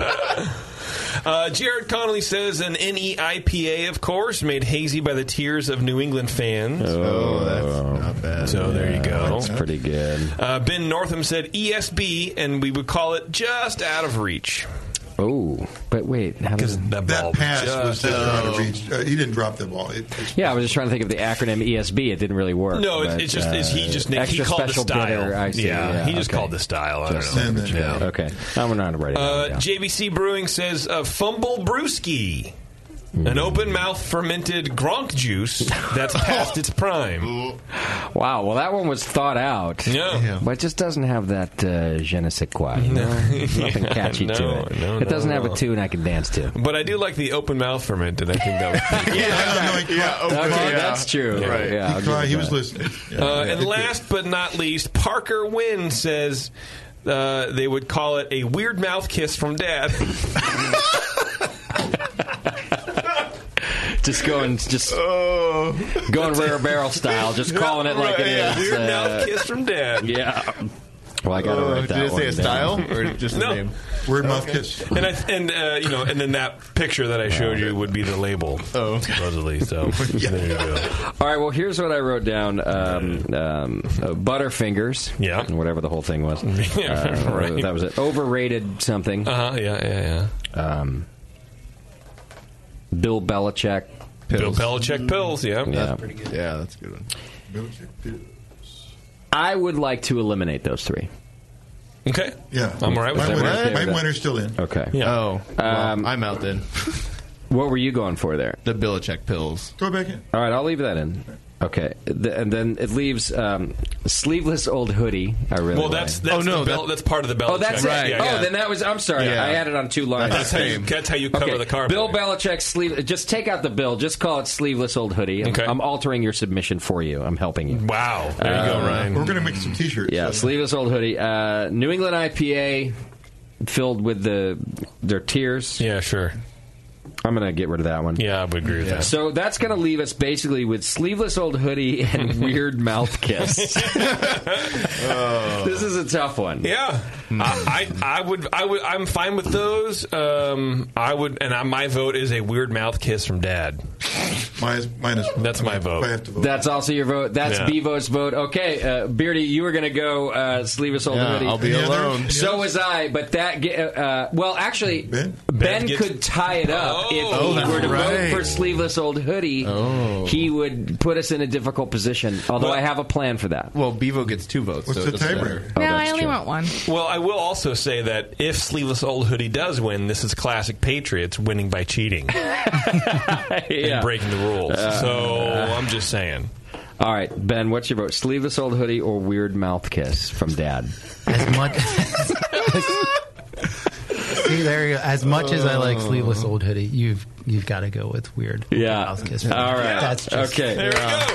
B: Uh, Jared Connolly says an E NEIPA, of course, made hazy by the tears of New England fans.
J: Oh, that's not bad.
B: So there you go.
D: That's pretty good.
B: Uh, ben Northam said ESB, and we would call it just out of reach.
D: Oh, but wait, how does
B: that ball
K: Pass was
B: just
J: uh,
K: just out
B: oh.
K: of reach. Uh, he didn't drop the ball. It, it-
D: Yeah, I was just trying to think of the acronym ESB. It didn't really work.
B: No, it,
D: but,
B: it's just it's, he
D: uh,
B: just nicked- he
D: extra
B: called the
D: special
B: style.
D: bitter, I see,
B: yeah, he just
D: okay.
B: called the style. I
D: Just
B: don't know.
D: sandwich bitter. Okay, I'm not writing.
B: Uh, JBC Brewing says uh, fumble brewski.
J: Mm.
B: An open mouth fermented Gronk juice that's past its prime.
D: Wow, well that one was thought out.
B: Yeah.
D: But it just doesn't have that uh, je ne sais quoi, you know? There's Nothing
B: Yeah,
D: catchy
B: no,
D: to it.
B: no,
D: it doesn't
B: no,
D: have
B: no.
D: a tune I can dance to.
B: But I do like the open mouth fermented. I think that was
J: yeah,
D: okay, that's true.
B: Right.
D: Yeah, I'll
K: he, cried.
D: give
K: He
D: you
K: was
D: that.
K: listening.
B: Uh, and last but not least, Parker Wynn says uh, they would call it a weird mouth kiss from dad.
D: Just going, just
B: Oh.
D: going rare barrel style, just calling it like it is.
B: Weird
D: uh,
B: mouth kiss from dad.
D: Yeah. Well, I gotta
J: Oh,
D: write
J: did
D: that
J: it say
D: one
J: a
D: down.
J: style or just the
B: No.
J: name?
K: Weird mouth kiss.
B: And I, and uh, you know, and then that picture that I showed you would be the label, oh. supposedly. So there you go.
D: All right. Well, here's what I wrote down: um, um, uh, Butterfingers. Yeah. Whatever the whole thing was.
B: Yeah,
D: Uh,
B: right.
D: That was it. Overrated something.
B: Uh huh. Yeah. Yeah.
D: Yeah. Um, Bill Belichick.
B: Bill Belichick pills. Yeah.
J: good. Yeah, that's a good one.
D: I would like to eliminate those three.
B: Okay.
K: Yeah.
D: I'm all right with
K: Mike
D: that.
K: Winter-
D: Right.
K: Mike Winter's still in.
D: Okay.
B: Yeah.
J: Oh, well, I'm out then.
D: What were you going for there?
J: The Belichick pills.
K: Throw it back in.
D: All right, I'll leave that in. Okay, Th- and then it leaves um, sleeveless old hoodie. I really
B: Well, that's that's
D: like.
B: the Bel- that's part of the Belichick.
D: Oh, that's
B: Right.
D: it.
B: Yeah, yeah.
D: Oh, then that was. I'm sorry,
B: Yeah.
D: I had it on two lines.
B: That's how you- that's how you cover the carb.
D: Bill Belichick sleeve. Just take out the bill. Just call it sleeveless old hoodie. I'm,
B: Okay.
D: I'm altering your submission for you. I'm helping you. Um,
B: Wow. There you
D: Uh,
B: go, Ryan. Mm.
K: We're going to make some t-shirts.
D: Yeah, sleeveless old hoodie. Uh, New England IPA filled with the their tears.
B: Yeah, sure.
D: I'm gonna get rid of that one.
B: Yeah, I would agree with that.
D: So that's going to leave us basically with sleeveless old hoodie and weird mouth kiss.
J: Oh,
D: This is a tough one.
B: Yeah, I, I, I would, I would, I'm fine with those. Um, I would, and I, my vote is a weird mouth kiss from Dad.
K: Minus, minus.
B: That's my vote.
D: That's also your vote. That's
B: Yeah.
D: Bevo's vote. Okay, uh, Beardy, you were going to go uh, sleeveless old
J: Yeah,
D: hoodie.
J: I'll be Any other- alone. any
D: So was I, but that. ge- Uh, well, actually, Ben,
J: gets-
D: could tie it up if he
J: Oh, that's
D: were to
J: right. Oh.
D: vote for sleeveless old hoodie. He would put us in a difficult position. Although I have a plan for that.
J: Well, Bevo gets two votes.
D: What's
J: so
D: the
J: it doesn't
D: tiebreaker?
J: matter.
F: no, I only want one.
B: Well, I will also say that if sleeveless old hoodie does win, this is classic Patriots winning by cheating and breaking the rules.
D: Uh,
B: so I'm just saying.
D: All right, Ben, what's your vote? Sleeveless old hoodie or weird mouth kiss from Dad?
P: As much. See there, you go. as much as I like
D: Oh.
P: sleeveless old hoodie, you've you've got to go with weird.
D: Yeah.
P: Mouth kiss.
D: All right.
P: That's just,
D: okay.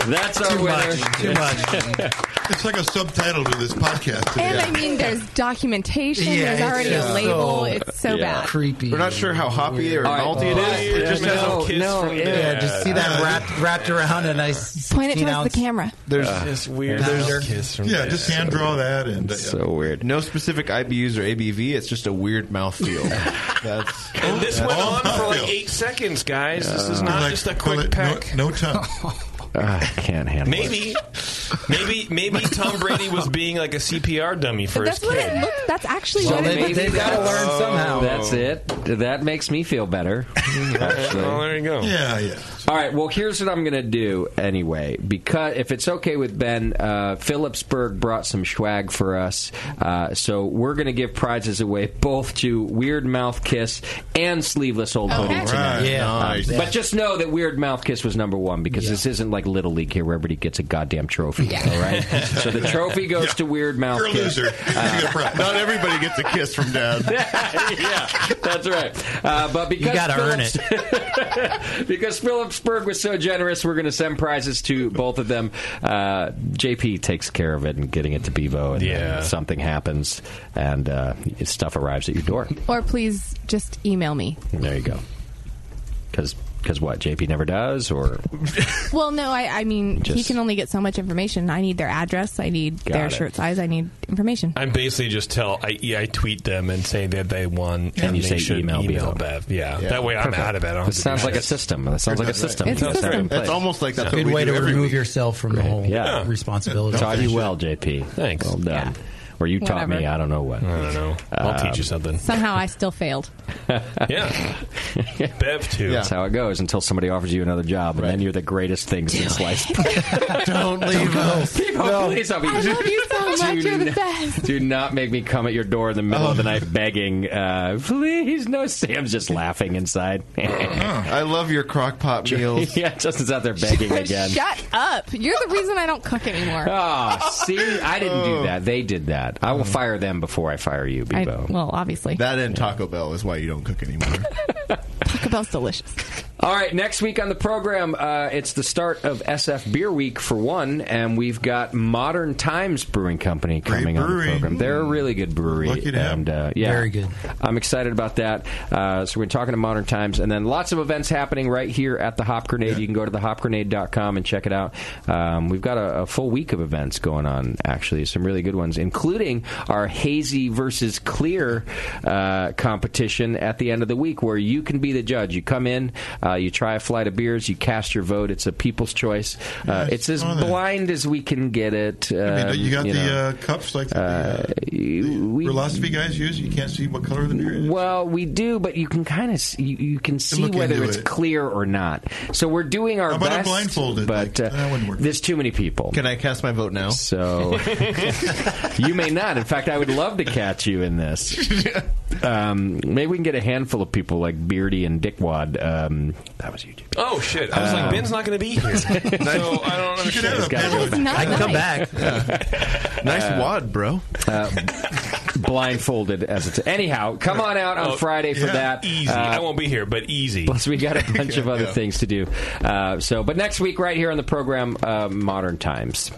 D: That's our
P: Too
D: winner.
P: much. Too much.
K: It's like a subtitle to this podcast. Today.
F: And I mean, there's documentation.
K: Yeah,
F: there's
K: it's
F: already a
K: just
F: label.
K: so-
F: it's so bad.
P: Creepy.
J: We're not sure how hoppy or
P: All right.
J: malty it is. It just has a kiss from
P: yeah,
J: dad.
P: just see that wrapped wrapped around a nice.
F: Point
P: 16
F: it towards the
P: ounce-
F: camera.
J: There's
P: Uh,
J: this
P: weird
J: There's,
P: kiss
K: from Yeah, dad. just hand draw that and- That's
D: so weird.
J: uh, No specific IBUs or ABV. It's just a weird mouth feel. That's
B: And this went on for like eight seconds, guys. this is not just a quick peck.
K: No, no tongue.
D: I can't handle
B: Maybe, maybe, maybe Tom Brady was being like a CPR dummy for
F: That's
B: his
F: what
B: kid.
F: it looked. That's actually
D: So
F: what it
D: maybe
F: looks like.
D: that's-
B: learn somehow.
D: That's it. That makes me feel better. actually.
B: Well, there you go. Yeah, yeah.
D: All right. Well, here's what I'm going to do anyway. Because if it's okay with Ben, uh, Phillipsburg brought some swag for us, uh, so we're going to give prizes away both to Weird Mouth Kiss and Sleeveless Old Hoodie
J: Okay.
D: tonight.
J: Right. Yeah.
D: Um,
J: Nice.
D: But just know that Weird Mouth Kiss was number one because this isn't like Little League here where everybody gets a goddamn trophy. All right. so the trophy goes to Weird Mouth
J: You're a
D: Kiss.
J: loser.
D: Uh,
J: Not everybody gets a kiss from dad.
D: yeah, that's right. Uh, but because
J: You gotta earn
D: it. because Phillipsburg was so generous, we're going to send prizes to both of them. Uh, JP takes care of it and getting it to Bevo, and then
B: Yeah.
D: something happens, and uh, stuff arrives at your door.
F: Or please just email me.
D: There you go. Because what JP never does, or
F: Well, no, I, I mean, he
D: Just-
F: can only get so much information. I need their address. I need
B: Got
F: their
B: it.
F: shirt size. I need information.
B: I'm basically just tell I, yeah, I tweet them and say that they won
D: And you
B: they
D: say
B: should
D: email Bevo.
B: Bev. Yeah.
D: Yeah.
B: that way I'm
D: Perfect.
B: out of it. I don't have
D: This
B: to do
D: sounds like a system. That sounds like a That's right. system. It's a That's system. right. It's almost like that's
P: a good
D: what we
P: way
D: do
P: to
D: every
P: remove
D: week.
P: yourself from the whole
D: Yeah.
P: responsibility.
D: Taught you well, JP. Thanks. Well done. Or you taught me.
F: Whatever.
D: I don't know what. Um, I don't know.
B: I'll teach you something.
F: Somehow I still failed.
B: yeah. Bev too.
D: That's how it goes until somebody offers you another job, and then you're the greatest thing since sliced
J: Don't leave us.
D: People, please help me.
F: I love you so much. You're the
D: n-
F: best.
D: Do not make me come at your door in the middle of the night begging. Uh, please, no. Sam's just laughing inside.
J: I love your crock pot meals.
D: yeah, Justin's out there begging again.
F: Shut up. You're the reason I don't cook anymore.
D: Ah, see, I didn't do that. They did that. I will fire them before Oh. Mm. I fire you,
F: I-
D: Bebo.
F: well, obviously.
J: That and Taco Bell is why you don't cook anymore.
F: Taco Bell's delicious.
D: All right, next week on the program, uh, it's the start of SF Beer Week for one, and we've got Modern Times Brewing Company coming on the program. They're a really good brewery, and uh, yeah,
P: Very good.
D: I'm excited about that. Uh, so we're talking to Modern Times, and then lots of events happening right here at the Hop Grenade. You can go to the hopgrenade.com and check it out. Um, we've got a, a full week of events going on, actually, some really good ones, including our hazy versus clear uh, competition at the end of the week, where you can be the judge. You come in, uh, you try a flight of beers, you cast your vote. It's a people's choice. Uh, it's as blind as we can get it.
K: I mean, you got
D: um,
K: the
D: know.
K: uh, cups like the, uh,
D: we-
K: philosophy guys use. You can't see what color the beer is.
D: Well, we do, but you can kind of you, you can see
K: look
D: whether
K: into
D: it's
K: it.
D: clear or not. So we're doing our
K: How about I'm
D: best.
K: blindfolded?
D: But uh, there's too many people.
J: Can I cast my vote now?
F: Oh,
D: So you may not. In fact, I would love to catch you in this. Um, maybe we can get a handful of people like Beardy and Dickwad. Um, that was you. Jimmy.
B: Oh shit! I was
D: Uh,
J: Um,
B: like, Ben's not going to be here, so I don't understand.
D: He's gotta go back.
J: I can come back. Nice wad, bro.
B: Um,
D: Uh, blindfolded as it's. Anyhow, come on out on
B: Oh,
D: Friday for
B: yeah.
D: that.
B: Easy.
D: Uh,
B: I won't be here, but easy.
D: Plus, we got a bunch of other
B: Yeah.
D: things to do. Uh, so, but next week, right here on the program, uh, Modern Times.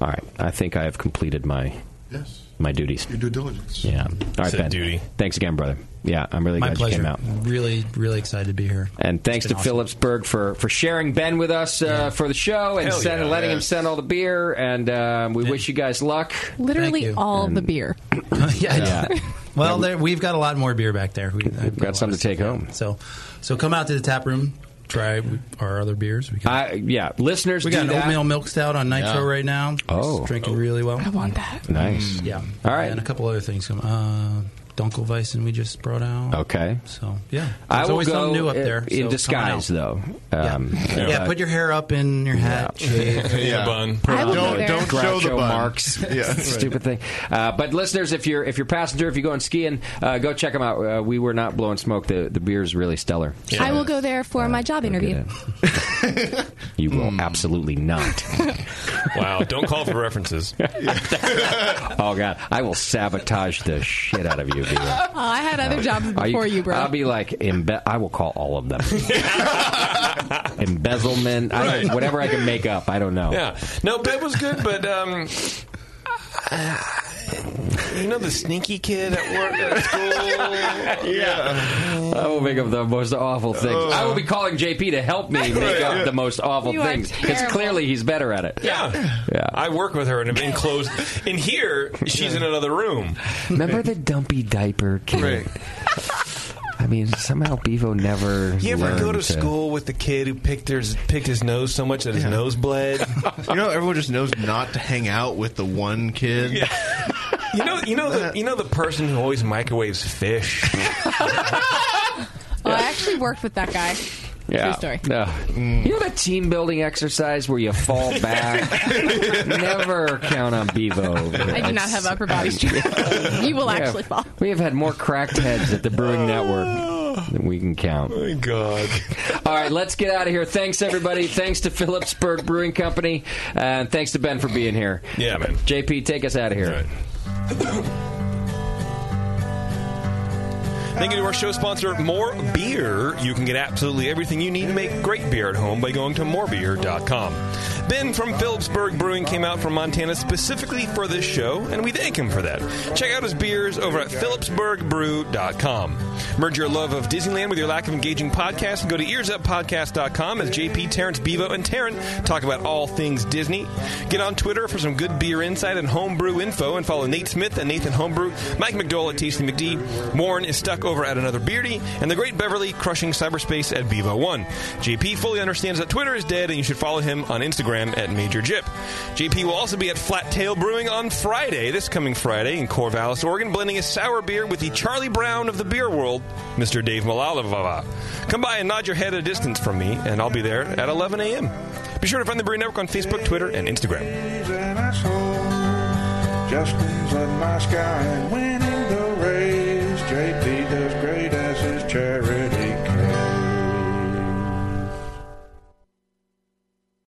D: All right, I think I have completed my
K: Yes.
D: my duties.
K: Your due diligence.
D: Yeah. All right,
K: Said
D: Ben.
K: duty.
D: Thanks again, brother. Yeah, I'm really
P: My
D: glad
P: pleasure.
D: you came out.
P: Really, really excited to be here.
D: And thanks
P: It's
D: to
P: been awesome.
D: Phillipsburg for, for sharing Ben with us uh, for the show and
P: Hell
D: send,
P: yeah,
D: letting him
P: yes.
D: send all the beer. And um, we wish you guys luck.
F: Literally all the beer.
D: yeah.
P: Well, there, we've got a lot more beer back there. We, have got some to take home. So, so come out to the tap room, try our other beers. We
D: got,
P: yeah,
D: listeners,
P: we got
D: do
P: an
D: that.
P: oatmeal milk stout on nitro
D: Yeah.
P: right now.
D: Oh.
P: It's drinking really well. I
F: want that.
D: Nice.
P: Yeah.
D: All right.
P: and a couple other things. Come, uh, Dunkelweizen we just brought out.
D: Okay.
P: So yeah,
D: I
P: There's
D: will
P: always
D: go
P: something new up
D: in-
P: there.
D: in
P: so
D: disguise,
P: come on out.
D: though. Um,
P: Yeah, put your hair up in your hat. shave.
D: Groucho marks. Stupid thing. Uh, but listeners, if you're if you're passenger, if you're going skiing, uh, go check them out. Uh, we were not blowing smoke. The the beer's really stellar.
F: I will go there for my job interview.
D: You will absolutely not.
B: Hmm. Wow, don't call for references.
D: oh God, I will sabotage the shit out of you. Vera.
F: Oh, I had other jobs
D: Are Uh,
F: before you, bro.
D: I'll be like, embe- I will call all of them. Embezzlement, I don't-
B: Right.
D: whatever I can make up. I don't know.
B: Yeah. No, Ben was good, but um, you know the sneaky kid at work at school.
D: yeah. I will make up the most awful things.
B: Uh.
D: I will be calling JP to help me make up the most awful
B: You are
D: things because
B: terrible.
D: clearly he's better at it.
B: Yeah.
D: Yeah.
B: I work with her in an enclosed. In here, she's in another room.
D: Remember the dumpy diaper kid? I mean, somehow Bevo never.
B: You ever go
D: learned
B: to school with the kid who picked his picked his nose so much that his nose bled?
J: you know, everyone just knows not to hang out with the one kid.
B: You know, you know the you know the person who always microwaves fish.
F: Oh, I actually worked with that guy.
D: Yeah.
F: True story.
D: No. You know that team building exercise where you fall back? Never count on Bevo.
F: I do not have upper body strength. you will
D: Yeah.
F: actually fall.
D: We have had more cracked heads at the Brewing Network than we can count. Oh, my
B: God.
D: All right, let's get out of here. Thanks, everybody. Thanks to Phillipsburg Brewing Company. And thanks to Ben for being here.
B: Yeah, man.
D: JP, take us out of here.
B: Thank you to our show sponsor, More Beer. You can get absolutely everything you need to make great beer at home by going to morebeer.com. Ben from Phillipsburg Brewing came out from Montana specifically for this show, and we thank him for that. Check out his beers over at phillipsburgbrew.com. Merge your love of Disneyland with your lack of engaging podcasts and go to earsuppodcast.com as JP, Terrence, Bevo, and Taryn talk about all things Disney. Get on Twitter for some good beer insight and homebrew info and follow Nate Smith and Nathan Homebrew, Mike McDowell at Tasty McD, Warren is stuck over at Another Beardy, and the great Beverly crushing cyberspace at Bevo One. JP fully understands that Twitter is dead and you should follow him on Instagram at Major Jip. JP will also be at Flat Tail Brewing on Friday, this coming Friday in Corvallis, Oregon, blending a sour beer with the Charlie Brown of the beer world, Mr. Dave Malalavava. Come by and nod your head a distance from me, and I'll be there at 11 a.m. Be sure to find the Brew Network on Facebook, Twitter, and Instagram.
I: Justin's in my sky and winning the race. JP does great as his charity.